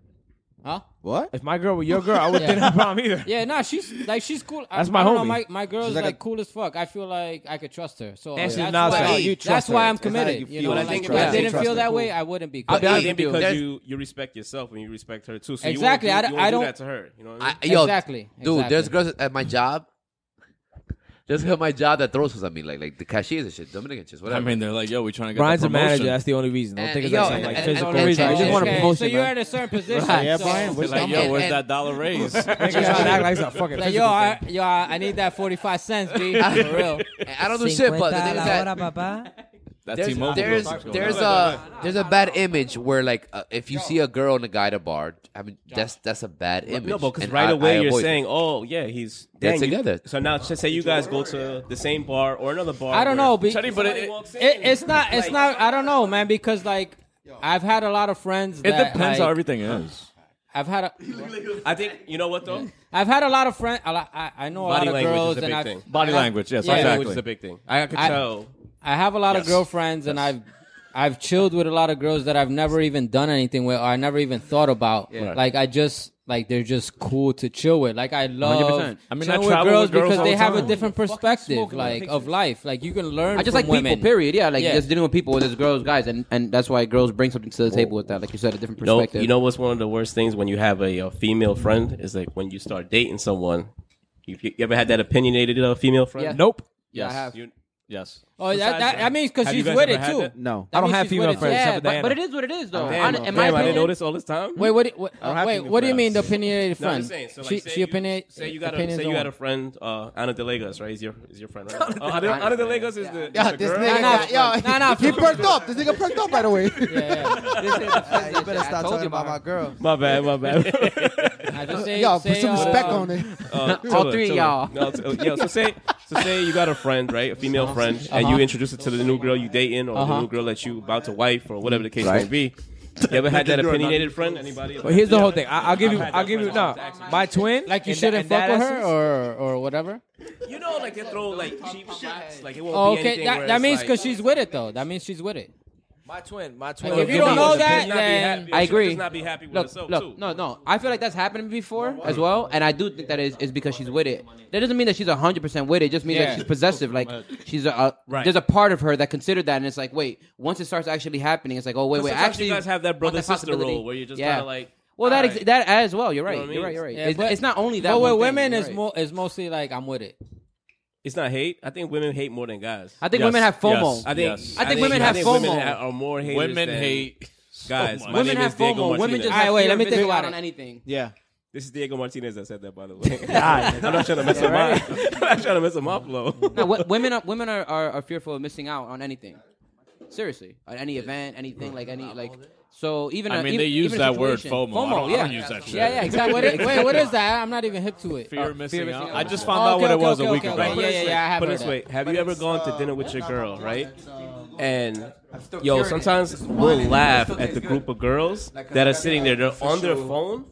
huh? What? If my girl were your girl, I wouldn't Yeah. have a problem either. Yeah, nah, she's like she's cool. I- That's my I don't know, homie. my my girl's She's like like, a- cool as fuck. I feel like I could trust her. So And she's that's, not why, saying you that's trust why her. I'm It's how committed. you you, feel know, and like you if I trust her. didn't Trust feel her. that way, I wouldn't be. I'll be honest committed. Then with you, because there's- you you respect yourself and you respect her too. So Exactly, You I won't, d- do- you, I won't don't- do that to her. You know what I mean? I, yo, exactly, dude. There's exactly. girls at my job. Just help my job that throws us at me, like like the cashiers and shit, Dominican shit, whatever. I mean, they're like, yo, we trying to get Brian's the a manager. promotion. That's the only reason. Don't And- think it's yo, like some, like and- physical and- and- reason. I just want a Okay, promotion. So you're man. at a certain position. Yeah, so- Brian. Where's They're like, that? yo, where's and- that dollar raise? Niggas trying to act like it's a fucking Like, yo, physical I, thing. yo, I I need that 45 cents, B. For real. And I don't do shit, but the thing is that That's there's T-Mobile. there's, Sorry. there's a there's a bad image where like uh, if you see a girl and a guy at a bar, I mean that's that's a bad image. No, because And right I- away I you're avoid it. saying, "Oh, yeah, he's They're dang, you- together. So now, just say you guys go to the same bar or another bar. I don't know, where be- somebody but it- walks in. It, it's not. It's not. I don't know, man. Because like, I've had a lot of friends. It that, depends like, how everything is. I've had a. I think you know what though. I've had a lot of friends. I, I, I know a lot Body of language is girls, a big and I've, thing. Body I- language, yes, yeah, Which exactly. is a big thing. I could I- tell. I have a lot Yes. of girlfriends, and I've I've chilled with a lot of girls that I've never even done anything with, or I never even thought about. Like I just like they're just cool to chill with. Like I love 100%. I mean, I chilling with travel girls with girls because all they the have a time. different perspective, like of life. Like you can learn. I just from like women. people, period. Yeah, like Yeah. just dealing with people, whether it's girls, guys, and, and that's why girls bring something to the table with that. Like you said, a different You know, perspective. you know what's one of the worst things when you have a, uh female friend is like when you start dating someone. You, you ever had that opinionated uh, female friend? Yeah. Nope. Yes. have. You- yes. Oh, that, that, that means because Have she's you guys with ever it had too. that? No, That I don't means have she's female with it. friends Yeah, except for but, Diana. but it is what it is, though. Damn, Hon- damn, in my I didn't know opinion, this all this time. Wait, what? do you- What, don't have wait, female what do you mean friends. the opinionated No, I'm friend? just saying. So like, she say she you, opinate- Say you got a, opinions say you on- got a friend, uh, Ana de Legas, right? Is your is your friend? Right? oh, Ana, Ana de Legas is the, is the this girl. nigga- Nah, nah, nah, He for- perked up. This nigga perked up, by the way. Yeah, you better stop talking about my girl. My bad, my bad. I just say, Yo, say, put some uh, respect on it. Uh, All Tilla, three Tilla. y'all. No, Tilla. yeah. So say, so say you got a friend, right? A Uh-huh. female friend, and you introduce it to the new girl you dating, or the new girl that you about to wife, or whatever the case may be. You ever had that opinionated friend? Anybody? But here's the whole thing. I, I'll give you. I've had I'll that give you. friend. No, my twin. Like you in tha- shouldn't in fuck that with essence- her or or whatever. You know, like they throw like cheap shots. Like it won't Oh, be okay, anything where that, that it's means like- because she's with it though. That means she's with it. My twin. My twin. Like, if Give you me don't one know second. that, Not be then happy. I She'll just agree. Not be happy with look, herself too. look, no, no. I feel like that's happened before as well, and I do think that is, is because she's with it. That doesn't mean that she's hundred percent with it. it. Just means Yeah. that she's possessive. Like she's a, a Right. there's a part of her that considered that, and it's like, wait, once it starts actually happening, it's like, oh wait, wait, Sometimes actually, you guys have that want brother sister possibility. role where you're just Yeah. kind of like. Well, that alright. ex- that as well. You're know right. what I You're right. mean? You're right. Yeah, it's, but- it's not only that. But with one thing, women, you're it's right. more it's mostly like I'm with it. It's not hate. I think women hate more than guys. I think Yes, women have FOMO. yes. I think I think women have Women FOMO. ha- are more haters Women than hate guys. so much. My name Women is have Diego FOMO. Women Martinez. just All right, have wait, fear let me of think missing about out it. on anything. Yeah. This is Diego Martinez that said that, by the way. I'm not trying to mess him up. I'm not trying to mess him up, low. No, wo- women are women are, are, are fearful of missing out on anything. Seriously, on any event, anything like any like. So even I a- mean, even, they use even a that word situation- FOMO. I don't- I yeah, don't use that shit. Yeah, yeah, exactly. What is, wait, what is that? I'm not even hip to it. Fear of missing missing out. out. I just found Oh, out okay, what it okay, was a okay, week okay, ago. okay. Yeah, yeah, yeah, I have Put it heard this that. uh, way: Have you ever gone to dinner with your girl, right? And still yo, curing it. sometimes It's we'll wine. It laugh still at tastes the good. group of girls Like a that are fucking sitting there. They're on their official phone,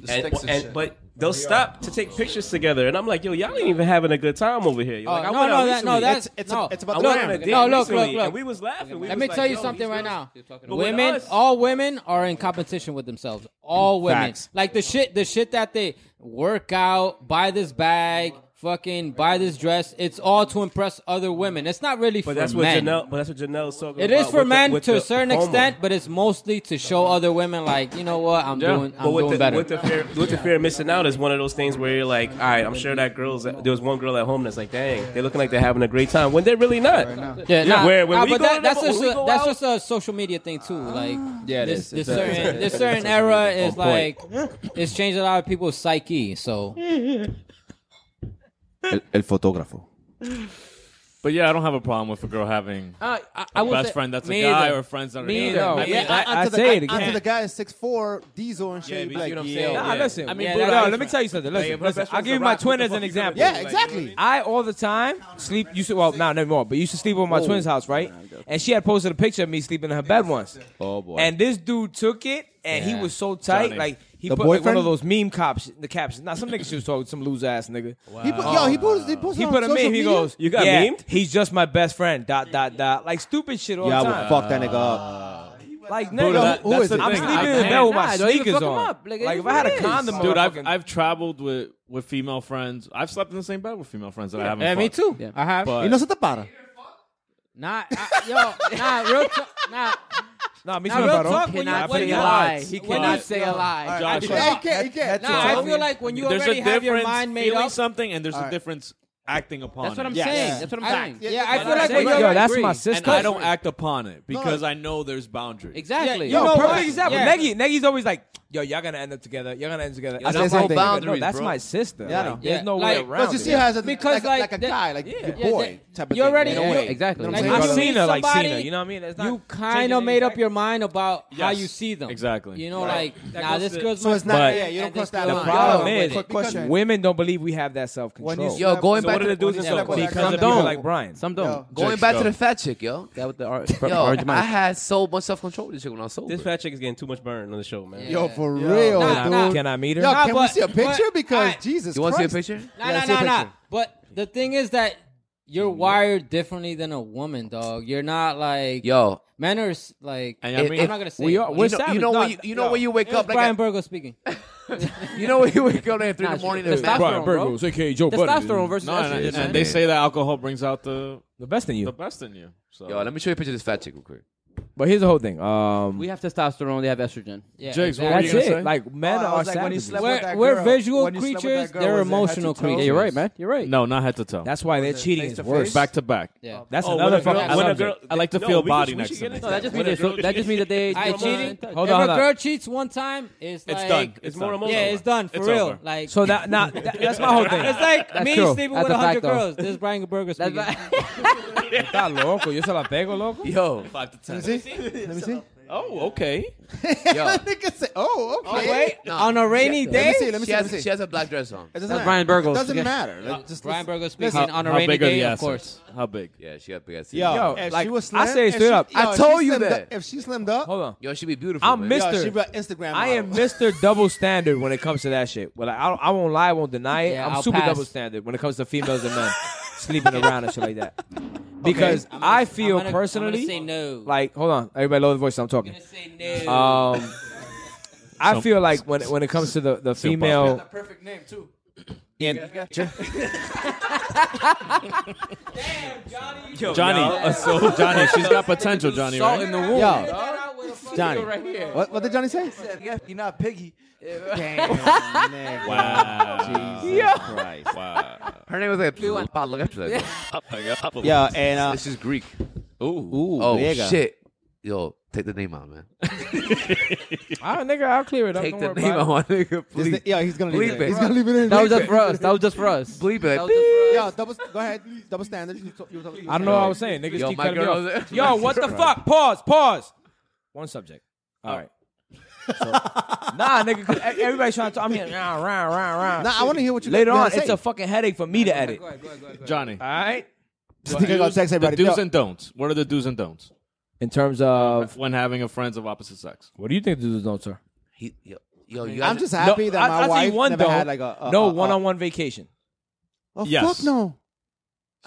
and, sticks and and shit. but they'll stop to take pictures together. And I'm like, yo, y'all ain't even having a good time over here. You're Oh, like, I no, went out no, that, no, recently. that's It's- it's no. a- it's I about went the out on time. a date No, look, recently, look, look. and we was laughing. We Let was me like, tell you yo, something these right girls- now. But with women, us- all women are in competition with themselves. All women, Facts. like the shit, the shit that they work out, buy this bag, fucking buy this dress. It's all to impress other women. It's not really for But that's what men. Janelle. But that's what Janelle's talking It about. is for with the- men with to the a certain FOMO. extent, but it's mostly to show other women, like you know what, I'm doing, but I'm with doing the, better. With the fear, with the fear of missing out is one of those things where you're like, all right, I'm sure that girls. There was one girl at home that's like, dang, they're looking like they're having a great time when they're really not. yeah, nah, where- when nah, we but go that, to the- that's when just we a, go that's out- Ah. just a social media thing too. Like Yeah, it this, is. this It's a- certain this it's a certain social era media. is On point. like it's changed a lot of people's psyche. So El, fotógrafo. But yeah, I don't have a problem with a girl having Uh, I, I a will best say- friend that's a me guy either. or friends that are Me guys. either. I mean, Yeah. I- I Until say it the, again. Until the guy is 6'4", diesel and shit. Yeah, you'd but be you like, see what I'm yeah. saying? Nah, Yeah. listen. I mean, yeah, bro, no, that's- let me tell you something. Listen, if her listen, best I'll friend's give you a my rock, twin what as the an fuck you gonna example. do? Like, Yeah, exactly. I all the time sleep. Used to well, not anymore, but used to sleep over my twin's house, right? And she had posted a picture of me sleeping in her bed once. Oh, boy. And this dude took it, and he Yeah. was so tight, Johnny. like he The put like, one boyfriend? of those meme cops, the captions. Now some nigga she was talking, some loser ass nigga. he put, yo, he posted, he posted He on put a meme. social He media? goes, You got yeah, memed? He's just my best friend. Dot dot dot. Like stupid shit all Yeah, I the would time. fuck that nigga up. Like Bro, nigga, that- who that's is the it? I'm thing. sleeping I in the bed can't- with my Nah, don't even sneakers fuck 'em on. up. Like, Like, it is if I what had it a is. condom, on, Dude, I've fucking- I've traveled with with female friends. I've slept in the same bed with female friends that I haven't. yeah, me fucked. too. I have But Y no se te para. Nah, I, yo, nah, real talk. Nah, nah, me nah, too, real bro. talk. When you, cannot when say you a lie. He when cannot you- cannot say a lie. Josh, Yeah, he can't, he can't. Nah, I feel like when you there's already a have your difference mind made feeling up. something, and there's a difference acting upon That's what it. I'm Yeah. saying. That's what I'm saying. Yeah, I but feel I'm like when saying- you're- Yo, that's my And And sister. I don't act upon it because I know there's boundaries. exactly. Yo, know perfect what? example. Yeah. Neggy, Neggy's always like, yo, y'all gonna end up together. Y'all gonna end up together. Yo, I that's said no something, I go, boundaries, No, that's bro. my sister. Yeah, I Like, know. there's Yeah. no Like- way But around. But you it. see her as a, Because, like, like, like, a the- guy, like your yeah, boy the- type of you thing. already- in a yeah, way. exactly. You know what Like, I'm I saying? I've see seen her like somebody- Cena. You know what I mean? It's not you kind changing of made up anything. your mind about how Yes. you see them. Exactly. You know, Right. like now nah, goes this to- girl's So my it's not, But- yeah, you don't and cross they that still The line. Nah, problem Yo, is, quick question. women don't believe we have that self When you control. Yo, snap- going So back what to do they do when with you this? snap on that Because guy, of people yo, like Brian. Some yo, don't. Going Judge back to Joe. the fat chick, yo. That with the ar- Yo, argument. I had so much self control with this chick when I was sober. This fat chick is getting too much burn on the show, man. Yo, for real, Nah, dude. nah. Can I meet her? Yo, Nah, can we but- see a picture? but- Because I- Jesus you want Christ. to see a picture? Nah, Yeah, I see nah, a nah, nah. picture. But the thing is that you're Mm-hmm. wired differently than a woman, dog. You're not like Yo, men are s- like. And I mean- I'm not gonna say. We it, are- but- we're you know, savage. you know No, when you, you know yo. when you wake It was up like Brian a- Burgo speaking. you know when you wake up at three in Nah, the morning. she- and the man- Testosterone, Brian bro. Burgos, aka Joe Testosterone Budden. versus No, and, estrogen. and man. they say that alcohol brings out the The best in the you. best in you. So Yo, let me show you a picture of this fat chick real quick. But here's the whole thing. Um, We have testosterone. They have estrogen. Yeah, Jigs, what were that's you gonna say? it. Like men Oh, I are was like, when he savages. slept with We're, that we're girl, visual when you slept with creatures. that girl, They're was it head to emotional toe? Yeah, creatures. you're right, man. You're right. no, not head to toe. That's why their cheating is face-to-face? worse. back to back. Yeah. That's Oh, another when a girl- fucking when a subject. girl- I like to No, feel we body should- we next should to get me. into No, that just means When a they- so, girl that just means that they. I they're more cheating. in touch. Hold if on, a hold girl on. cheats one time, it's, It's like, done. It's It's more done. emotional. Yeah, it's done for It's real. over. Like So that now that, that's my whole thing. it's like me true. sleeping That's with a hundred fact, though. girls. This is Brian Burgos That's speaking. right. Está loco. Yo se la pego, loco. Yo, Five to ten. Let me see. Oh, okay. yo. Nigga said, oh, okay. Wait, No. on a rainy Let me day. see. Let me She see. Let me see. has, she has a black dress on. It doesn't That's matter. Brian Burgos. It doesn't Yeah. matter. Like, just Brian Burgos speaking listen, on a How rainy big are day, the of assets? course. How big? Yeah, she got big ass. Yo, Yo, Yo, if like, she was I slim, say it if straight she- up. yo, I if told she you slimmed that. up- If she slimmed up, Hold on. yo she be beautiful. I'm man. miss- yo, Mister, she be an Instagram. I am model. Mr. Double Standard when it comes to that shit. Well, I, I won't lie, I won't deny it. Yeah, I'm I'll super pass. double standard when it comes to females and men sleeping around and shit like that. Because I feel I'm gonna- personally, I'm gonna say no. like, hold on, everybody lower the voice. I'm talking. I'm gonna say no. Um, I Some- feel like when when it comes to the the Still female, Perfect name too. Johnny, uh, so Johnny, she's got potential, Johnny. salt Right? in the womb. Yo, Johnny. what, what did Johnny say? Yeah, you're not piggy. Wow. Wow. Her name was like. Wow, look after that. Yo, and uh, This is Greek. ooh, Oh Vega. shit. Yo, take the name out, man. I, Ah, nigga, I'll clear it up. Take don't the worry name out, about it. my nigga. Is Please. the- Yo, he's gonna leave Bleep it. in. it. He's gonna leave it in. That was just for us. That was just for us. Bleep it. That was just for us. Yo, double. Go ahead. Double standard. You to- you to- you I don't know what I was saying. Niggas Yo, keep my cutting me girl- off. Yo, what the fuck? Pause, pause. One subject. All right. So, nah, nigga. 'cause e- Everybody's trying to. I'm here. Nah, round, round, round. Nah, I want to hear what you Later gotta on, say. it's a fucking headache for me to edit. All Johnny. right. This nigga gonna text The everybody. do's yo. and don'ts. What are the do's and don'ts In terms of when having a friends of opposite sex? what do you think the dudes don't, sir? He- Yo, yo, you I'm guys- just happy that my I, I wife one never don't. had like a, a no a- a- one-on-one vacation. Oh Yes. fuck no.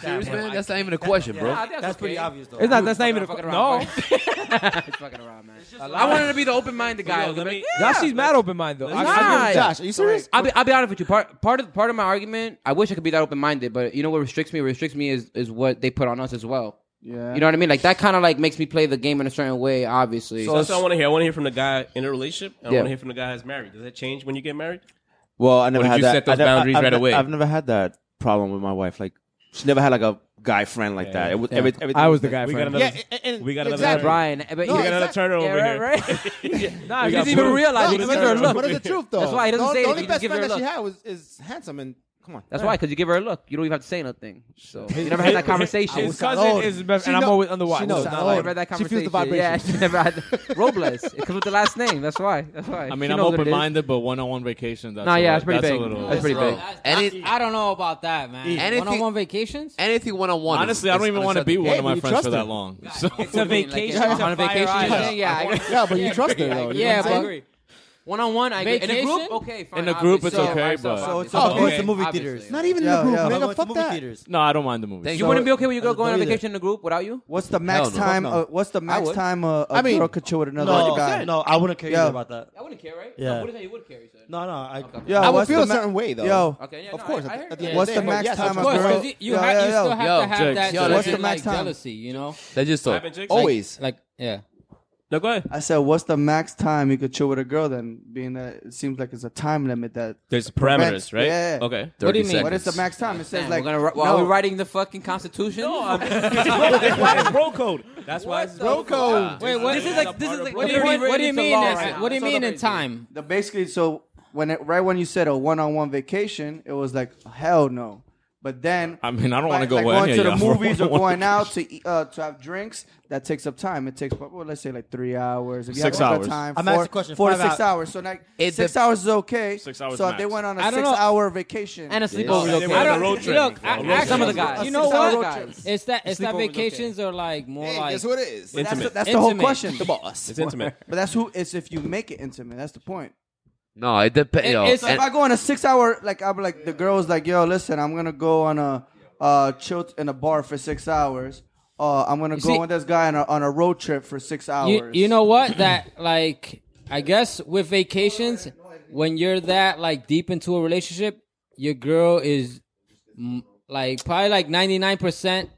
serious, man. That's not even a question, bro. that's pretty obvious though. It's not. That's not even a fucking no. around, fucking around, man. I wanted to be the open-minded guy. Let me, Y'all she's mad open mind though. I- I give Nah. her that. Josh, are you serious? I'll be, I'll be honest with you. Part part of part of my argument, I wish I could be that open minded, but you know what restricts me? What restricts me is is what they put on us as well. Yeah. You know what I mean? Like that kind of like makes me play the game in a certain way. Obviously, So that's what I want to hear. I want to hear from the guy in a relationship. and I Yeah. want to hear from the guy who's married. Does that change when you get married? Well, I never did had you that. set those I never- boundaries I've right ne- away? I've never had that problem with my wife. Like, she never had like a guy friend like that. It was every, everything. I was the guy. We friend. got another. Yeah, and, and- We got another yeah, exactly. Brian. But No, you we got another exactly. turn over yeah, here. right, right. Nah, you you got didn't even proof. realize. No, but, you just but, give her a but, look. it's the truth though. That's why he doesn't the, say the it. only You best just give her friend a that she look. had was is handsome and come on. That's why, because you give her a look. You don't even have to say nothing. So you never had that conversation. His cousin is best, and I'm always on the watch. She knows. It's not Oh, I like- never had that She conversation. feels the Yeah, vibration. she never had Robles. It comes with the last name. That's why. That's why. I mean, She I'm knows what it is. open minded, but one on one vacation. That's Nah, a yeah, li- that's pretty that's big. A little, That's pretty Bro, big. Any, I don't know about that, man. Anything- One-on-one vacations. anything one on one. Honestly, I don't even want to be with one of Hey, my you friends trust for that him. long. So It's a vacation. Like, It's a on a fire vacation. island. Yeah, I Yeah, but you trust her though. Yeah, you know what I'm but- saying? One on one, I agree. In a group, Vacation? okay. Fine, In a group, it's obviously. okay, but- So it's Oh, Obviously. all Okay. going to movie Obviously. theaters. not even Yo, in the group, yo. nigga. Going to Fuck movie that. theaters. no, I don't mind the movies. Thank You So- wouldn't be okay with your girl I don't going on either. vacation in a group without you? What's the max Hell no. time? Fuck no. Uh, what's the max would. time uh, a I mean- girl could chill with another No, guy? no, I wouldn't care Yeah. either about that. I wouldn't care, right? Yeah. I wouldn't say you would care. You said. No, no, I. Yo, I would what's feel a the ma- certain way though. Yo, Okay. Yeah, Of no, course, I, I at heard the- that. Yeah, what's they- the they- max yes, time of a course, girl? 'cause you, you, Yo, ha- yo, you still yo. have Yo, to have Jigs, that yo, let's certain, get like back time. jealousy, you know? Let's just talk. Haven't, Jake? Always. Like, "Oh, yeah. No, go ahead. I said, what's the max time you could chill with a girl? Then being that it seems like it's a time limit that There's prevents- parameters, right? Yeah. Okay. What do 30 you mean? What is the seconds. max time? It says like Like, we're gonna, ri- no. Are we writing the fucking constitution? That's why it's bro code. That's why it's bro Rocco. Wait, what? this is like this is like what do you what, mean? what do you mean? in- what do you That's all mean that in is. time? The basically so when it, right when you said a one-on-one vacation, it was like hell no. But then I mean, I don't like- wanna go like with going any to of the y'all for movies or one-on-one going out to eat, uh, to have drinks. That takes up time. It takes well, let's say like three hours. If you Six have a good hours. Time, I'm four, asking a question, Four to five six hours. hours. So like It six dep- hours is okay. Six hours So if max. they went on a I don't know. six-hour vacation and Yeah. a sleepover. is They okay. went on a road trip. Look, A I, road actually, trip. Some of the guys. You know Some of the what? guys. It's that it's Sleepovers, that okay. vacations are like more Hey, like guess what it But that's is? the, Intimate. that's the whole Intimate. question. The boss. It's intimate. But that's who. It's if you make it intimate. That's the point. No, it depends. It- yo, it's So if and- I go on a six hour, like I'm like the girl's like, yo, listen, I'm gonna go on a uh chill t- in a bar for six hours. Uh, I'm gonna go see- with this guy on a, on a road trip for six hours. you, you know what that like i guess with vacations when you're that like deep into a relationship your girl is mm, like probably like 99%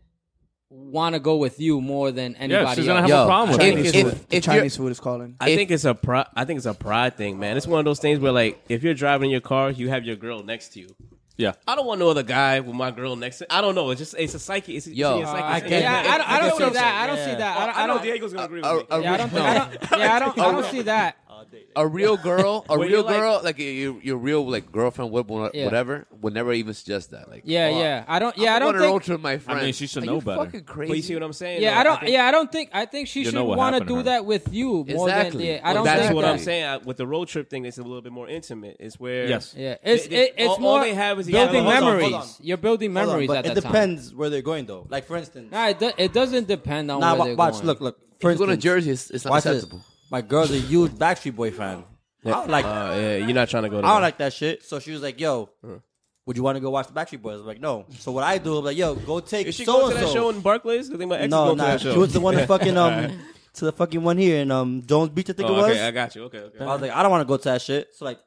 want to go with you more than anybody she's gonna else. have a Yo, problem with if, it. if, The if you're- Chinese food is calling. I think it's a pride. I think it's a pride thing, man. It's one of those things where, like, if you're driving in your car, you have your girl next to you. Yeah. I don't want no other guy with my girl next to. I don't know. It's just it's a psyche. It's, Yo. it's a psyche. Uh, I It's- get yeah, it. I don't, I get don't what see I'm saying. that. I don't see that. I don't, I know Diego's gonna agree with me. a, yeah, I don't think. I don't, yeah, I don't. I don't see that. a real girl, a When real you're like- girl, like, your your your real like girlfriend, what- what- Yeah. whatever, would never even suggest that. Like, Yeah, oh, yeah. I don't. Yeah, I'm I on don't a road think. trip with my friend. she should Are know you better. Fucking But you see crazy. what I'm saying? Yeah, though? I don't. think- yeah, I don't think. I think she You should know what want to happened to do her. that with you more Exactly. than. Yeah, I don't. That's That's think what that, I'm saying. I, with the road trip thing, it's a little bit more intimate. It's where Yes. Yeah, it's They- they- it, it's all- all more they have is the building animal. Hold on, memories. hold on. You're building Hold on, memories but at that it time. depends where they're going though. Like for instance, Nah, it, do, it doesn't depend on nah, where wa- they're watch. going. Look, look. For If you go to instance, Jersey, it's, it's not watch this. acceptable. My girl's a huge Backstreet Boy fan. I don't like. Uh, yeah, you're not trying to go. To I don't like that shit. So she was like, "Yo, would you want to go watch the Backstreet Boys?" I'm like, "No." So what I do? I'm like, "Yo, go take Is she so going to and that so." show in Barclays? Because my ex No, going nah. to that She show. was the one that fucking um to the fucking one here in um Jones Beach. I think it Oh, was. okay, I got you. Okay, okay. I was like, I don't want to go to that shit. So like,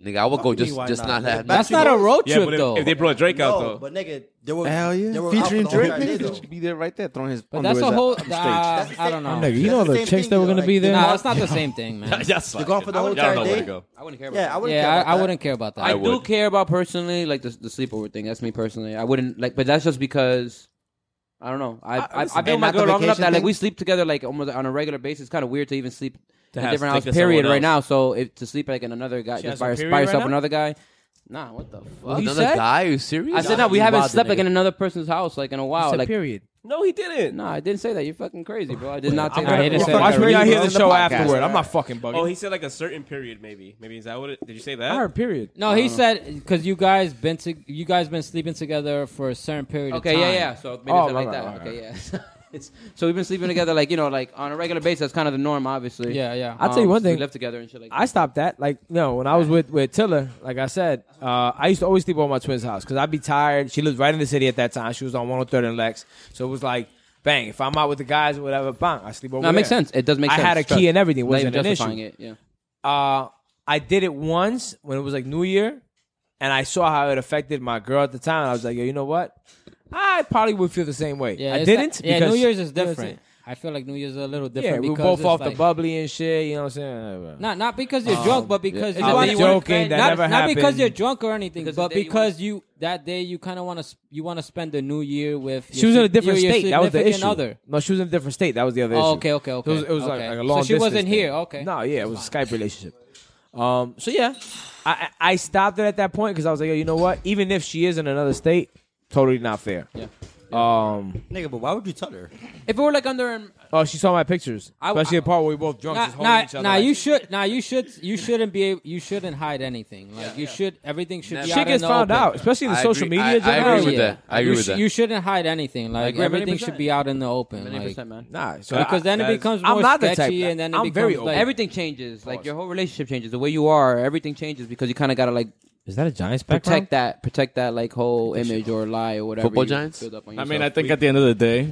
Nigga, I would go me, just why just not? not have. That's Backstreet not a Boys? road Yeah, trip but if, though. if they brought Drake out no, though, but nigga, there were Hell yeah. they were out Featuring for the whole Drake, night, though. nigga. Should be there right there throwing his but that's a whole. stage. Uh, That's the I don't same- know. Nigga, you know That's the the same chicks thing, that were though, gonna like- be there. Nah, it's not the same thing, man. That's You're fine. going for the whole Y'all know entire where to day? go. I wouldn't care Yeah, I wouldn't care Yeah, about I, I that. wouldn't care about that. I, would. do care about personally, like the the sleepover thing. That's me personally. I wouldn't like, but that's just because I don't know. I I, I've been with And my not the girl long enough vacation that like thing? we sleep together like almost on a regular basis. It's kind of weird to even sleep in a have- different sleep house. with Period. someone Right now, so if to sleep like in another guy, just has by, a her- period by right yourself, now? another guy. Nah, what the fuck? You Another said? guy? Are you serious? I said no. We you haven't wildin', slept like nigga. in another person's house like in a while. Like period. no, he didn't. nah, I didn't say that. You're fucking crazy, bro. I did not say gonna- that. I didn't Bro, say fuck that. you. Watch me out here the show podcast. afterward. I'm not fucking Oh, bugging. he said like a certain period, maybe. Maybe is that what it? Did you say that? I heard period. Uh, No, Uh-huh. he said because you guys been to you guys been sleeping together for a certain period. Okay, of yeah, time. yeah. So maybe Oh, it's like right, right, that. right, okay, yeah. it's, so we've been sleeping together, like you know, like on a regular basis. That's kind of the norm, obviously. Yeah, yeah. I'll tell you one Um, so we thing. live together and shit like. I stopped that. Like, no, when I was with with Tiller, like I said, uh, I used to always sleep over my twin's house because I'd be tired. She lived right in the city at that time. She was on 103rd and Lex, so it was like, bang. If I'm out with the guys or whatever, bang, I sleep over. No, it makes there. sense. It does make I sense. had a Trust. key and everything. Not Wasn't even an issue. justifying it. Yeah. uh, I did it once when it was like New Year, and I saw how it affected my girl at the time. And I was like, yo, you know what? I probably would feel the same way. Yeah, I it's didn't. Not, yeah, because- New Year's is you know what I'm different. saying? I feel like New Year's is a little different. Yeah, we were because both it's off like, the bubbly and shit. You know what I'm saying? Um, Not not because you're drunk, but because It's you just wanna- that you I'm weren't joking. planning- That not, never not happened. because you're drunk or anything, Because but the day you because you, that day you kind of want to you want to spend the new year with. She your was in a sig- different your, your state. That was the significant issue. Other. No, she was in a different state. That was the other Oh, issue. okay, okay, okay, It was, it was like, okay. like a So long. she wasn't distance here, thing. okay. No, yeah, it was a Skype relationship. Um, so yeah, I I I stopped it at that point because I was like, yo, you know what? Even if she is in another state, totally not fair. Yeah. Um. Nigga, but why would you tell her? If it were like under, an- Oh, she saw my pictures, I- especially I- the part where we both drunk, Nah, just holding nah, each other. nah, like- you should. Nah, you should. You shouldn't be. able- You shouldn't hide anything. Like you should. Everything should be. Shit out in gets the found open. out, especially in the I social agree- media. I- I generally. agree with Yeah. that. I agree you with that. You shouldn't hide anything. Like agree a million everything should percent. be out in the open. Many Like, percent, man. Nah, so because then it that's- becomes I'm more not the type sketchy, that- and then it I'm becomes very open. like everything changes. Like your whole relationship changes. The way you are, everything changes because you kind of gotta like Is that a Giants Protect that, protect that like whole image or lie or whatever. Football you Giants? build up on I mean, I yourself. think at the end of the day,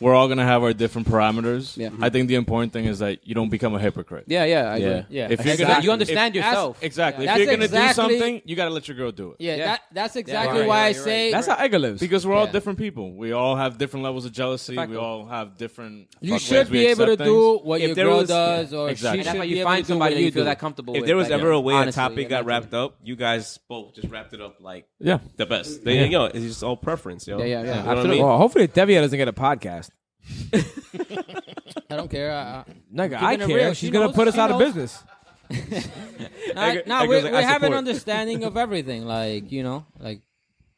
we're all gonna have our different parameters. Yeah. I think the important thing is that you don't become a hypocrite. Yeah, yeah, I agree. Yeah. If you're Exactly. gonna, You understand if- yourself. that's- Exactly. That's if you're gonna do exactly- something, you gotta let your girl do it. Yeah, that- that's exactly why I say That's how Edgar lives. Because we're all different people. We all have different levels of jealousy. We all have different. You ways should we be able to accept do things. what your girl does, or Exactly. she should how you be find able to do somebody what you you feel do. that comfortable If with, there was like, ever a way honestly, a topic and got that's wrapped up, you guys both just wrapped it up like Yeah. the best. They, Yeah. You know, it's just all preference, yo. Yeah, yeah, yeah. You know what I Absolutely. mean? Well, hopefully Devia doesn't get a podcast. I don't care. I, Nigga, I care. She's gonna put us out of business. No, Edgar- no, Edgar's we, like, we I have an support. understanding of everything. Like you know, like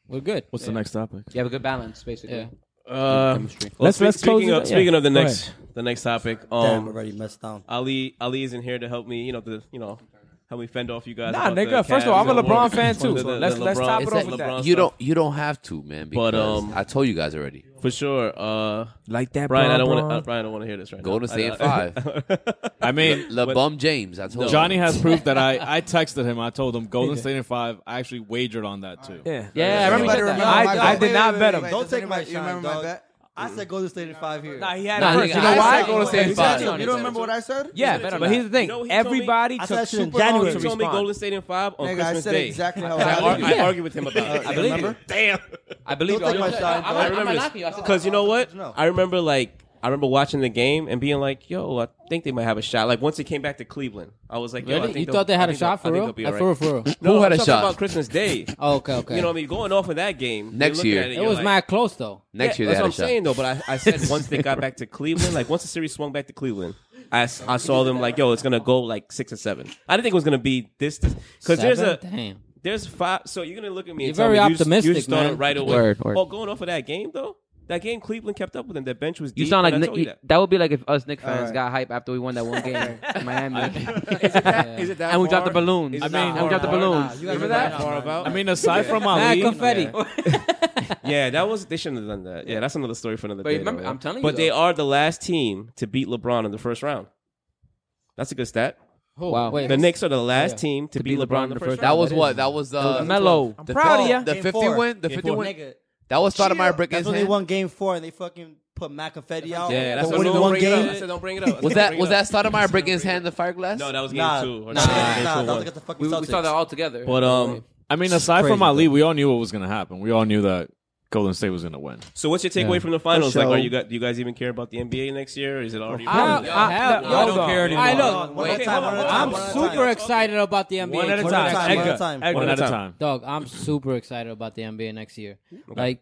we're good. What's the next topic? You have a good balance, basically. Uh, well, Let's- spe- let's speaking close it of, up. Speaking Yeah. of the Go next, the next topic. Um, Damn, already messed down. Ali, Ali isn't here to help me. You know, the you know, help me fend off you guys. Nah, about the nigga, first of all, Cavs I'm a and the Warriors. LeBron fan, too. The- the- the Let's- let's LeBron- top it it's off like with that. LeBron You stuff. don't. You don't have to, man. Because But, um, I told you guys already. For sure. Uh, like that, Brian. I Bron, don't want. Bron. Uh, Brian, I don't want to hear this right Go now. to stay I- in I- five. I mean, Le- LeBum James. I told Johnny him. has proof that I I texted him. I told him Golden State in five. I actually wagered on that too. Yeah. Yeah, I remember you said that. I- I did not bet him. Don't take my You shine, remember my dog. bet? I said Golden State in five here. Nah, he had it Nah, nigga, first. You I know said why? Golden State in You five. don't remember what I said? Yeah, bet on but that. here's the thing. You know what he told me? Everybody I took said that shit in super long January. to He told me respond. Golden State in five on Nigga, I Christmas said Day. exactly how And I, I argue, felt. I argued with him about it. I believe you. Damn. I believe Don't you. take my shot. I'm I not- I'm remember not this. knocking you. I said that. Because you know what? No. I remember like I remember watching the game and being like, "Yo, I think they might have a shot." Like once it came back to Cleveland, I was like, Yo, I Really? think You they'll- thought they had I a think shot they'll- for I real? think they'll be Uh, all For real, right. for real. No, Who had I'm a talking shot? about Christmas Day? Oh, okay, okay. You know what I mean? Going off of that game you're Next looking year. at it you're was like- mad close though. Next Yeah, year they that's had what a I'm shot. saying though. But I, I said once they got back to Cleveland, like once the series swung back to Cleveland, I, s- I saw them like, "Yo, it's gonna go like six or seven. I didn't think it was gonna be this because there's a Seven? damn. there's five. So you're gonna look at me. You're and tell very me you s- optimistic, you started man. right away. Word, word. Oh, going off of that game though, that game Cleveland kept up with them. Their bench was deep. You sound like and I Nick, told you you- that. that would be like if us Nick fans right. got hype after we won that one game in Miami, Is it that? Is it that? and we far? dropped the balloons. Is I mean, it that and far we dropped the apart? balloons. You guys Remember are that? bad. Far about? I mean, aside from Mad Ali, confetti. yeah, that was they shouldn't have done that. Yeah, that's another story for another But day. remember- though, I'm telling you, But they though. are the last team to beat LeBron in the first round. That's a good stat. Wow. Wait, Oh, The Knicks are the last team to, beat beat LeBron, in the first That round. was what. That was uh, Mellow. The proud of thought- ya. The Game 50 four. win. The 50 win. Nigga, That was Stoudemire breaking that's his when they hand. won Game Four and they fucking put Macafetti out. Yeah, that's for what winning don't Oh, one bring it up. game. I said, don't bring it up. I said, Was don't that bring was it up. that Stoudemire breaking his hand in the fireglass? No, that was game Nah, two. nah, Or nah, something. Game that two, was one. against the fucking We, we saw Celtics. that all together. But uh, um, I mean, aside crazy, from Ali, we all knew what was going to happen. We all knew that Golden State was going to win. so what's your takeaway from the finals? Like, sure. are you got? Do you guys even care about the NBA next year? Or is it already? I, over? I, have, Y'all hold don't on. care anymore. I Hold on, look. one at a okay, time, one hold at a on, time, I'm one at a super time. excited about the NBA. One at a next time, time. one at a Edgar, time. Edgar, One at a one at time. Dog, I'm super excited about the NBA next year. Like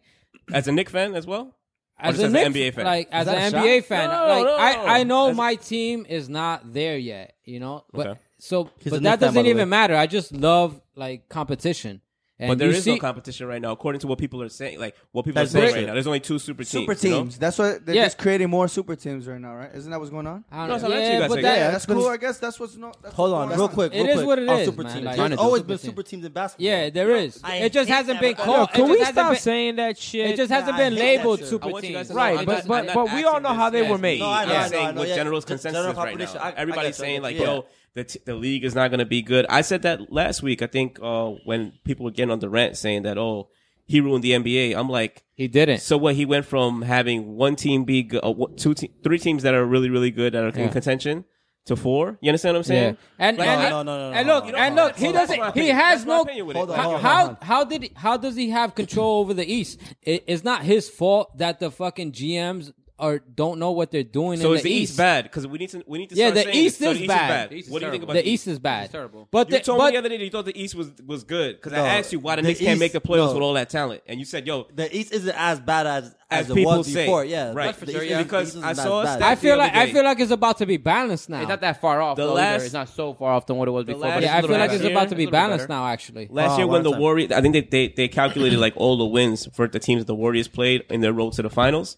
As a Nick fan as well. as just an as an NBA fan? like as that an a shot? NBA fan, No, like no. I, I know That's- my team is not there yet, you know. But Okay. so, a but Knicks that fan, by doesn't the even way. matter. I just love like competition. And But there you is see, no competition right now, according to what people are saying. Like what people That's are saying bullshit. right now. There's only two super teams. Super you know? teams. That's what they're Yeah. just creating more super teams right now, right? Isn't that what's going on? I No, don't so know. that's you Yeah, guys but like- that, Yeah, Yeah, that's cool. I guess that's what's not. That's Hold what's on, going real quick. It real is quick. what it on is, Super man. teams. Like- There's Tryna do always super been teams. super teams in basketball. yeah, there is. I It just hate hasn't that been about- called. Yo, it Can we just hasn't stop been- saying that shit? It just hasn't I been hate that labeled shit. I super want you guys teams, to Right, know, I'm but- just- but- I'm not but we all know asking how this they were as made. me. No, I know, I'm I know, I saying know, what yeah. general Just consensus general is right now. population. I- I Everybody's get that, saying I like, get yo, the t- the league is not going to be good. I said that last week. I think uh, when people were getting on the rant saying that, oh, he ruined the NBA. I'm like, He didn't. so what? He went from having one team be go- uh, one- two, te- three teams that are really, really good that are in Yeah. contention to four. You understand what I'm Yeah. saying? And Like, and I- No, no, no, no, and no, look no, and no, look no, no, he That's my doesn't he opinion. has That's my no opinion with Hold it. on, hold how on, how, how did how does he have control over the East? It, it's not his fault that the fucking GMs are don't know what they're doing So in is the East bad? Because we need to. We need to. Yeah, start the saying East this. So is the bad. East The is East bad. What do you think about The East is bad. terrible. But You the, told but, me the other day that you thought the East was was good because No, I asked you why the, the Knicks can't make East- the playoffs no. with all that talent, and you said, "Yo, The East isn't as bad as as, as it people was say. before. Yeah, right. The East isn't- the East because isn't I as saw a bad. stat I feel the like other I day. feel like it's about to be balanced now. it's not that far off. The though, last- either. it's not so far off than what it was before. last- but yeah, I it's a feel little like bit it's better. about to be It's a little bit balanced better. now. Actually, Last Oh, year, when one the time. Warriors, I think they, they they calculated like all the wins for the teams the Warriors played in their road to the finals,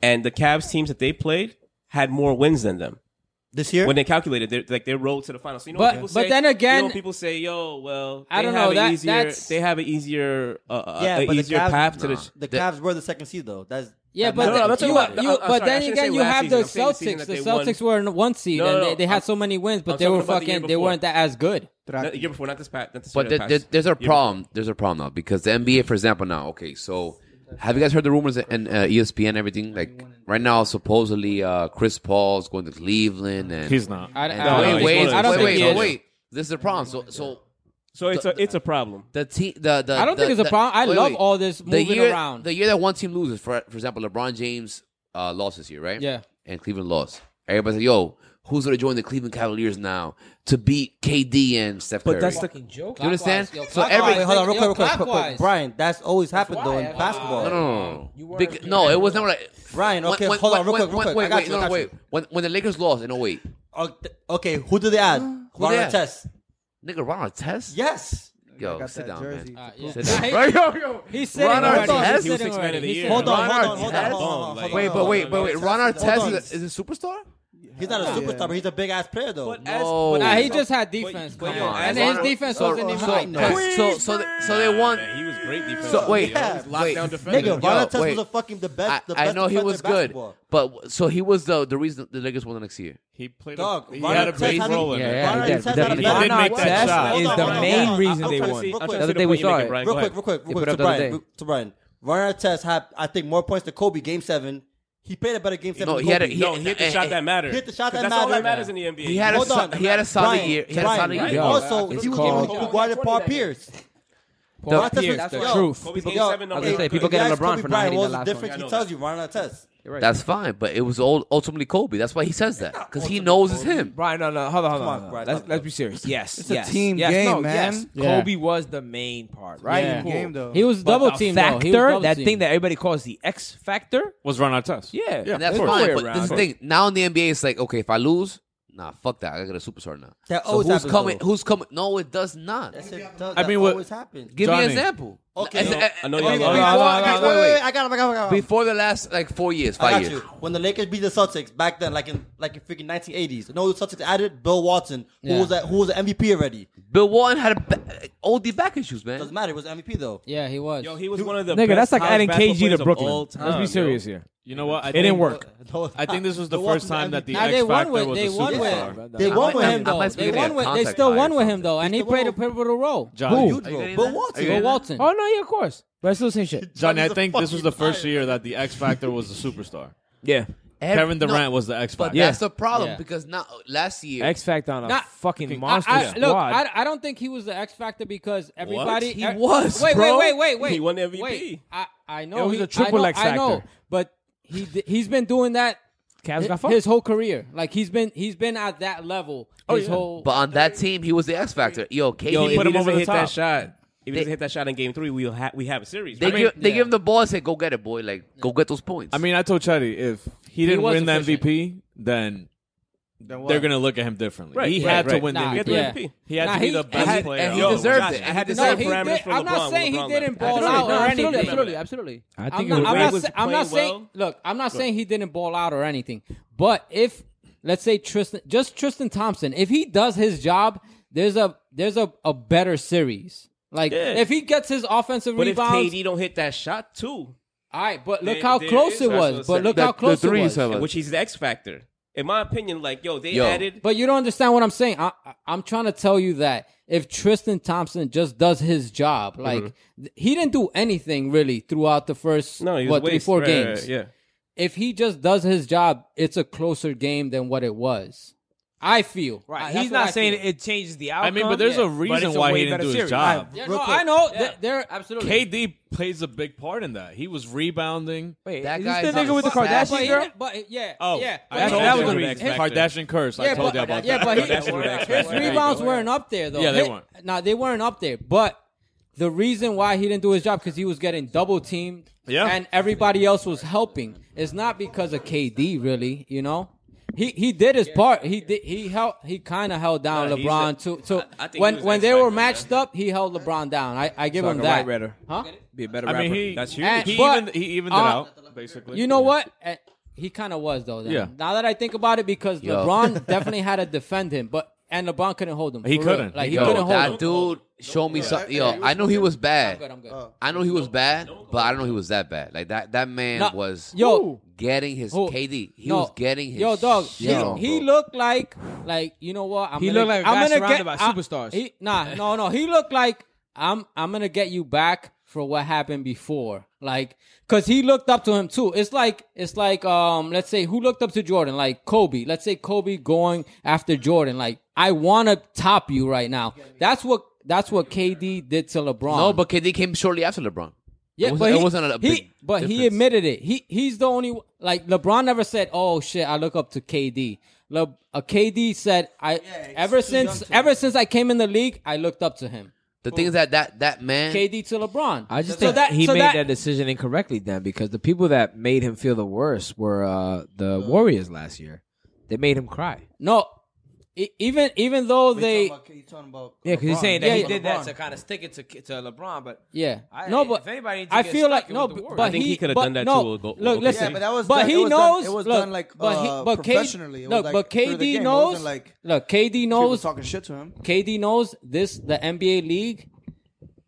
and the Cavs teams that they played had more wins than them This year, when they calculated their, like their road to the finals. So you know, But- what people but say, then you again- know what people say, "Yo, well, I they don't have know, an that- easier, that's- they have an easier, uh, uh, Yeah, a but the easier Cavs- path to Nah. the." the The- Cavs were the second seed though. That's Yeah, but no, no, the- I'm not talking you- about- you- I'm- I'm but sorry, I then shouldn't say again, you last have the season. I'm saying the Celtics. season The that they won. Celtics were in one seed, No, no, and no, they, they I'm- had so many wins, but I'm they were talking about the year fucking. they before. weren't that as good. Not the year before, not this past. Not this But year there, past. there's, there's a Year before. problem. There's a problem now because the NBA, for example, now. Okay, so have you guys heard the rumors and uh, ESPN everything? Like right now, supposedly uh, Chris Paul's going to Cleveland, and He's not. I- and- I don't wait, think wait, he's wait, going to wait, Cleveland. wait, I don't think wait. This is a problem. So, so So it's a it's a problem. the team, the, the I don't the- think it's a the- problem. I wait, love wait. all this The moving year, around. The year that one team loses, for for example, LeBron James uh, lost this year, right? Yeah. And Cleveland lost. Everybody's like, "Yo, who's gonna join the Cleveland Cavaliers now to beat KD and Steph Curry?" But that's the Do you understand? Clockwise, so yo, every clockwise. Wait, hold on, real Yo, quick, real quick, quick, clockwise. quick. Brian, that's always happened though why I- in basketball. No, no, no. Bec- no, it was never like Brian, okay, When, hold when, on, real when, quick, real when- quick. Wait, I got wait, you, no, I no, got wait. When when the Lakers lost in 08, Oh, th- Okay, who did they add? they Ron add? Artest. nigga Ron Artest. Yes. Yo, got sit that down, jersey. man. Uh, yeah. Sit down. Hey, Right, yo, yo. He's sitting Ron already. Artest? He's He was sitting six man already. of the He's year. sitting Hold on, already. hold on, hold on, Artest? hold on, Like- hold on. Wait, but wait, but wait. Hold Ron on. Artest is a, is a superstar? He's not a superstar, but he's a big ass player though. But as- No. but Nah, as- he just had but- defense, but come yo, on. as And his Ron- defense so, wasn't even so, high enough. So, so, they- so they won. Man, he was great defense. So wait, wait. lockdown defender. Nigga, Ron Artest wait. was a fucking the I, best. The I best know he defender was in good, basketball. but w- so he was the the reason the Lakers won the next year. He played. Dog, a, he Ron had a Artest big had a- role in Yeah, it. yeah, Ron he Artest did- had a he bad- did make Ron that Artest shot. is Hold the on, hold main on. reason they won. Real The other quick, day we saw it. Brian, real quick, real quick, real put quick to up the other Brian. day. real- To Brian, Ron Artest had I think more points to Kobe game seven. He played a better game seven. No, than he had a Kobe. he, No, he hit the eh, shot eh, that mattered. Hit the shot that That's all that mattered. matters in the NBA. He had a Hold so- on, he had a solid Brian, year. He had a Brian, solid year. Brian. Also, he was called- called Kobe Bryant and Paul Pierce. The- Ron Artest was- that's the yo, truth. Kobe's game yo, I seven. was number gonna one. say people if you get ask LeBron Kobe for not Bryant, hitting the what was last the difference? one. He tells you Ron Artest. That's fine, but it was all ultimately Kobe. That's why he says that because he knows it's him. Brian, no, no, hold on, hold Come on. on, hold on. Brian, Let's, talk let's be serious. Yes, it's a yes, team yes, game, no, Yes. man. Yeah. Kobe was the main part, right? Yeah. Cool. Game though. He was But double the teamed. though. Factor, He was double that teamed. thing that everybody calls the X factor. Was Ron Artest? Yeah, Yeah. And that's There's no way fine. But around this is the it. thing now in the NBA, it's like okay, if I lose, nah, fuck that. I got a superstar now. That so always who's happens, coming? though. Who's coming? No, it does not. That's it. That, I mean, that what- always happens. Give me an Johnny. example. Okay. It's- No, eh, I know eh, you wait, love wait, wait, Ron. Wait, wait, wait, wait, wait, wait. I got him. I got him. I got him. Before the last like four years, I five got years. you. When the Lakers beat the Celtics back then, like in like in freaking 1980s, no, the Celtics added Bill Watson, who Yeah. was a, who was an MVP already. Bill Walton had a ba- OD back issues, man. Doesn't matter. It was MVP though. Yeah, he was. Yo, he was one of the Nigga, best that's like college adding basketball KG players to of all Brooklyn. time, Let's be yo. serious here. You know what? I It didn't think- work. I think this was the Bill Walton's first time that MVP. the Now X they won Factor with was they a won superstar. with They won with I'm- him I'm though. not they speaking won of with they contact still high won or with something. him though, and he He's the played a most- pivotal role. Johnny. Huge Are you role. getting Bill that? Are Watson. you Go getting that? Walton. Oh no, yeah, of course. But it's still the same shit. Johnny, I Johnny's a think this was the fucking first liar. year that the X Factor was the superstar. Yeah, Every- Kevin no, Durant was the X But Factor. that's the problem Yeah. because now last year X factor on a Not- fucking I, monster I, squad. look, I, I don't think he was the X factor because everybody He er- was, Wait, bro. wait, wait, wait, wait. He won the MVP. Wait, I, I know It was he, a triple I know, X I know, factor. but he di- he's been doing that Cavs got fucked. his, whole career. Like he's been he's been at that level. Oh, his yeah. whole But on that team, he was the X factor. Yo, KD, Yo, if put he him over doesn't the hit that top. shot, if he They- doesn't hit that shot in Game Three, we'll have we have a series. they, right? give, they yeah. give him the ball and say, "Go get it, boy! Like, go get those points." I mean, I told Chetty if he didn't was win the efficient. MVP, then they're gonna look at him differently. Right, he right, had to right. win Nah, the MVP. yeah. He had Nah, to be he- the and best he- player. and he Yo, deserved Josh, it. I had He the deserved same it. he parameters did- for I'm LeBron not when saying LeBron he didn't left. ball Absolutely, out no, or anything. absolutely, Absolutely, absolutely. I I'm think not, it I'm was not was sa- I'm playing not saying. well. Look, I'm not saying he didn't ball out or anything. But if let's say Tristan, just Tristan Thompson, if he does his job, there's a there's a, a better series. Like Yeah. if he gets his offensive But if rebounds, KD don't hit that shot too, all right. But look There- how there close is- it that's what I'm was. But saying. look The- how close the it threes was. have a- which he's the X factor, in my opinion, like yo, they Yo. added. But you don't understand what I'm saying. I, I, I'm trying to tell you that if Tristan Thompson just does his Mm-hmm. job, like th- he didn't do anything really throughout the first No, he was what three waste. four Right, right, games. right, yeah. if he just does his job, it's a closer game than what it was. I feel. I- Right. that's He's what not I saying feel. it changes the I outcome. mean, but there's a reason it's a why way he didn't better do his series. job. Yeah, Real no, quick. I know. They're, absolutely. KD plays a big part in that. He was rebounding. Wait, That is this guy the is nigga on with the his back. but, Kardashian he- girl? but yeah, Oh, yeah. I but told he- you that was the about the reason. Kardashian curse. yeah, I told but, you about yeah, that. but he- Kardashian was the X his factor. rebounds weren't up there though. Yeah, they His- weren't. Nah, they weren't up there. But the reason why he didn't do his job because he was getting double teamed. Yeah. and everybody else was helping. It's not because of KD, really. You know. He, he did his part. He did, he held he kind of held down Nah, he's LeBron a- too. So I- I think he when was when X they were factor, man. matched up, he held LeBron down. I, I give him Like a that. white redder. Huh? Be a better I rapper. mean, he That's huge. He But- evened, he evened uh, it out basically. You know what? Eh, He kind of was though. Then. Yeah. Now that I think about it, because Yo. LeBron definitely had to defend him, but and LeBron couldn't hold him. He For real. couldn't. Like he yo, couldn't hold that him. dude showed me something. Yo, I know he was bad. I know he was bad, but I don't know he was that bad. Like that, that man No, was yo. getting his Who? KD. He No. was getting his yo dog. shit He, on, he bro. looked like like you know what? I'm He gonna, looked like a I'm guy gonna surrounded get, by I- superstars. he, nah, no, no. He looked like I'm I'm gonna get you back for what happened before. Like, cause he looked up to him too. It's like it's like um, let's say who looked up to Jordan? Like Kobe. Let's say Kobe going after Jordan. Like I wanna top you right now. That's what that's what KD did to LeBron. no, but KD came shortly after LeBron. Yeah, it wasn't, but he, it wasn't a he- big. but he difference. admitted it. He he's the only like LeBron never said, "Oh shit, I look up to KD." Le, uh, KD said, "I ever since ever since I came in the league, I looked up to him." The thing is that that that man. KD to LeBron. I just So think that- he so made that- that, decision incorrectly then because the people that made him feel the worst were uh, the Warriors last year. They made him cry. No, e- even even though they Yeah, because he's saying that Yeah, he yeah. did that LeBron. to kind of stick it to, to LeBron, but yeah. I- no, but if anybody needs to I get feel like stuck, it no, was the Warriors. but I think he could have but done that no, to, uh, Go- Look, Golden listen, State. Yeah, but that was but done- he it was done- knows. it was look, done, like, but he, uh, but K- professionally. It was, look, like, but through the game. KD It knows. wasn't, like, look, KD People knows. talking shit to him. KD knows this. The NBA league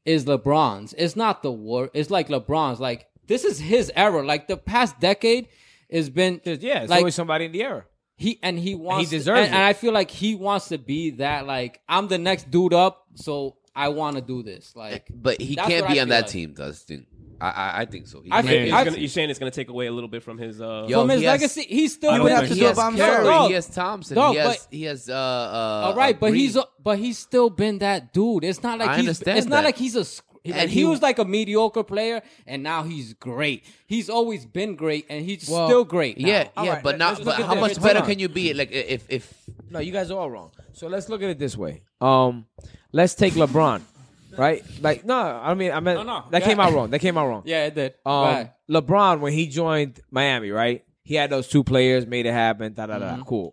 is LeBron's. It's not the war. It's like LeBron's. Like this is his era. Like the past decade has been. yeah, it's like always somebody in the era. he and he wants. deserves and, and it. I feel like he wants to be that. Like I'm the next dude up, so I want to do this. Like, Eh, But he that's can't what I be on feel that like. team. That's the thing. I I, I think so. He I can't think- be on It's that I- gonna, team. you're saying it's gonna take away a little bit from his. Uh, Yo, From his he has- legacy, he's still I don't with think us. he He has has by himself. Curry. Dog, He has Thompson. dog, he has. but- He has. Uh, uh, All right, uh, but Reed. he's a, but he's still been that dude. It's not like I he's, understand It's not that. like he's a. sc- Like And he, he- was like a mediocre player, and now he's great. He's always been great, and he's Well, still great. now. Yeah, yeah, but now, let's but look at how the- much hold better on. can you be? Like, if if No, you guys are all wrong. So let's look at it this way. Um, let's take LeBron, right? Like, no, I mean, I meant No, no. that Yeah. came out wrong. That came out wrong. yeah, it did. Um, Right. LeBron when he joined Miami, right? He had those two players, made it happen. Da da da. Mm-hmm. Cool.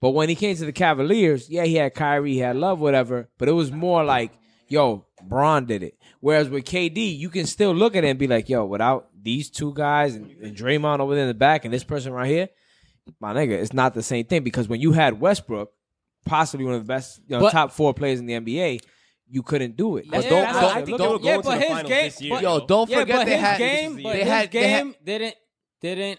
But when he came to the Cavaliers, yeah, he had Kyrie, he had Love, whatever. But it was more like, yo, Braun did it. Whereas with KD, you can still look at it and be like, yo, without these two guys and, and Draymond over there in the back and this person right here, my nigga, it's not the same thing because when you had Westbrook, possibly one of the best, you know, But- top four players in the NBA, you couldn't do it. That's- Yeah, don't- that's don't- how I don't- think don't- it was. yeah, going to but the his finals game, this year, but- yo, don't yeah, forget but they his had game, but they his had they had game didn't didn't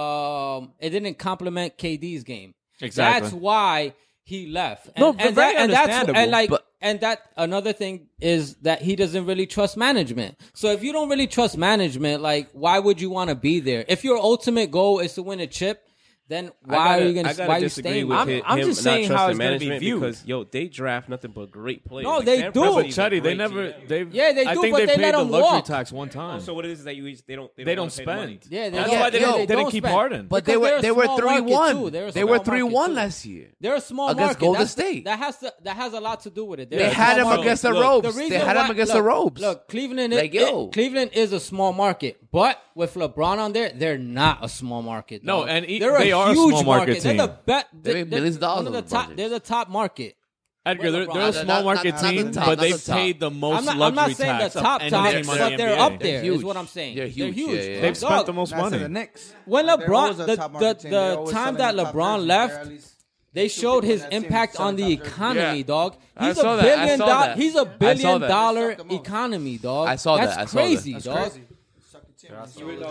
um it didn't complement KD's game. Exactly. That's why he left. And, No, and, but that, very and that's understandable. and like But- and that another thing is that he doesn't really trust management. So if you don't really trust management, like why would you want to be there? If your ultimate goal is to win a chip, then why are you I gonna gotta why are you disagree staying? with I'm- him, I'm him just not saying how trusting it's gonna be management viewed. because yo, they draft nothing but great players. No, Like, they Sam do. Presti But is a Chetty, they great never. GM. They Yeah, they I do, think but they they paid let the him luxury walk. tax one time. So what it is is that you each- they don't they don't wanna pay the money. spend. Yeah, they that's don't- why they yeah, didn't, they they don't didn't keep spend. Harden. But Because they they're were a they were small three market, one. too. They're a They were small market, three one too. last year. They're a small Against market. Golden That's- State. That has to that has a lot to do with it. They're They a had small him market. against the Look, ropes. They had why- him against the look, ropes. Look, Cleveland is Like, yo. it- Cleveland is a small market, but with LeBron on there, they're not a small market. No, dog. and e- they're they a are a huge small market They're the team. best. They made millions of dollars one on the LeBron top. James. They're the top market. Edgar, they're, LeBron. they're a Not- small not- market not- not team, the top, but not they the top. paid the most I'm not, luxury I'm not saying the tax of top any top, team in the but they're NBA. up there. Is huge. what I'm saying. They're huge, yeah, yeah, yeah. They've Dog, spent the most That's money. the Knicks. When They're always Lebron, a the, top the, market team. They're the always time selling that top LeBron jerseys. They're left, at least- they showed his that seem impact selling on the top jerseys. economy, Yeah. dog. I He's saw a that. I billion saw dollar. that. He's a I saw billion that. dollar Suck them off. economy, dog. I saw that. That's I saw that. crazy, That's dog.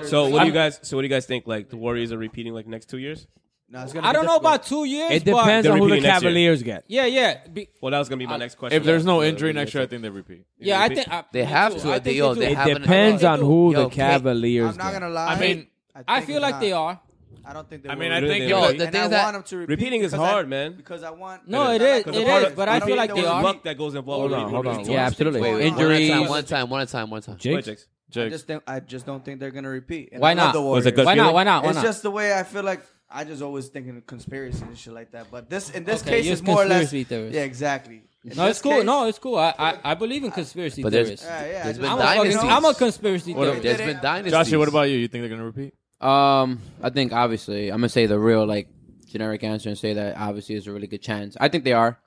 So what do you guys? So what do you guys think? Like the Warriors are repeating like next two years? Nah, it's gonna I be don't know difficult. about two years. it depends They're on who the repeating next year. Cavaliers get. But yeah, yeah, Be- Well, that was gonna be my next question. If there's no Yeah. injury next year, I think they repeat. yeah. I think I, They me have too. to. I They- think yo, do. they have It an- depends on who Yo, the Kate, Cavaliers I'm not get. gonna lie. I mean- I think feel it's like not. they are. I don't think they. I will. mean, I think Yo, they- the and I thing that want them to repeat. Repeating is because I- hard, man. Because I want. No, because I it is. like It the part is. of- But don't I feel think like there they was are. much luck that goes involved. Hold with on, re- hold on. repeating. Yeah, absolutely. Wait, wait, Injuries. One time, one time, one time, one time. Go ahead, Jakes. I Jake, just think I just don't think they're gonna repeat. And Why I love not? The Was it Warriors. good Why not? feeling? Why not? Why it's not? just the way I feel like I just always thinking of conspiracy and shit like that. But this in this Okay, case you're is more or less conspiracy theorist. yeah, exactly. In No, this it's cool. case- No, it's cool. I I, I believe in conspiracy But there's theorists. Yeah, yeah, I there's just- been I'm a, fucking, dynasties. I'm a conspiracy What if theorist. they- There's been dynasties. Joshie, what about you? You think they're gonna repeat? Um, I think obviously I'm gonna say the real like generic answer and say that obviously is a really good chance. I think they are,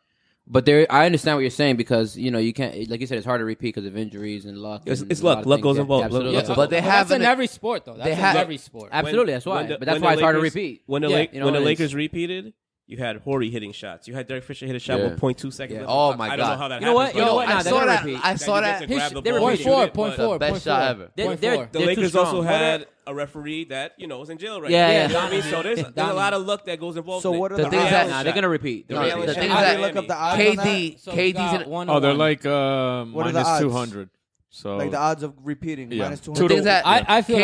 but there I understand what you're saying because you know you can't like you said it's hard to repeat because of injuries and luck. It's- and it's a lot luck. of Luck things. goes Yeah, involved. Absolutely, Luck goes Yeah. But they that's have in an- every sport though. That's they in have- every sport. absolutely that's why. When the- but that's when why the it's hard to Lakers- repeat. When the Yeah, Lake- you know when the what it is. Lakers repeated, You had Horry hitting shots. You had Derek Fisher hit a shot Yeah. with 0.2 seconds. Yeah. left. Oh, my I don't know God. how that You know what? happens, You know but what? Nah, I they saw were that. repeating. I They saw were that. repeating. Grab the They were ball and repeating. shoot it, but- Point four, The best point shot four. ever. Point They're- four. they're- The they're too Lakers also strong. had a referee that you know was in jail right Yeah, now. yeah. You know what I mean? So Dominant. there's, there's a lot of luck that goes involved. in it. the things that nah, they're gonna repeat? The reality the check. thing is How do that you look up the KD, odds on that? KD, So KD's we got in, one Oh, they're like uh, What are the minus odds? two hundred. So Like the odds of repeating, minus Two 200. to one.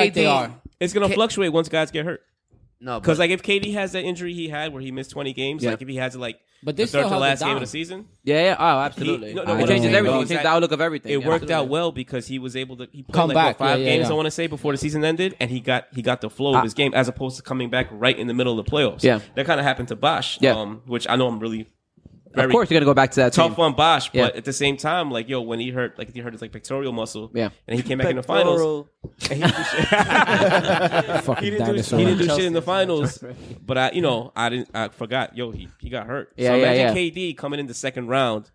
It's gonna K- fluctuate once guys get hurt. No, because but- like if KD has that injury he had where he missed 20 games, Yeah. like if he has it like But they the still third to held it last game down. of the season, Yeah, yeah. Oh, he- absolutely. no, It no, what I'm changes saying everything. It is changes that the outlook of everything. It Yeah, worked out absolutely. well because he was able to he played Come like back. what, five Yeah, yeah, games yeah. I want to say before the season ended, and he got he got the flow Ah. of his game as opposed to coming back right in the middle of the playoffs. Yeah. that kind of happened to Bosch. Yeah. um, which I know I'm really. Of course, you're gonna go back to that tough team. on Bosch, Yeah. but at the same time, like yo, when he hurt, like he hurt his like pectoral muscle, Yeah. and he came back in the finals. and he didn't do shit. Fucking he didn't do, dinosaur. he didn't do shit Chelsea in the finals, but I, you know, I didn't. I forgot. Yo, he, he got hurt. Yeah, so yeah, imagine yeah. KD coming in the second round,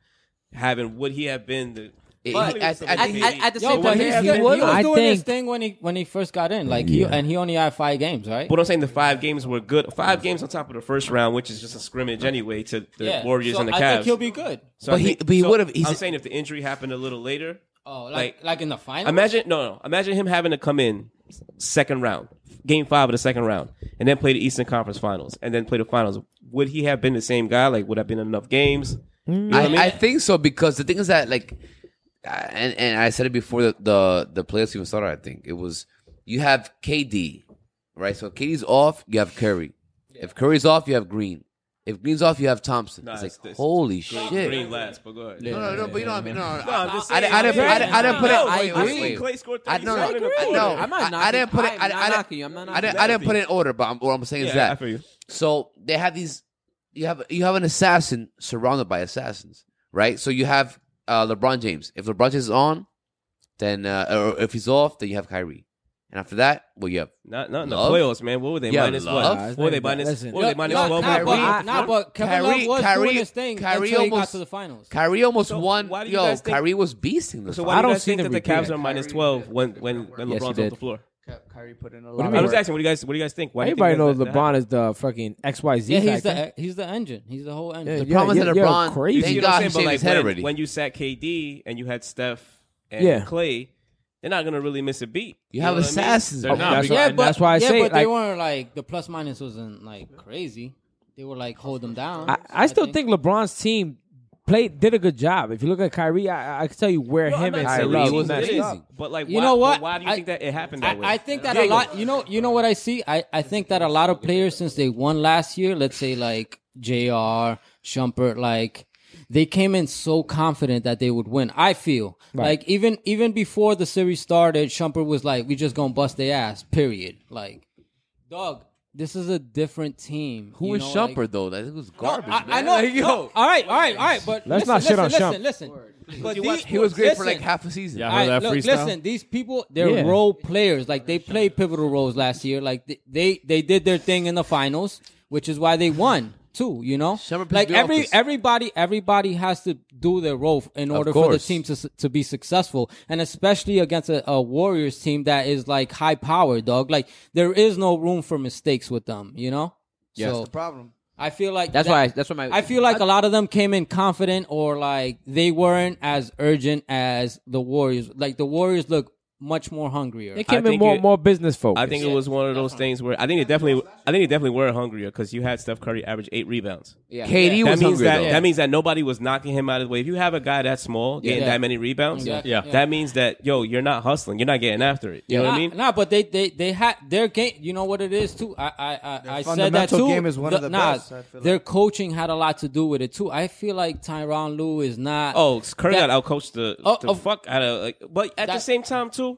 having would he have been the But- at- at- at- at the Yo, but he's, he, I was, he was doing think- this thing when he when he first got in, like he, and he only had five games, right? But I'm saying the five games were good. Five games on top of the first round, which is just a scrimmage anyway to the Yeah. Warriors So and the I Cavs. think he'll be good. I But he- think- but he would've- I'm he's- saying if the injury happened a little later. Oh, like- like in the finals? Imagine no, no. Imagine him having to come in second round, game five of the second round, and then play the Eastern Conference Finals, and then play the finals. Would he have been the same guy? Like, would have been enough games? You know what I, I mean? I think so because the thing is that like, I- and and I said it before the the, the playoffs even started. I think it was you have KD, right? So if KD's off, you have Curry. If Curry's off, you have Green. If Green's off, you have Thompson. Nah, it's it's like this- holy Green- shit. Green last, but go ahead. No, no, no, but you know what I mean. No, no, no. I'm just I, I, saying. I, didn't, I, didn't, I didn't put it. No, I wait, wait, agree. wait. Clay scored I, no, no, 37 in a I, quarter. no, I'm not I- I knocking- didn't put it. I'm I, not I, didn't, knocking you. I'm not I didn't. knocking I you. didn't put it in order, but I'm, what I'm saying is Yeah, that. I feel you. So they have these. You have you have an assassin surrounded by assassins, right? So you have uh, LeBron James. If LeBron James is on, then uh, or if he's off, then you have Kyrie. And after that, well, you have Not not in the Love? playoffs, man. What were they Yeah, minus love. what? What were they minus? What were they Yo, minus nah, twelve? nah, Kyrie? but, nah, but Kevin Kyrie, Love was Kyrie, doing his thing Kyrie until he almost got to the finals. Kyrie almost So won. why do you Yo, guys think- Kyrie was beasting this. So So why do you guys seen think that him the repeat Cavs it. are minus twelve when when when Yes, he LeBron's did. off the floor? Kyrie put in a I lot. was asking, what do you guys what do you guys think? Why do you Everybody think that- knows that LeBron happened? is the fucking XYZ Yeah, he's factor. the he's the engine. He's the whole engine. Yeah, the yeah, problem is that you're LeBron. crazy. You Thank see what I'm God saying? he But, shaved like, his head when- already. When you sat KD and you had Steph and Yeah. Clay, they're not gonna really miss a beat. you have know what I mean? assassins. They're bro. not. That's because- why, that's why I yeah, say but they like, weren't like the plus minus wasn't like crazy. They were like hold them down. I, So I still think. LeBron's team played did a good job. If you look at Kyrie, I, I can tell you where Well, I'm him not and saying Kyrie he was wasn't matched good, up. But like, You why- know what? but Why do you I- think that it happened that way? I, I think uh, that a Diego. lot. You know, you know what I see. I, I think that a lot of players since they won last year, let's say like Jr. Shumpert, like they came in so confident that they would win. I feel like even even before the series started, Shumpert was like, "We just gonna bust their ass." Period. Like, dog, this is a different team. Who you was know, Shumpert like- though? That was No, garbage. I, I man. know. Like, no, yo, all right, all right, all right. But Let's listen, not shit listen, on listen, Listen, But You the- watch- he was great for listen. like half a season. Yeah, I All heard right, that look, freestyle. listen, these people, they're Yeah. role players. Like they played pivotal roles last year. Like they, they they did their thing in the finals, which is why they won too, you know? Summer pissed Like me off every 'cause- everybody everybody has to do their role in order for the course. team to su- to be successful. And especially against a, a Warriors team that is like high power, dog. Like there is no room for mistakes with them, you know? Yeah. The problem. I feel like That's that- why I- that's what my- I feel like a lot of them came in confident or like they weren't as urgent as the Warriors. Like the Warriors look much more hungrier. They came in think more it- more business focused. I think it was one of those things where I think they definitely, I think they definitely were hungrier because you had Steph Curry average eight rebounds. Yeah. KD that was means hungry that though. that means that nobody was knocking him out of the way. If you have a guy that small getting Yeah. that many rebounds, Exactly. Yeah. that means that yo, you're not hustling, you're not getting after it. You know what I Nah, mean? Nah, but they they they had their game. You know what it is too. I I I, I said that fundamental too. game is one of the nah, best, I feel their coaching had a lot to do with it too. I feel like Tyron Lue is not. Oh, Curry That- got outcoached the, Oh, the oh. fuck out of like, but at the That- same time too,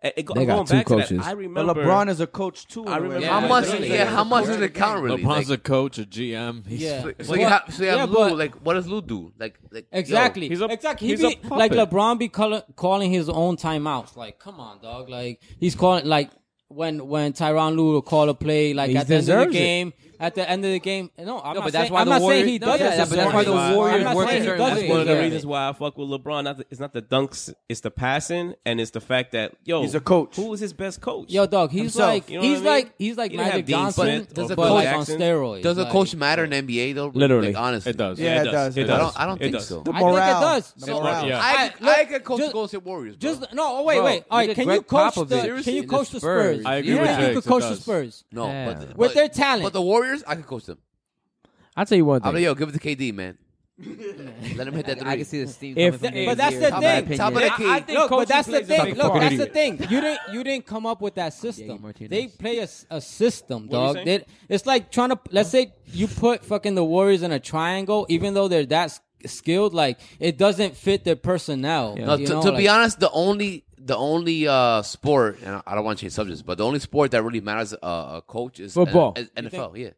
it, it, go- They got going two back to coaches. that, I But remember LeBron is a coach too. in I a way. remember- How Yeah, much? that's Yeah, what I'm how much does it count really? LeBron's Like, a coach, a GM. Um, He's yeah. so you But- have, so you have yeah, Lou. but- Like, what does Lou do? Like, like yo, Exactly. he's a- exactly. He he's be, a like puppet. LeBron be call, calling his own timeouts. Like, come on, dog. Like he's calling like when when Tyron Lue will call a play like He at the end of the deserves it. game. at the end of the game. No, I'm No, not but that's saying, why I'm the not Warriors- saying he no, does yeah, it. but that's why the Warriors I'm work not saying he certain- does that's it. One of the Yeah. reasons why I fuck with LeBron, not the, it's not the dunks, it's the passing, and it's the fact that yo, He's a coach. Who is his best coach? Yo, dog, he's Himself. like You know what he's I mean? like he's like He didn't have Magic Dean Johnson, Smith or does Does a a but coach- like on Jackson? steroids. Does a like- coach matter in NBA though? Literally, like, honestly, it does. Yeah, it does. It It I does. does. don't. I don't It think does. so. The I think it morale. does. The So- morale. Yeah. I, I- look, I could coach just- the Golden State Warriors. Bro. Just no. Oh, wait, Bro, wait. All right, look at can Greg you coach Popovich. the can Seriously? you In coach the the Spurs? Spurs. I agree yeah. with You Jake, could it coach the does. Spurs. no, Yeah. but, With but- their talent. But the Warriors, I could coach them. I'll tell you one I'm thing. like, yo, give it to KD, man. Let him hit that three. I can see the steam. If- coming from if- Dave But that's Pierce, the in my thing. opinion. Top of the key. Look, but coaching that's the plays a thing. big Look, part. that's the thing. You didn't you didn't come up with that system. Martinez. they play a, s- a system, were you dog. saying? They- it's like trying to let's say you put fucking the Warriors in a triangle, even though they're that s- skilled, like it doesn't fit their personnel. No, you to, know, to be like- honest, the only the only uh, sport, and I- I don't want to change subjects, but the only sport that really matters uh, a coach is Football. N- is NFL. Yeah,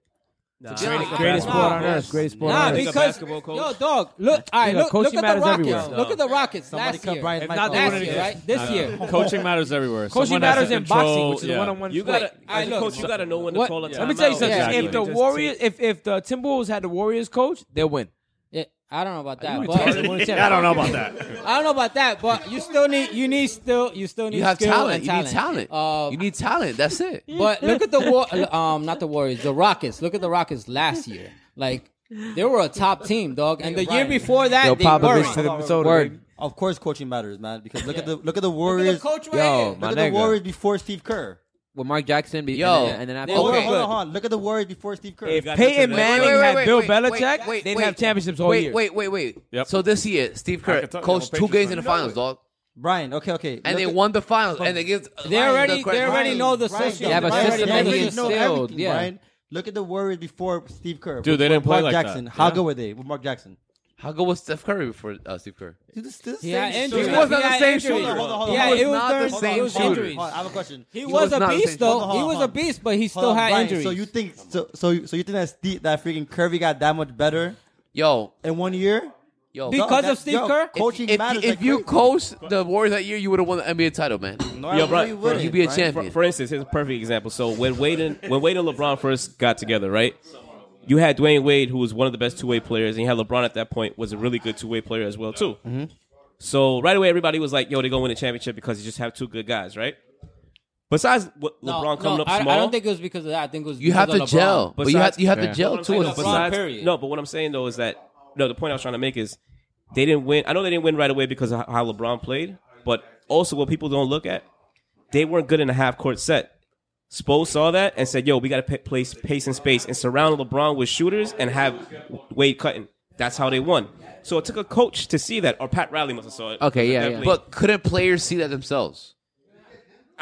Nah, Greatest- nah, Greatest nah, sport on nah. earth. Greatest sport Nah, on earth. He's a because basketball coach. yo, dog, look, all right, Yeah, look, look coaching at the matters Rockets. everywhere. Look at the Rockets Somebody last cut year, Brian's If mic not off. last Winning year, it. right? This year, Coaching matters everywhere. Coaching Someone has matters to in boxing, control- which is a yeah. one-on-one You fight. gotta, I as a look- coach, you gotta know when to What- call a timeout. Let me tell you something. Exactly. If the Just Warriors, if if the Timberwolves had the Warriors coach, they'll win. Yeah, I don't know about that. retarded? But, I don't know about that. I don't know about that, but you still need you need still you still need you have skill talent. and You need talent. Uh, you need talent. That's it. But look at the war. Um, not the Warriors, the Rockets. Look at the Rockets last year. Like they were a top team, dog. And the year before that, Yo, they Popovich to were. the Minnesota. Word. baby. Of course, coaching matters, man. Because look at Yeah. the look at the Look at the Warriors. Look coach right Yo, here. my at nigga. the Warriors before Steve Kerr. with Mark Jackson. Be, Yo. and then, and then after Hold on, Okay. hold on, hold on. Look at the Warriors before Steve Kerr. If got Peyton to- Manning Wait, wait, had wait, Bill wait, Belichick, wait, they didn't wait. have championships all Wait, year. wait, wait, wait. Yep. So this year, Steve Kerr can tell you, coached I'm a two Patriots games fan. in the You know finals, dog, Brian, okay, okay. and Look they at- won the finals, and they give. They already they already Brian, know the Brian, system. They have a Brian, system you that he already know instilled, everything, yeah. Brian. Look at the Warriors before Steve Kerr. Dude, they before didn't play Mark like that. Jackson. How Yeah. good were they with Mark Jackson? How good was Steph Curry before uh, Steve Kerr? Dude, this, this He had same injuries. shit. He wasn't He the had same injuries. shooter. Hold on, hold on, Yeah, hold on. it was Not the during- same it was shooter. injuries. Hold on, I have a question. He was was a not the same- beast Hold though. on, hold He on, was a hold on. beast, but he Hold still on, had Brian, injuries. So you think so? So so you think that Steve, that freaking Curry got that much better Yo, in one year? yo. Because Dog, of that- Steve yo, Kerr? coaching if, matters. if like you crazy. coached the Warriors that year, you would have won the NBA title, man. no, Yo, I Brian, really wouldn't, You'd be a Brian. champion. For, for instance, here's a perfect example. So when Wade and when Wade and LeBron first got together, right? You had Dwayne Wade, who was one of the best two way players, and you had LeBron at that point was a really good two way player as well too. Mm-hmm. So right away, everybody was like, "Yo, they're going to win the championship because you just have two good guys, right?" Besides what No, LeBron coming no, up I, small, I don't think it was because of that. I think it was You have because to of LeBron. gel, but you have Besides- you have to Yeah. gel What I'm too. saying, as a though, team. besides- besides- period. No, but what I'm saying though is that no, the point I was trying to make is they didn't win. I know they didn't win right away because of how LeBron played, but also what people don't look at, they weren't good in a half court set. Spo saw that and said, "Yo, we got to place pace and space and surround LeBron with shooters and have Wade cutting." That's how they won. So it took a coach to see that, or Pat Riley must have saw it. Okay, yeah, yeah. Definitely. But couldn't players see that themselves?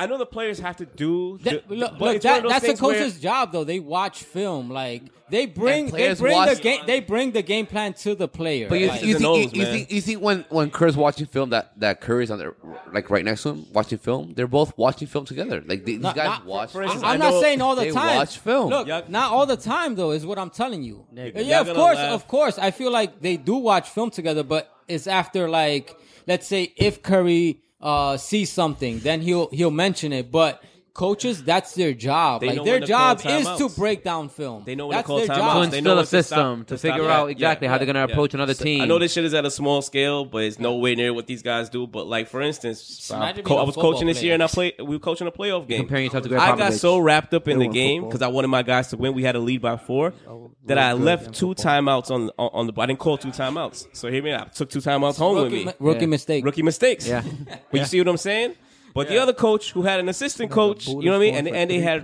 I know the players have to do. That- the- look, but look, it's one that- of those that's the things where- coach's job, though. They watch film, like they bring they players bring watch- the game they bring the game plan to the player. But you, Like, you, think, nose, you, you man. think you think when when Kerr's watching film that that Curry's on there like right next to him watching film, they're both watching film together. Like these Not- guys not- watch. for instance, I'm I not know saying all the they time. watch film. Look, Yup. not all the time though is what I'm telling you. Y'all Yeah, of gonna course, laugh. of course. I feel like they do watch film together, but it's after like let's say if Curry uh, sees something, then he'll he'll mention it. But coaches, that's their job. They know like their when to call job is to timeouts. break down film. They know when to that's call their timeouts. to job. They know instill what a system stop- to figure stop. out exactly how they're gonna approach another So I team. know this shit is at a small scale, but it's no way near what these guys do. But like for instance, I, Imagine co- being a I was football coaching this player. year, and I played. We were coaching a playoff game. comparing yourself to Greg I got Popovich. so wrapped up in the won game football. because I wanted my guys to win. We had a lead by four Oh, that I left two timeouts on on, on the. I didn't call two timeouts. So hear me out. I took two timeouts home with Rookie, me. mi- rookie Yeah. mistake. Rookie mistakes. Yeah. but you see what I'm saying? But the other coach who had an assistant coach, you know what I mean, and and they had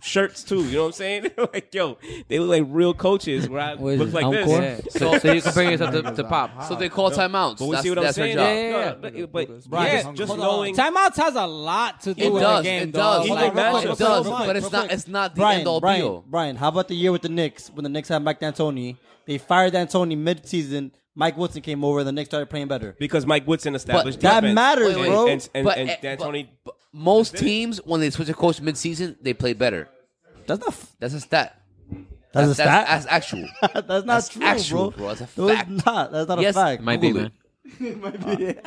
shirts too. You know what I'm saying? like yo, they look like real coaches where I What is look it, like this. Encore? Yeah. So, so you're comparing yourself to, to Pop. So they call timeouts. But we that's, see what I'm that's saying. Their job. Yeah, yeah, No, no, but, but Brian, yes, hold just on. knowing. Timeouts has a lot to do It with does, the game, it does, dog. Even Hold on, matchup. real quick, It real does, quick, but it's real not- quick. it's not the Brian, end-all Brian, be-all. Brian, how about the year with the Knicks when the Knicks had Mike D'Antoni? They fired D'Antoni mid-season. Mike Woodson came over. The Knicks started playing better. Because Mike Woodson established that defense. matters, and, bro. And, and, But- and eh, D'Antoni, but most teams when they switch a coach mid-season, they play better. That's not. f- That's a stat. That's a stat. That's, actual. That's not that's true, actual, bro. bro. That's a No, it's fact. not. That's not yes, a fact. Might be Google man. it.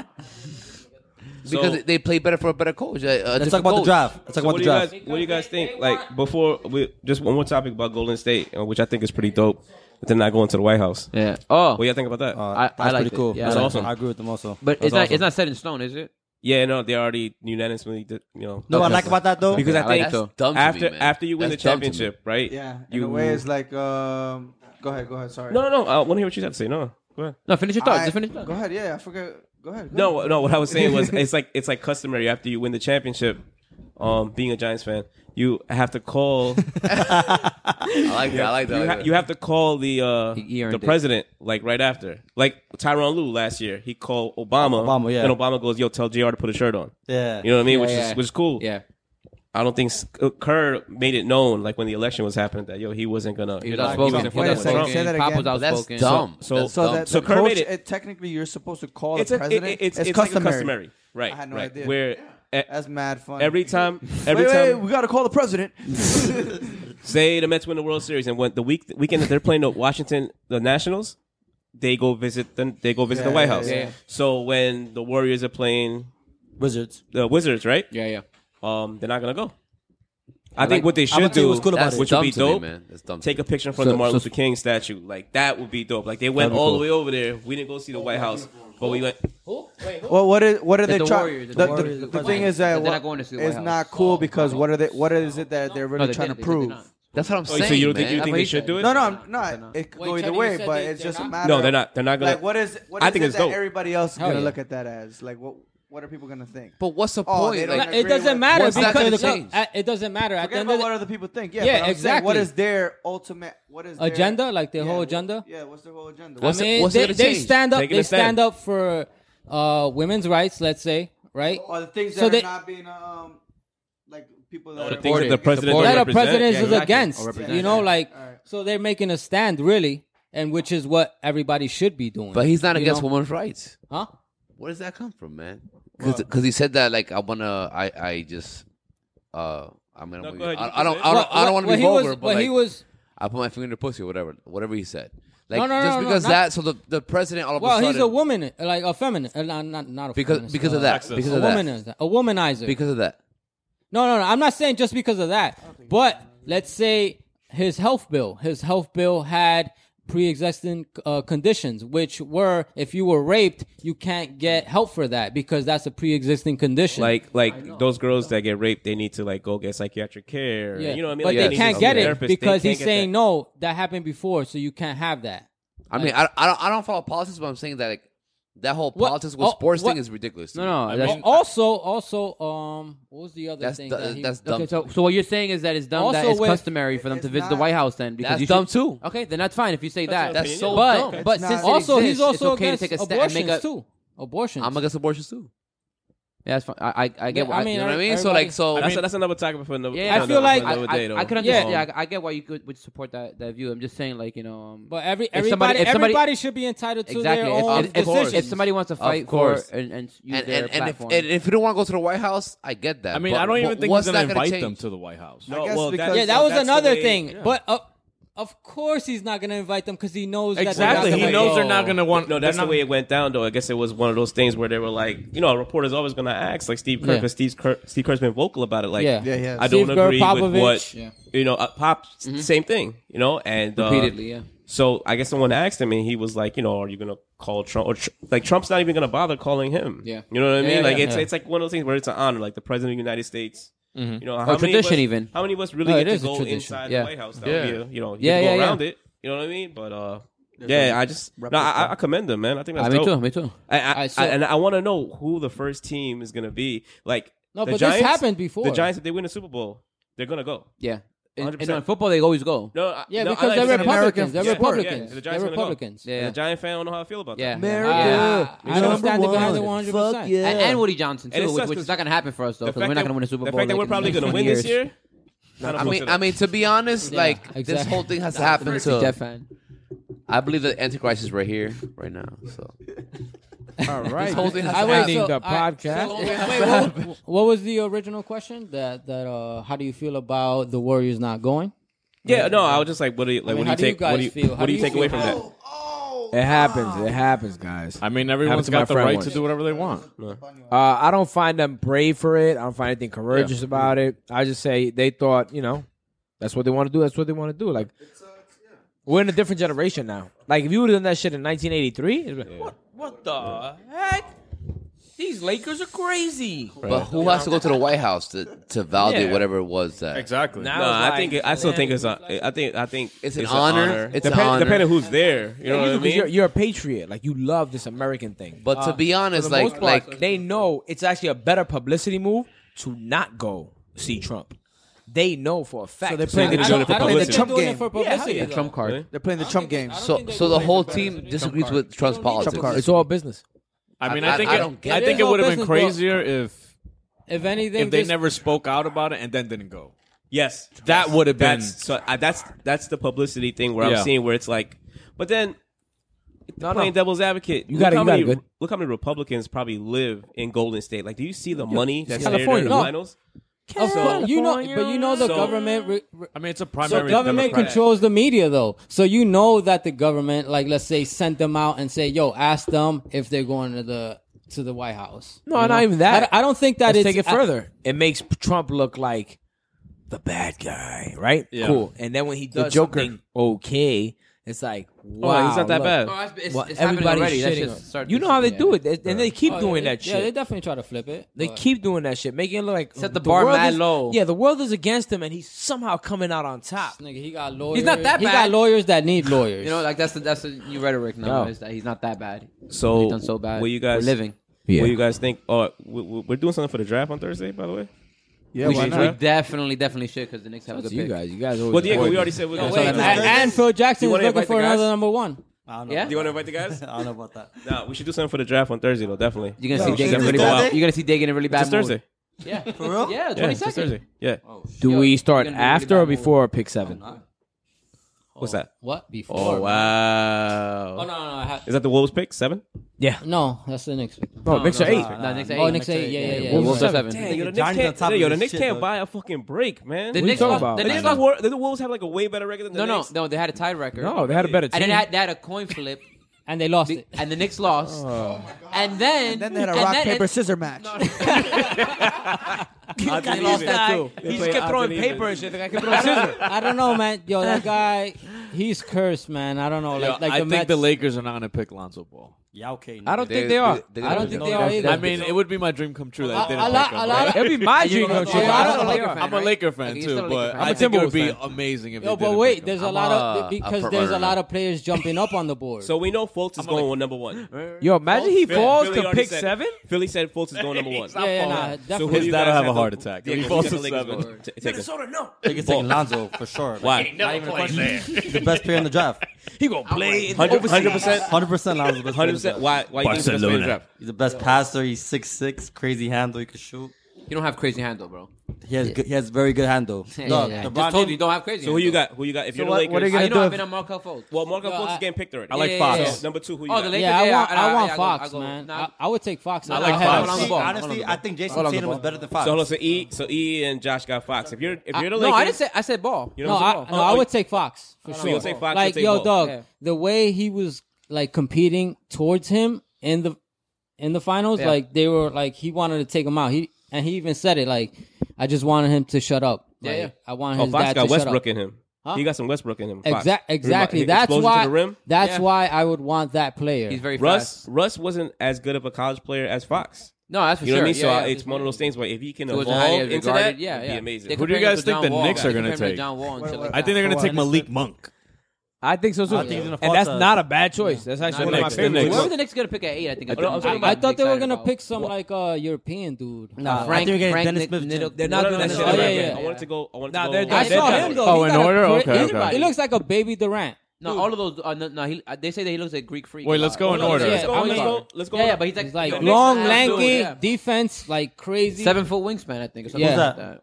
because So- they play better for a better coach. a- a Uh, different coach. So what do you Guys, what do you guys think? Like before, we, just one more topic about Golden State, uh, which I think is pretty dope. But then not going to the White House. Yeah. Oh, what do you think about that? I- I like it. Yeah, That's I like awesome. it. I agree with them also. But That's it's not awesome. it's not set in stone, is it? Yeah, no, they already unanimously, did, you know. No, I like about that, though. because I, I like think it, though. Dumb to me, after man. after you win That's the dumb to me. championship, right? Yeah, in you a way, it's like um. Go ahead, go ahead. Sorry. no, no, no. I want to hear what you have to say. No, go ahead. No, finish your I, thought. Just finish your go thought. ahead. Yeah, I forget. Go ahead. go No, ahead. no. What I was saying was, it's like it's like customary after you win the championship. Um, being a Giants fan, you have to call. I like that. I like that. I you, like ha- that. you have to call the uh, he earned the it. president like right after, like Tyronn Lue last year. He called Obama, Obama, yeah. and Obama goes, "Yo, tell Jr. to put a shirt on." Yeah. You know what I mean? Yeah, which yeah. is which is cool. Yeah. I don't think S- uh, Kerr made it known like when the election was happening that yo he wasn't gonna He was know, outspoken. wasn't He was fucking with second. Trump. Say that outspoken. Pop again. was But that's outspoken. dumb. So- that's so dumb. So that So the Kerr coach, made it- it, technically, you're supposed to call It's the a, it, president. it, it's, it's, like a customary. customary, right? I had no right. idea. Where eh, That's mad fun. every time, every wait, wait, time, we gotta call the president. say the Mets win the World Series and when the week weekend that they're playing the Washington the Nationals, they go visit the, they go visit the Yeah, White yeah, House. yeah. So when the Warriors are playing Wizards. the Wizards, right? Yeah, yeah. Um, they're not gonna go. I, think what they should I'ma tell you do, what's cool about That's it. which dumb would be to me, dope, man. That's dumb. to take me. a picture in front of the Martin Luther King statue. Like that would be dope. Like they went all the way over there. We didn't go see the White House, but we went. Well, what is what are The they trying? Warriors, The, the the, Warriors, the the thing Lions. is that But they're not going to see the it's White not House. cool because what are they? What is it that they're really No, they trying didn't. to They did prove? not. That's what I'm Oh, saying. so you don't think man. you think what they he should said. do it? No, no, I'm not. not. It could Wait, go either Teddy, you way, said but they- it's they're just a not? matter. No, they're of- not. They're not gonna- Like, what is what I is think it it's that dope. everybody else is Hell gonna yeah. look at that as? Like, what what are people gonna think? But what's the Oh, point? they don't Like, agree It doesn't with- matter What's that because gonna look, change? I- it doesn't matter at the Forget end about of what the, other people think. Yeah, but Yeah, I'm saying, What exactly. is their ultimate? What is their- Agenda? Like their Yeah, whole what- agenda? Yeah, what's their whole agenda? What's I it- mean, what's it they, gonna they change? stand up. Taking They a stand. stand up for uh, women's rights. Let's say, right? or the things that So are they- not being um like people that The are things that the against- president Or don't that a represent. president Yeah, is exactly. Or against. represent. You know, Yeah. like Alright. so they're making a stand really, and which is what everybody should be doing. But he's not you against know? women's rights. huh? Where does that come from, man? Because he said that like I wanna I I just uh I'm gonna No, be- go ahead, you I, can I don't say it. I don't, I don't want to Well, be he was- vulgar, but, well, like, he was. I put my finger in the pussy or whatever whatever he said. Like No, no, just no, no, because not- that so the, the president all of a Well, sudden he's a woman, like a feminist, uh, not not not a because feminist, because uh, of that because a of that womanizer, a womanizer. because of that. No, no, no. I'm not saying just because of that. But let's say his health bill. His health bill had pre-existing uh, conditions, which were if you were raped, you can't get help for that because that's a pre-existing condition. Like like those girls that get raped, they need to like go get psychiatric care. Yeah. You know what I mean? But Like, they need can't to get see a it therapist. They because can't he's get saying that. no, that happened before, so you can't have that. I mean I, I don't I don't follow politics, but I'm saying that like that whole What- politics with oh, sports what- thing is ridiculous. to No, me. no, I that's- mean, Also, also, um, what was the other That's thing? du- that he- that's dumb. Okay, so so what you're saying is that it's dumb that Also it's with- customary for them to it's visit the not- White House then because That's you should, dumb too. Okay, then that's fine if you say that. That's opinion. so but dumb. but It's since not- it also, he's exists, also it's okay to against take a stand and abortions make a. too. Abortions. I'm against abortions too. Yeah, that's fine. I I, I get Yeah, what I I mean, you know what I mean. So everybody- like so. That's, a- that's another topic for another. yeah, no, I feel no, like for I, another I, day, though. I could Yeah. understand. Yeah, I, I get why you could would support that, that view. I'm just saying, like you know, um, but every if everybody, somebody- if somebody- everybody should be entitled to exactly. their If, own if, if- decisions. if somebody wants to fight for course. and and use And their and, and if platform, and if you don't want to go to the White House, I get that. I mean, But- I don't but even think what's he's gonna that gonna invite change? them to the White House. No, I guess well, because- that's Yeah, the- that was that's the another way- thing. yeah. But uh, of course he's not going to invite them because he knows Exactly. That He they're not knows gonna they're not gonna want. Oh. No, that's they're the not- way it went down, though. I guess it was one of those things where they were like, you know, a reporter's always going to ask, like Steve Kerr, Yeah. because Steve, Kerr, Steve Kerr's been vocal about it. Like, Yeah. Yeah, yeah. I don't Steve Kerr, agree with Popovich. what, Yeah. you know, uh, Pop, same thing, you know, and uh, repeatedly, yeah. So I guess someone asked him, and he was like, you know, are you going to call Trump? Or tr- like, Trump's not even going to bother calling him. Yeah. You know what I mean? Yeah, like, yeah, it's yeah. it's like one of those things where it's an honor, like the president of the United States. You know, how many tradition of us, even. How many of us really No, it get to is a go tradition. inside Yeah. the White House? That Yeah. would be a- you know, you Yeah, yeah, go yeah, yeah. around it. You know what I mean? But uh, yeah, I just no, I, I commend them, man. I Ah, think that's I me dope. too, me too. I, I, I- so- I- and I want to know who the first team is going to be. Like No, the but this Giants, happened before. The Giants, if they win the Super Bowl, they're going to go. Yeah, and, and 100%. on football they always go. No, I- Yeah, no, I because like- they're Yeah, Republicans. They're yeah, Republicans. yeah, the Giants they're gonna go. Republicans. Yeah. As a Giant fan, I don't know how I feel about Yeah. that. America. I don't stand behind the 100. percent And, and Woody Johnson too, And it which, sucks which 'cause is not going to happen for us though, The because we're not fact that- going to win a Super the Bowl. fact that like, we're in the probably next going to 20 win this years. year. not I opposed mean, to I that. mean, to be honest, Yeah, like this exactly. whole thing has happened Big Jet to. fan. I believe the Antichrist is right here, right now. So All right. whole thing has I to happen. ending the I- podcast. so- wait, what, what was the original question? That that uh, how do you feel about the Warriors not going? yeah, no, I was just like, what do you like? mean, what do how you do you take? What do guys you, feel? How what do do you you take away feel from that? about- It happens. It happens, guys. I mean, Happened everyone's to my got the friend right once. to do whatever they want. Uh, I don't find them brave for it. I don't find anything courageous Yeah. about it. I just say they thought, you know, that's what they want to do. That's what they want to do. Like, we're in a different generation now. Like, if you would have done that shit in 1983, it'd be like, what? What the heck? These Lakers are crazy. But who has to go to the White House to, to validate Yeah. whatever it was that? Exactly. Now No, it's I think like- it, I still think it's a, I think I think It's an honor. It's an Depen- honor. depending who's there. You know what I Because You're, mean? you're a patriot. Like, you love this American thing. Uh, But to be honest, for the like most part, like they know it's actually a better publicity move to not go see Trump. They know for a fact. So they're it's playing not the gonna Trump- happen. they're playing the Trump doing game. it for publicity. yeah. though. Trump card. Really? They're playing the Trump game. I don't so think they so would the play whole for team president. disagrees with Trump's politics. card. It's all business. I mean, I- I, think I it, don't get I it. think it There's would no have been business, bro. crazier if If anything, if they just- never spoke out about it and then didn't go. Yes, That would have been- That's, so I, that's that's the publicity thing where Yeah. I'm seeing where it's like, but then No, playing no. devil's advocate, You look got it, how you got many it, good. look how many Republicans probably live in Golden State. Like, do you see the money that's California. California in the No. finals? Of course, you know, but you know the So- government. Re- re- I mean, it's a so primary. government Democrat. controls the media though. So you know that the government, like let's say, sent them out and say, "Yo, ask them if they're going to the to the White House." No, You not know? even that. I, I don't think that Let's it's take it I- further. it makes Trump look like the bad guy, right? Yeah. Cool. And then when he does Joker. something okay, it's like, wow, Well, he's not that look. bad. Oh, it's, it's, Well, it's happening everybody's already. That shitting shit's on- started You to- know how they yeah. do it, They- and they keep Oh, doing yeah, that yeah, shit. they definitely try to flip it. They but- keep doing that shit, making it look like Set the bar world mad is- low. Yeah, the world is against him, and he's somehow coming out on top. Nigga, he got lawyers. He's not that he bad. got lawyers that need lawyers. You know, like that's the that's the new rhetoric now. No. Is that he's not that bad. So he's done so bad. Will you guys We're living? Yeah. What do you guys think? Oh, we, we- we're doing something for the draft on Thursday, by the way. Yeah, we, why should- not? we definitely definitely should because the Knicks have a That's good you pick. guys. You guys always. Well, Diego, avoid we it. already said we're going Wait, to and, do something. and Phil Jackson You is wanna looking invite the for another guys? number one. I don't know. Yeah, Do you want to invite the guys? I don't know about that. No, we should do something for the draft on Thursday, though. Definitely. you're gonna Yeah, see we Dig in should a really do bad. that. You're gonna see Dig in a really bad It's mood. Thursday. Yeah, For real? yeah, Yeah, twenty it's second. Thursday. Yeah. Do Yo, we you're start Oh, gonna be really after or bad mood. before pick seven? What's that? What before? Oh wow! Oh no, no, no, I ha- Is that the Wolves pick seven? Yeah. no. That's the next. pick. No, mix are eight. no, No, Knicks no, are Oh, eight. Knicks are eight. Yeah, yeah, yeah. Wolves yeah. are seven. Dang, yo, the Knicks Johnny's on can't, top of yo, the this Knicks shit, can't dog. buy a fucking break, man. The you Knicks talking lost- about? the The, Knicks Knicks lost- were- the Wolves have like a way better record than the No, no, Knicks. no. They had a tie record. No, they had a better team. And then they had, they had a coin flip, And they lost be- it. and the Knicks lost. And then Then they had a rock and then- paper scissor match. They lost that too. They play odds and evens. shit. The guy kept throwing scissors. I don't know, man. Yo, that guy, he's cursed, man. I don't know. Yeah, Like, like I the think Mets, the Lakers are not going to pick Lonzo Ball. Yeah, okay. I don't think they are. I don't think they are either. Yeah. I mean, it would be my dream come true that A- they a didn't lot- pick him. a lot- right? It'd be my dream don't come know. true. Yeah, I don't know. I Laker fan, I'm a right? Laker fan Okay, you're too, still a Laker but fan. I I'm a think it would Timberwolves be fan. amazing if. Yo, they but didn't wait, pick him. there's a I'm lot a- of a because front there's a runner. lot of players jumping up on the board. So we know Fultz is going with number one. don't- Yo, imagine he Phil- falls Philly to already pick said- seven. Philly said Fultz is going number one. yeah, yeah, nah, So definitely. who do His you dad guys will have a the- heart attack. Yeah, If he who falls do you to guys think is seven. going to- to take it? no. They could take Lonzo for sure. Like, Why? Not even a question. He's the best player in the draft. He gonna play. in the- 100 percent. 100% Lonzo's the best player. in Hundred the percent. draft. Why? Why you think he's the best player in the draft? He's the best passer. He's six six, crazy handle. He can shoot. You don't have crazy handle, bro. He has good, he has very good handle. Yeah, Dog, yeah, yeah. LeBron Just told didn't- you you don't have crazy. So who you handle. got? Who Ah, you got? If So you're what- the Lakers, what are you I gonna you know do I've if- been on Markel Fultz. well, Marco Yo, Fultz I- is getting picked already. I like Yeah, Fox. yeah, So, number two. Who you Oh, got? the Lakers. yeah, I yeah, want, I- I, I- want I go- Fox, I go- man. nah. I, I would take Fox. I like ahead of Fox. on the honestly, ball. honestly, I think Jason on the Tatum ball. was better than Fox. So hold on. So E, so E and Josh got Fox. If you're if you're the No, Lakers, I didn't say. I said ball. You know No, what I'm I, saying? no, Oh, I oh, would take Fox for so sure. you'll take Fox. like you'll take yo, Walt. dog, Yeah. the way he was like competing towards him in the in the finals, Yeah. like they were like he wanted to take him out. He and he even said it like, I just wanted him to shut up. Yeah, Like, yeah. I wanted Oh, his Fox dad got to shut up. Westbrook in him. He got some Westbrook in him. Fox. Exac- exactly. Remi- That's explosion why. To the rim. That's Yeah. why I would want that player. He's very Russ fast. Russ wasn't as good of a college player as Fox. No, that's for You know sure. what I mean? so Yeah, uh, yeah. it's one of those things where if he can It was evolve a high end into regarded- that, yeah, it'd be yeah. amazing. They Who- do you compare him guys to John think the Wall. Knicks are They gonna compare him to take? John Wall and shit like I think they're going to take Malik Monk. I think so too. I think he's gonna fall and that's to- not a bad choice. That's actually Nah, one of my Knicks, favorite. Knicks. choices. Whoever the Knicks gonna pick at eight, I think. I was talking I about- thought they were gonna pick some like uh European dude. Uh, Nah, Frank- I think we're Frank getting Dennis Nick- Smith. Niddle- They're No, not no, doing no, that no, shit. no, Oh, no, yeah, no, yeah. I wanted to go. I wanted Nah, to go. they're- I they're saw definitely- him though. Oh, He in got a order? cra- Okay, he- okay. He looks like a baby Durant. No, all of those. Uh, no, no, he, uh, they say that he looks like Greek freak. Wait, a let's lot. go in Hold on, order. Let's go. Yeah, Let's I go. mean- Let's go. Yeah, yeah, but he's like, He's like yo, long, Knicks- lanky, Yeah. defense like crazy. seven foot wingspan, I think. Or something Yeah. like that.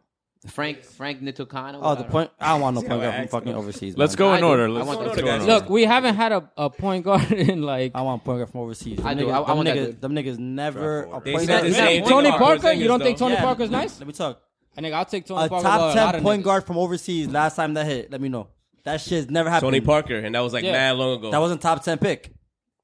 Frank Frank Nitukana. Oh, the point. I don't want no point guard from asked fucking overseas. Let's man. go I in do. I order. want Let's those let's go guys. in order. Look, we haven't had a, a point guard in like I want point guard from overseas. Them I do. niggas- I- I them want that niggas- dude. Them niggas never. a They point guard- said the Yeah, same Tony thing. Parker. Thing You is, don't think though- Tony yeah, Parker's let- nice? Let me talk. I think I'll take Tony A Parker. top over a lot ten of point niggas. guard from overseas. Last time that hit, let me know. That shit's never happened. Tony Parker, and that was like Yeah. mad long ago. That wasn't top ten pick.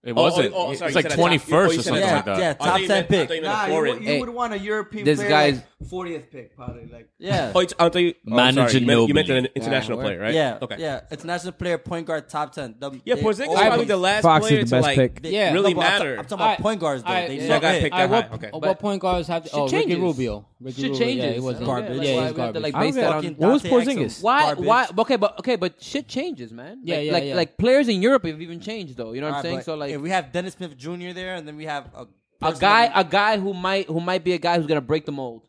It Oh, wasn't. oh, oh, sorry, it's you like said a top- 21st oh, or you said a something top- like that. yeah, top I thought you 10 meant- I pick. thought you meant a Nah, you, foreign. you Hey, would want a European this player, guy's- like, 40th pick, probably. Like Yeah. Oh, it's, um, I thought you, oh, I'm Manager sorry. You, meant, you meant Nobly. an international Yeah, player, right? Yeah. Okay. Yeah. International player, point guard, top ten. The- Yeah, they Porzingis all- is probably the last Fox is player the best to like pick. Yeah. really No, but I'm ta- matter. I'm talking about I- point guards though. I- they yeah, yeah, I got picked that what, high. Okay. what point guards have? To, oh, changes. Ricky Rubio. Ricky Shit Rubio, Yeah, changes. it wasn't Garbage. Yeah, Why he's we have to, garbage. like, I don't base get that it. on- What was Dante Exum. Porzingis? Why? Garbage. Why? Okay, but okay, but shit changes, man. Yeah, like, yeah, like, yeah. like players in Europe have even changed, though. You know what I'm Alright, saying? but So like if we have Dennis Smith Jr. there, and then we have a, a person guy, that a guy who might who might be a guy who's gonna break the mold.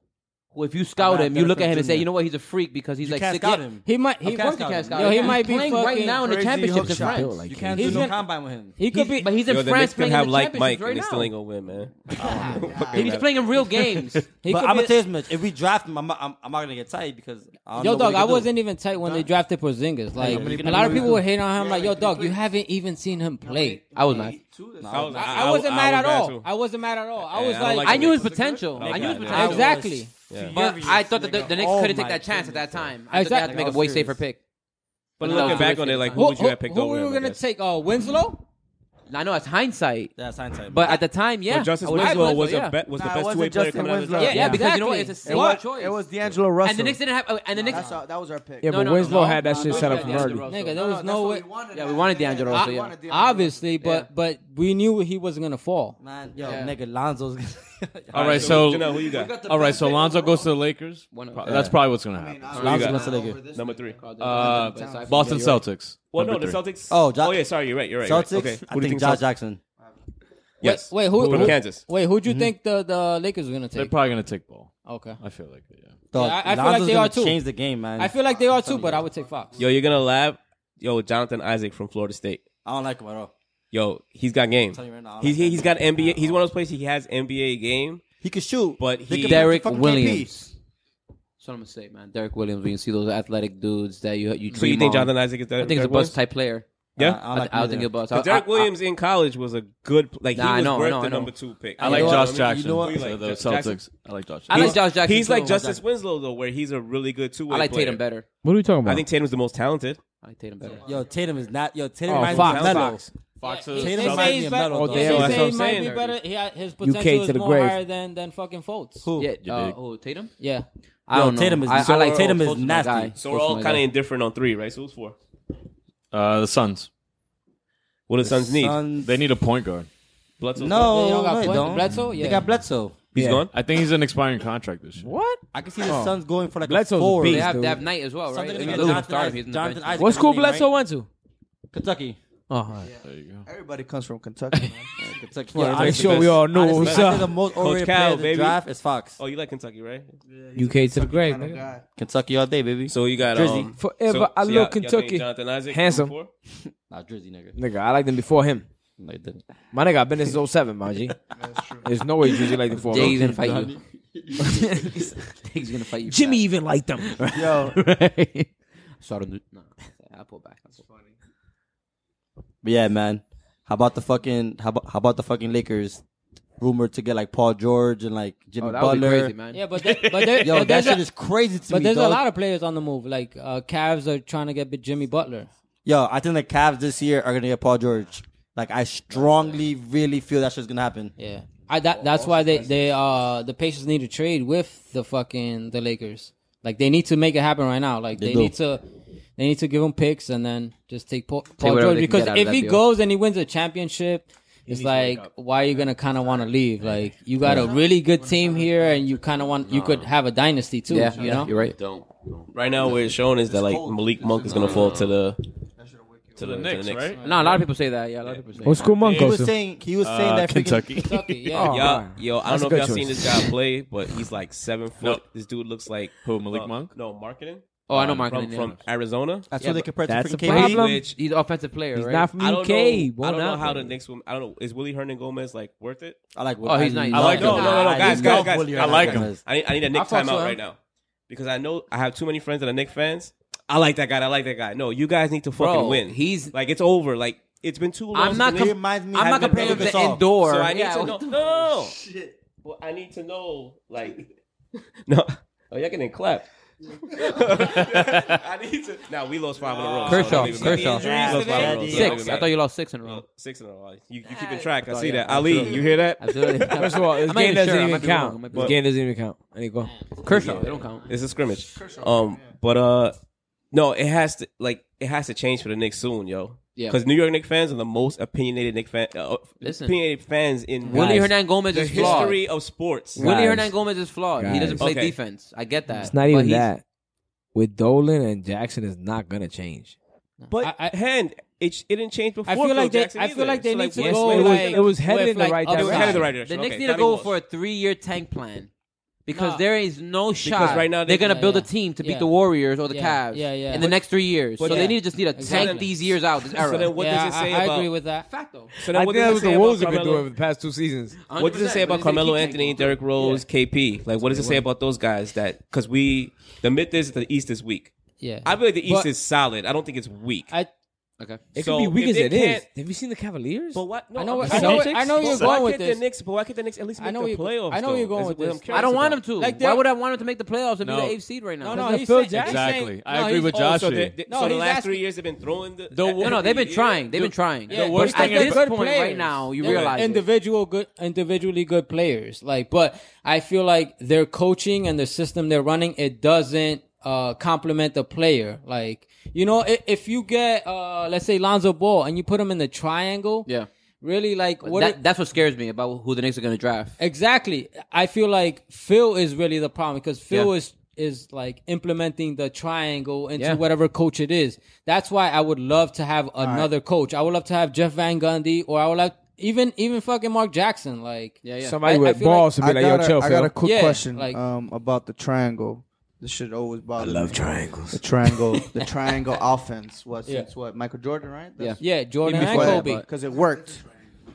Who, if you scout not him, you look at Dennis him and say, Jr. you know what, he's a freak because he's you like can't six. scout yeah, him. He might. Of He, course you scout can't him. scout Yo, him. he He's might be playing right fucking now in the crazy championships in hook shot. France. You can't He's do no gonna- combine with him. he could be. but he's in Yo, the France Knicks playing could in have the like Mike, championships right and they still now. ain't gonna win, man. He's playing in real games. He Oh but could I'm gonna be tell you, this much. if we draft him, I'm, not- I'm, I'm not gonna get tight because I don't know Yo, what dog, he I can do. wasn't even tight when they drafted Porzingis. Like, many a people lot of do people that? were hating on him. Like, yo, dog, you haven't even seen him play. I was nice. I, was, I, I wasn't mad at all. too. I wasn't mad at all. I Yeah, was I don't like, like I the knew way- his potential. I knew his Yeah. potential. exactly. But I thought that the, nigga. the Knicks Oh couldn't take my that chance at that goodness. time. I thought they had to Exactly. make a I was way safer serious. pick. But No, looking it's back wasted on it, like time. who would you have picked who over were him? we I gonna guess? take? Uh, Winslow? I know it's hindsight, That's hindsight. but at the time, yeah, But Justice I would've Winslow said was yeah. a bet was the Nah, it best wasn't two way player Justin coming out of the Winslow. draft. Yeah, yeah, Yeah. because you know what? It's a It safer was, choice. it was D'Angelo Russell. and the Knicks didn't have. uh, And the Knicks. That's our- that was our pick. Yeah, No, but no, no, Winslow no. had that shit no, set no, up from no, early. no, no. Nigga, No, there no, was that's no what way. we wanted Yeah, out we of wanted that. D'Angelo We Russell, yeah. wanted D'Angelo Obviously, but but we knew he wasn't gonna fall. man, yo, Yeah. nigga, Lonzo's. All right, so Janelle, who you got? all right, so Lonzo goes to the Lakers. One of- Pro- That's probably what's gonna Russell. I mean, happen. I- Who you got? Lonzo Russell, nigga. Number three. Uh, But aside from- Boston yeah, you're right. Celtics. Well, no, number the three. Celtics. Oh, Ja- oh yeah, sorry, you're right, you're right. you're Celtics. right. Okay, I who do you think think? Josh Celtics? Jackson. Yes. Wait, who? From who- Kansas. Wait, who'd Mm-hmm. you think the the Lakers were gonna They're take? probably gonna take ball. Okay. I feel like yeah. Dog, Yeah, I- I feel like Lonzo's they gonna are too. Change the game, man. I feel like they are too, but I would take Fox. Yo, you're gonna laugh. Yo, Jonathan Isaac from Florida State. I don't like him at all. Yo, he's got game. telling you right now, I He's like he, has got NBA. He's one of those places he has NBA game. He could shoot, But They he- could- Derek fucking Williams. That's what I'm gonna say, man. Derek Williams. When you see those athletic dudes that you you dream So you think on. Jonathan Isaac is? I think he's a bust type player. Uh, Yeah. I don't like I, I him don't think either. he's a bust. I- But Derek I- I- Williams in college was a good like Nah, I he was know, I worth know, I the know. number two pick. I like know Josh what? Jackson. You know what? so the Like, Celtics. Jackson- I like Josh. I Jackson. like Josh Jackson. He's like too. Justice Winslow though, where he's a really good two way. I like Tatum better. What are we talking about? I think Tatum's the most talented. I like Tatum better. Yo, Tatum is not. Yo, Tatum Oh, reminds Fox. me of Melo. Fox. Fox Yeah, is they Tatum say reminds he's me of better- Melo. Oh, dog. damn. they that's say what he I'm might saying. be better. He, had- his potential to is the more grave. higher than than fucking Fultz. Who? Yeah. You Uh, dig? oh, Tatum. Yeah. I don't know. Tatum is- I, I so like Tatum is Fultz my nasty. guy. So Fultz we're my all guy. kind of indifferent on three, right? So who's four? Uh, the Suns. What do the Suns need? Suns- They need a point guard. Bledsoe. No, They don't got no, they Bled- don't. Bledsoe? Yeah. They got Bledsoe. he's gone. I think he's an expiring contract this year. what? I can see the Suns going for like Bledsoe's a a four. beast. They have dude. they have Knight as well, right? Something They to get lose Jonathan starter if Isaac- he's in the Jonathan bench. Isaac What is school his name, right? Bledsoe went to? Kentucky. Oh, all right. There you go. Everybody comes from Kentucky, man. Kentucky. Yeah, honestly, I'm sure we all knew what honestly, was I think the up. most overrated uh, Cal, player in the baby. draft is Fox. Oh, you like Kentucky, right? UK to the grave, Kind of nigga. guy. Kentucky all day, baby. So you got Drizzy. um, Forever so- I so love y'all- y'all think Kentucky. Jonathan Isaac, Handsome. four? Nah, Drizzy, nigga. Nigga, I liked him before him. No, he didn't. My nigga, I've been there oh since 07, my G. There's no way Juicy liked him before. Jay him. even fight you. He's gonna fight you. for Jimmy even liked them. Yo, Right? that. Sorry, dude. No, I pull back. I pull back. But yeah, man. How about the fucking? How about, how about the fucking Lakers? Rumored to get like Paul George and like Jimmy Oh, that would be Butler. crazy, man. Yeah, but they, but they, Yo, that but there's shit a, is crazy to me. but there's a dog. lot of players on the move. Like uh, Cavs are trying to get Jimmy Butler. Yo, I think the Cavs this year are gonna get Paul George. Like I strongly, really feel that shit's gonna happen. Yeah, I that that's why they they uh the Pacers need to trade with the fucking the Lakers. Like they need to make it happen right now. Like They they, do. need to they need to give him picks and then just take Paul, Paul whatever George they can because get out of if that he deal. goes and he wins a championship. It's like why are you gonna kind of want to leave? Like you got a really good team here, and you kind of want you could have a dynasty too. Yeah, you know. you're right. Don't. don't. Right now, what it's showing is that like Malik Monk is gonna fall to the to the, The Knicks, right? No, a lot of people say that. Yeah, a lot of people say. What that. school Monk He was goes to? saying he was saying Uh, that freaking- Kentucky. Kentucky, yeah. Oh. Y'all, Alright. yo, I That's don't know a good if y'all seen choice. this guy play, but he's like seven foot. Nope. This dude looks like Who, Malik Monk? No, marketing. Oh, I know Um, Mark From, from Arizona. That's what they compared to that's freaking a problem. KD. Which He's an offensive player, He's right? not from I don't UK. know. I Well, don't know now- how the Knicks will. I don't know. Is Willie Hernan Gomez like worth it? I like. Oh, he's I nice. love I like him. Willie No, no, no, Hernan. guys, I guys, love guys. Willie I like Hernan. him. I need, I need a Nick fucks with timeout him. right now because I know I have too many friends that are Nick fans. I like that guy. I like that guy. No, you guys need to fucking Bro, win. he's- like it's over. Like it's been too long. I'm not. since He Com- reminds me. I'm not having comparing him Pau to Gasol. Endor. So I need yeah, to what know. the- No, no, no. Well, I need to know, like, no. Oh, y'all getting clapped. I need to. Now we lost five in a row. Kershaw, so Kershaw. Yeah, Lost five in a row, so six. don't I even thought matter. you lost six in a row. No, Six in a row. You, you keeping track? I Oh, see yeah, that. Ali, absolutely. you hear that? Absolutely. First of all, this I'm not game even doesn't sure. I might even be wrong. I count. might be This wrong. game doesn't even count. There you go. Kershaw, they don't count. It's a scrimmage. Um, but uh, no, it has to like it has to change for the Knicks soon, yo. Yeah. because New York Knicks fans are the most opinionated Knicks fan, uh, Listen. opinionated fans in Willie Guys, Hernan Gomez the is flawed. history of sports. Willie Guys. Hernan Gomez is flawed. He doesn't Guys. play Okay. defense. I get that. It's not But even he's- that. With Dolan and Jackson, is not gonna change. But I- I- hand, it, sh- it didn't change before. I feel Phil like they, Jackson I feel either. like they So, need to what's- go. it was- like, it was headed with, in the like, right upside. It was headed in the right The direction. Knicks Okay, need to thought it go was. for a three-year tank plan because Nah. there is no shot right now they- they're gonna Yeah, build yeah. a team to Yeah. beat the Warriors or the Yeah, Cavs yeah, yeah. in the But- next three years. So but- they need to just need to Exactly. tank these years out this era. So then, what yeah, does it I- say I, about? agree with that. Fact though. I So then, what think that's does what it say the about Wolves have been Carmelo? doing over the past two seasons. What does it say 100%, but about he's gonna Carmelo keep Anthony, tanking. Derrick Rose, KP? Like, what does it say about those guys? That because we the mid is the East is weak. Yeah, I feel like the East But- is solid. I don't think it's weak. I Okay. It So could be weak if as they it is. can't- Have you seen the Cavaliers? But what? No, I know what- I'm I know what- saying- I know where you're But why going with can't this. The Knicks, but why can't the Knicks at least I make know the where you- playoffs? I know where you're going with this. I don't want him to. Like, they're- Why would I want him to make the playoffs and No. be the eighth seed right now? no, no, the he's Phil saying, Jackson- he's Exactly. saying- I no, agree he's- with Oh, Josh. so, here. they- they- No, so the he's last asking- three years they've been throwing the. The wo- No, no, they've been trying. They've been trying. Yeah, But worst at thing is- this good point right players. now, you They're realize it. individual good, individually good players. Like, but I feel like their coaching and the system they're running it doesn't uh complement the player. Like, you know, if, if you get uh let's say Lonzo Ball and you put him in the triangle, Yeah. really like what That- it- that's what scares me about who the Knicks are going to draft. Exactly. I feel like Phil is really the problem because Phil Yeah. is is like implementing the triangle into Yeah. whatever coach it is. That's why I would love to have another coach. I would love to have Jeff Van Gundy or I would like even even fucking Mark Jackson. Like Yeah, yeah. Somebody I- I with feel balls to be like, got yo, a- chill, I got Phil. a quick Yeah, question like- um, about the triangle. This should always bother. I love triangles. the triangle. the triangle offense was since what Michael Jordan, right? That's yeah, Jordan and before that, Kobe. because it worked.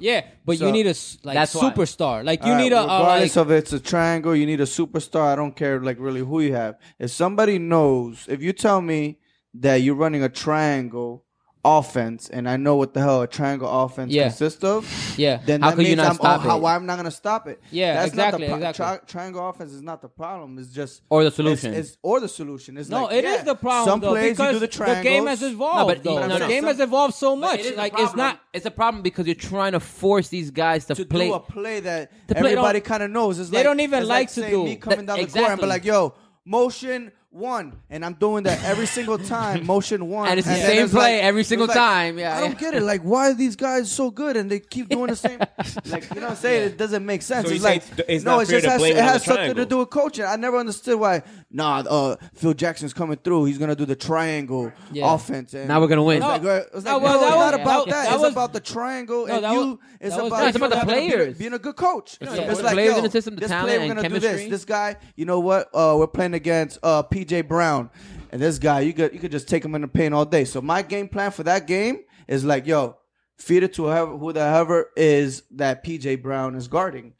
yeah, but So- you need a s- like That's why. superstar. Like you All right, need a uh, like, regardless of it's a triangle, you need a superstar. I don't care like really who you have. If somebody knows, if you tell me that you're running a triangle offense, and I know what the hell a triangle offense Yeah. consists of, yeah. then How that could you means not I'm, stop oh, how- it? why I'm not gonna stop it? Yeah, That's exactly, Not the pro- exactly. tri- triangle offense is not the problem. It's just Or the it's- solution. It's, or the solution. It's No, like, it is yeah, the problem Some though, plays you because do the triangles. game has evolved. but- though. no, no, the no. game has evolved so much. It is a like it's problem. not It's a problem because you're trying to force these guys to, to play. do a play that To play- everybody they kind of knows. It's they like, don't even it's like to say do. me coming That- down the court and be exactly. like, "Yo, motion one," and I'm doing that every single time. Motion one, And it's the then same play like- every it's single like, time. Yeah, I don't yeah. get it. Like, why are these guys so good and they keep doing the same? like, you know what I'm saying? It doesn't make sense. So it's you're like, saying it's no, not it fair just to has, blame it it on has the something to triangle. do with coaching. I never understood why. Nah, uh, Phil Jackson's coming through. He's gonna do the triangle Yeah. offense. And Now we're gonna win. It's like, No, uh, it's like, that was- no, it's that not was- about that- that. that It's was- about the triangle No, and that was- you. It's that was- about No, it's you about the having- being a- players. Being a good coach. yeah. It's The like players yo, in the system, the this talent play, we're and gonna do chemistry. this. This guy, you know what? Uh, we're playing against uh, PJ Brown, and this guy, you could you could just take him in the paint all day. So my game plan for that game is like, yo, feed it to whoever, who the whoever is that PJ Brown is guarding.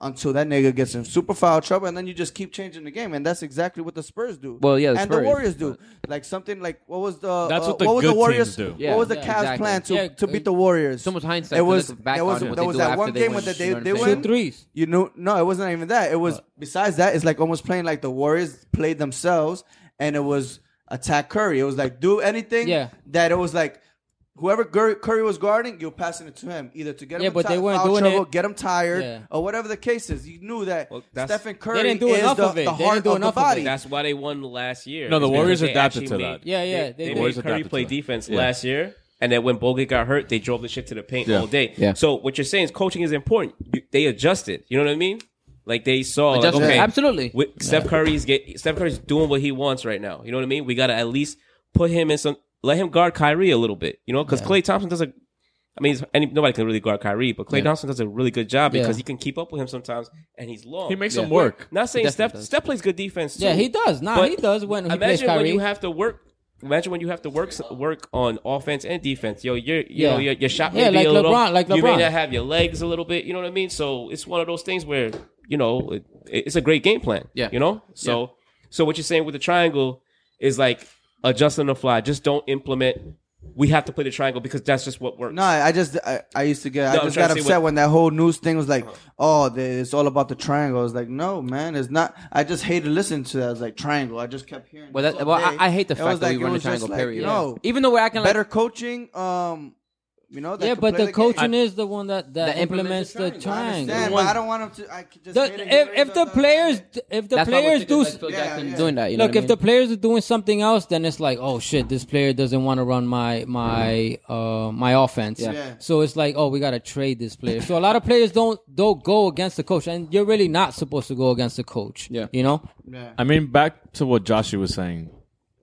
Until that nigga gets in super foul trouble, and then you just keep changing the game, and that's exactly what the Spurs do. Well, yeah, the and the Spurs, Warriors do. Like something like what was the That's uh, what the was good the Warriors teams do. Yeah, What was the yeah, Cavs' exactly. plan to, Yeah, to beat the Warriors? so much hindsight, It but was look back there was, on it, what there they was do that after one they game win, when they you they, know they what win I'm saying? Shoot threes. You knew no, it wasn't even that. It was besides that, it's like almost playing like the Warriors played themselves, and it was attack Curry. It was like do anything Yeah. that it was like. Whoever Curry Curry was guarding, you're passing it to him either to get him Yeah, in but ti- they weren't foul doing trouble, it. get him tired, Yeah. or whatever the case is. You knew that Well, that's- Stephen Curry didn't do is enough the, of it. the They heart didn't do of the enough of it. body. That's why they won last year. No, the It's because Warriors they adapted actually to made- that. Yeah, yeah, They, they they did. made Warriors Curry adapted play to that. defense Yeah. last year, and then when Bogut got hurt, they drove the shit to the paint Yeah. all day. Yeah. So what you're saying is coaching is important. You, they adjusted. You know what I mean? Like they saw, like, Adjusted. okay, Absolutely. we- Steph Curry's get Steph Curry's doing what he wants right now. You know what I mean? We got to at least put him in some, let him guard Kyrie a little bit. You know, because Clay Thompson doesn't. I mean, any, nobody can really guard Kyrie, but Clay Thompson does a really good job because he can keep up with him sometimes, and he's long. He makes them work. Not saying definitely Steph. does. Steph plays good defense. Too, Yeah, he does. Nah, but he does when he plays imagine Kyrie. when you have to work. Imagine when you have to work work on offense and defense. Yo, your you Yeah. know your, your shot Yeah, may be like a little. LeBron- like You may LeBron. not have your legs a little bit. You know what I mean? So it's one of those things where you know it, it's a great game plan. Yeah. you know. So so what you're saying with the triangle is like adjust on the fly. Just don't implement we have to play the triangle because that's just what works. No, I I just I, I used to get No, I I'm just trying got to say upset what- Uh-huh. when that whole news thing was like, oh, the, it's all about the triangle. I was like, no, man, it's not. I just hated listening to that. I was like triangle. I just kept hearing. Well, this that, all well, I, day. I hate the It fact was that like- we it run a was just triangle. like, period. You know, Even though we're acting like better coaching. Um, you know, that yeah, could but play the, coaching game. is the one that that, That implements implements, the the I triangle. understand, but I don't want him to. I could just The- hate it if, hearing if the players if the that's why we're players thinking do like Phil Yeah, Jackson yeah. doing that. You know look, what I if the mean? players are doing something else, then it's like, oh shit, this player doesn't want to run my my uh my offense. Yeah. So it's like, oh, we gotta trade this player. So a lot of players don't don't go against the coach, and you're really not supposed to go against the coach. Yeah. You know. I mean, back to what Joshua was saying.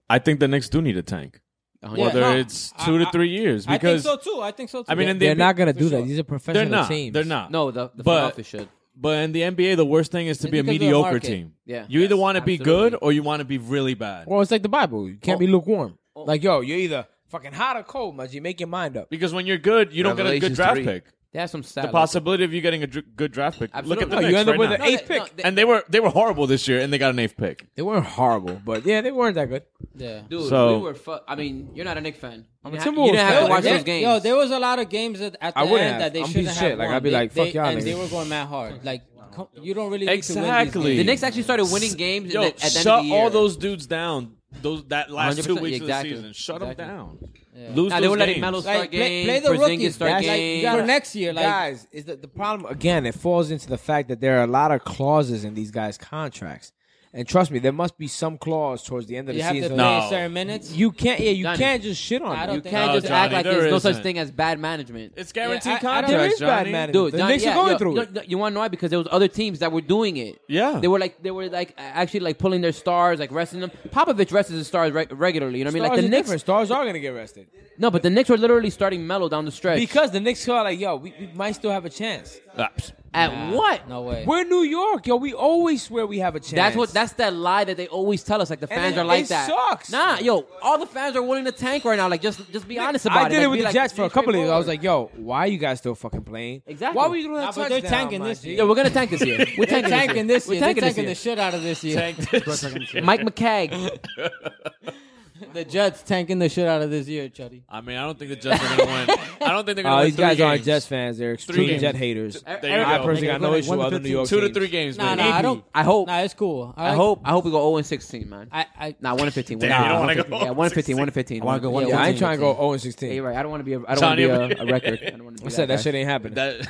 I think the Knicks do need a tank, whether No, it's two I- to three years. Because I think so too. I think so too. I mean, in the They're NBA not gonna do sure. that. These are professional they're not. teams. They're not. no, the the front But- office should. But in the NBA, the worst thing is to It's be a because of the mediocre market. team. Yeah. You either Yes, want to be absolutely. good or you want to be really bad. Well, it's like the Bible. You Oh. can't be lukewarm. Like, yo, you're either fucking hot or cold, Mudgy. Make your mind up. Because when you're good, you don't get a Revelations good draft three. pick. They have some stat. The possibility of you getting a dr- good draft pick. Absolutely. Oh, Look at the No, Knicks you end up right with now. an eighth No, pick. they- and they were they were horrible this year, and they got an eighth pick. They weren't horrible, but yeah, they weren't that good. yeah. Dude, So- we were. Fu- I mean, you're not a Knicks fan. I'm a you, Timberwolves you didn't have fan. to watch Yeah. those games. Yo, there was a lot of games that at the I wouldn't end have. that they I'm shouldn't piece of have shit. Like, won. I'd be They- like, fuck they- y'all and they niggas. were going mad hard. Like, come- you don't really Need to win Exactly. these the games. Knicks actually started winning games in Yo, the, at the end shut of the year. all those dudes down. Those that last two 100%, weeks exactly. of the season, shut Exactly. them down. Lose Nah, those they were letting games. Melo start Like, play- games. play the Porzingis rookies. start That's like- games. gotta- for next year, like guys, is that the problem again? It falls into the fact that there are a lot of clauses in these guys' contracts, and trust me, there must be some clause towards the end of you the have to play season. No. certain minutes. You can't, yeah, you Johnny. can't just shit on. them. I don't You think- can't No, just act Johnny, like there there's no such isn't. thing as bad management. It's guaranteed Yeah, I- I don't- contracts, There is bad Johnny. management. Dude, the Johnny, Knicks yeah, are going yo, through no, it. no, you want to know why? Because there was other teams that were doing it. Yeah. they were like they were like actually like pulling their stars, like resting them. Popovich rests his stars re- regularly. You know what I mean? Stars Like the are Knicks. different. stars are gonna get rested No, but the Knicks were literally starting Melo down the stretch. because the Knicks are like, yo, we, we might still have a chance. Ah, psst. at what? No way. We're New York, yo. We always swear we have a chance. That's what. That's that lie that they always tell us. Like the And fans it- are like it that. sucks. Nah, yo, all the fans are willing to tank right now. Like just, just be honest about I it. did Like, it with be the like, Jets for a couple of years. I was straightforward. like, yo, why are you guys still fucking playing? Exactly. Why were you doing that? Nah, but they're touchdown, tanking my this G? year. yeah, we're gonna tank this year. We're tanking, tanking this year. We're They're tanking, tanking the this shit out of this year. year. Mike McCagg. The Jets tanking the shit out of this year, Chuddy. I mean, I don't think the Jets are gonna win. I don't think they're gonna Uh, win. these three guys games. aren't Jets fans. They're Three extreme games. Jet haters. There you I go. personally got no issue with other New York Two to teams. three games, Nah, man. nah, I don't. I hope. Nah, it's cool. I like- hope. I hope we go 0 and 16, man. I, I Nah, 1 and 15. Damn, you don't Nah, wanna go 1 Yeah, 1 and 15. 1 and 15. I wanna go Yeah, Yeah, I 14. ain't trying to go 0 and Yeah, you're 16. right. I don't want to be. A, I don't want Johnny- to be a, a record. I don't want to be. I said that that shit ain't happening. That-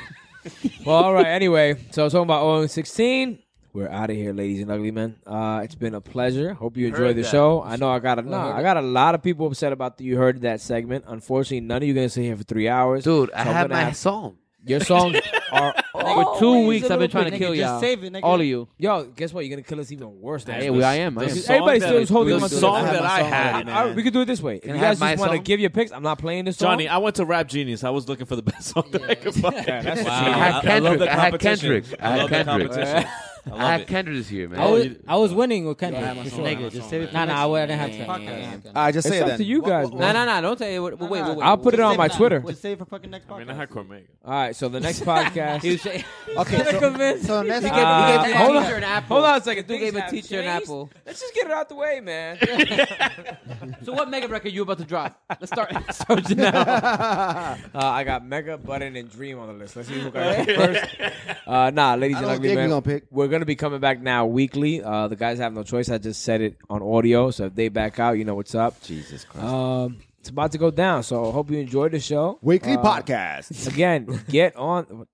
Well, all right. Anyway, so I was talking about 0 and 16. We're out of here, ladies and ugly men. Uh, it's been a pleasure. Hope you enjoyed the show. I know I got a nah, I got a lot of people upset about that you heard that segment. Unfortunately, none of you gonna sit here for three hours, Dude, So I I'm had gonna my have- song. Your songs are For two weeks, I've been trying to kill y'all. Save it, nigga. All of you. Yo, guess what? You're gonna kill us even worse. than Yeah, us. we, I am. I The am. song Everybody that- still is holding the on to the- song I have that my I song had. All right, we could do it this way. if I you guys have my just want to song? give your picks, I'm not playing this song. Johnny, I went to Rap Genius. I was looking for the best song that I could find. that's Wow. I had I love Kendrick. the I had competition. Kendrick. I I had love the Kendrick. competition. I I love had it. Kendrick this year, I Oh, man. was, I was winning with Kendrick. for sure. Just save it. Nah, nah, I wouldn't have to. Yeah. I just it's say up that. to you guys, No, man. no, no. Don't say it. Wait, wait, wait. wait, I'll put it on my Twitter. Just save it for fucking next I mean, I podcast. had Cormega. All right, so the next podcast. He was saying- Okay, so, so next He Uh, gave, he gave a hold teacher on. an apple. Hold on a second. Dude Things gave a have teacher an changed. apple. Let's just get it out the way, man. So what mega record you about to drop? Let's start. start now. Uh, I got Mega Button and Dream on the list. Let's see who got it first. Uh, nah, ladies I don't and ugly think men, we gonna pick. we're gonna be coming back now weekly. Uh, the guys have no choice. I just said it on audio, so if they back out, you know what's up. Jesus Christ. Um, it's about to go down, so I hope you enjoyed the show. Weekly Uh, podcast. Again, get Oh, on.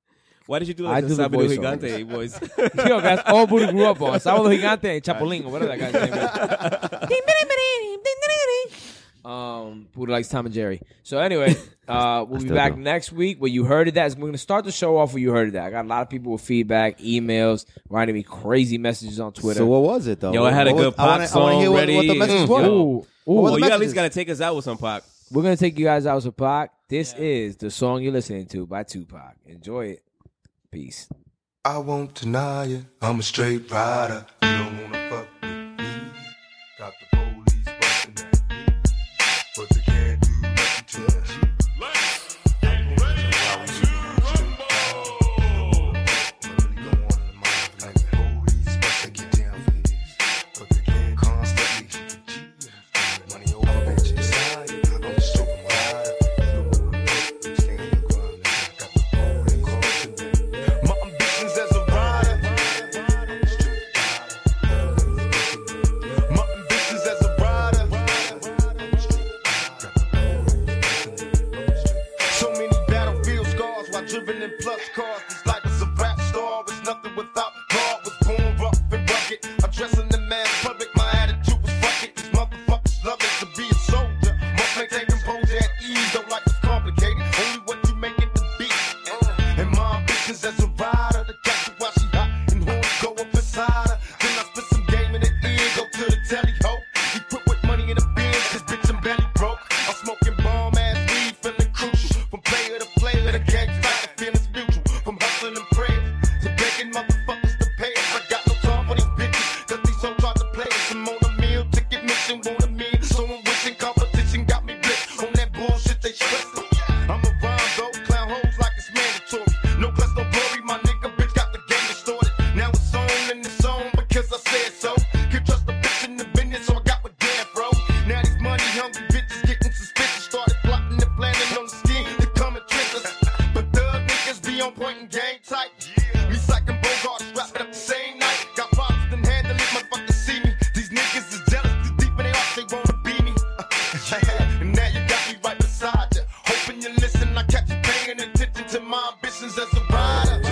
Why did you do I that? do to the Sabado voiceover. Gigante, boys? Yo, that's all Buddha grew up on. Sábado Gigante and Chapulín, or whatever that guy's name is. Um, who likes Tom and Jerry? So anyway, uh, we'll be still back do. next week where you heard of that. We're gonna start the show off where you heard of that. I got a lot of people with feedback, emails, writing me crazy messages on Twitter. So what was it though? Yo, Oh, I had a What was- good I wanna- pop I wanna song hear what- What the ready. message Mm. was. Ooh, ooh. What Well, was you the at least messages? got to take us out with some Pac. We're gonna take you guys out with some Pac. This is the song you're listening to by Tupac. Enjoy it. Peace. I won't deny it. I'm a straight rider. You don't wanna fuck with me. Got the police busting at me, but they can't do nothing to me. I'm gonna tell you how we do it. Straight down. Really go on in the mind like the police, but they get down for this. But they can't constantly. Money over bitches. I'm just joking. living in plush cars. This life is a rap star. It's nothing without God. Was born rough and rugged. I dress in the mass public. My attitude was fuck it. These motherfuckers love it to be a soldier. Must maintain composure at ease. Though life is complicated. Only what you make it to be. And my ambitions as a rider. The got you while she hot and horns go up inside her. Then I spit some game in the ear. Go to the telly ho. You put with money in the bins. This bitch I'm belly broke. I'm smoking bomb ass weed. Feeling crucial. From player to player. The gang's fighting. Feelings mutual. From hustling and prayers to begging motherfuckers to pay us. I got no time for these bitches. Cause these hoes hard to play us. I'm on a meal. Ticket mission. Want a meal. So I'm wishing competition got me rich. On that bullshit they stress. I'm a rhyme though. Clown hoes like it's mandatory. No class, no glory. My nigga bitch got the game distorted. Now it's on and it's on because I said so. Can trust the bitch in the business, so I got with dad, bro. Now these money hungry bitches getting suspicious. Started plotting and planning on the scheme to come and trick us. But thug niggas be on point and game tight. Me psyching Bogart, strapped up the same night. Got problems, then handle it, motherfuckers see me. These niggas is jealous, too deep in their hearts, they wanna be me. and now you got me right beside ya. Hoping you listen, I kept you paying attention to my ambitions as a rider.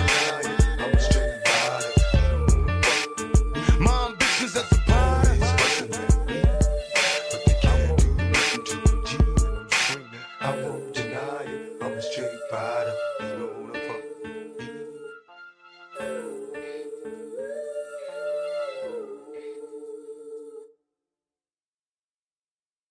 My ambitions as a I won't deny it. I'm a straight rider. You don't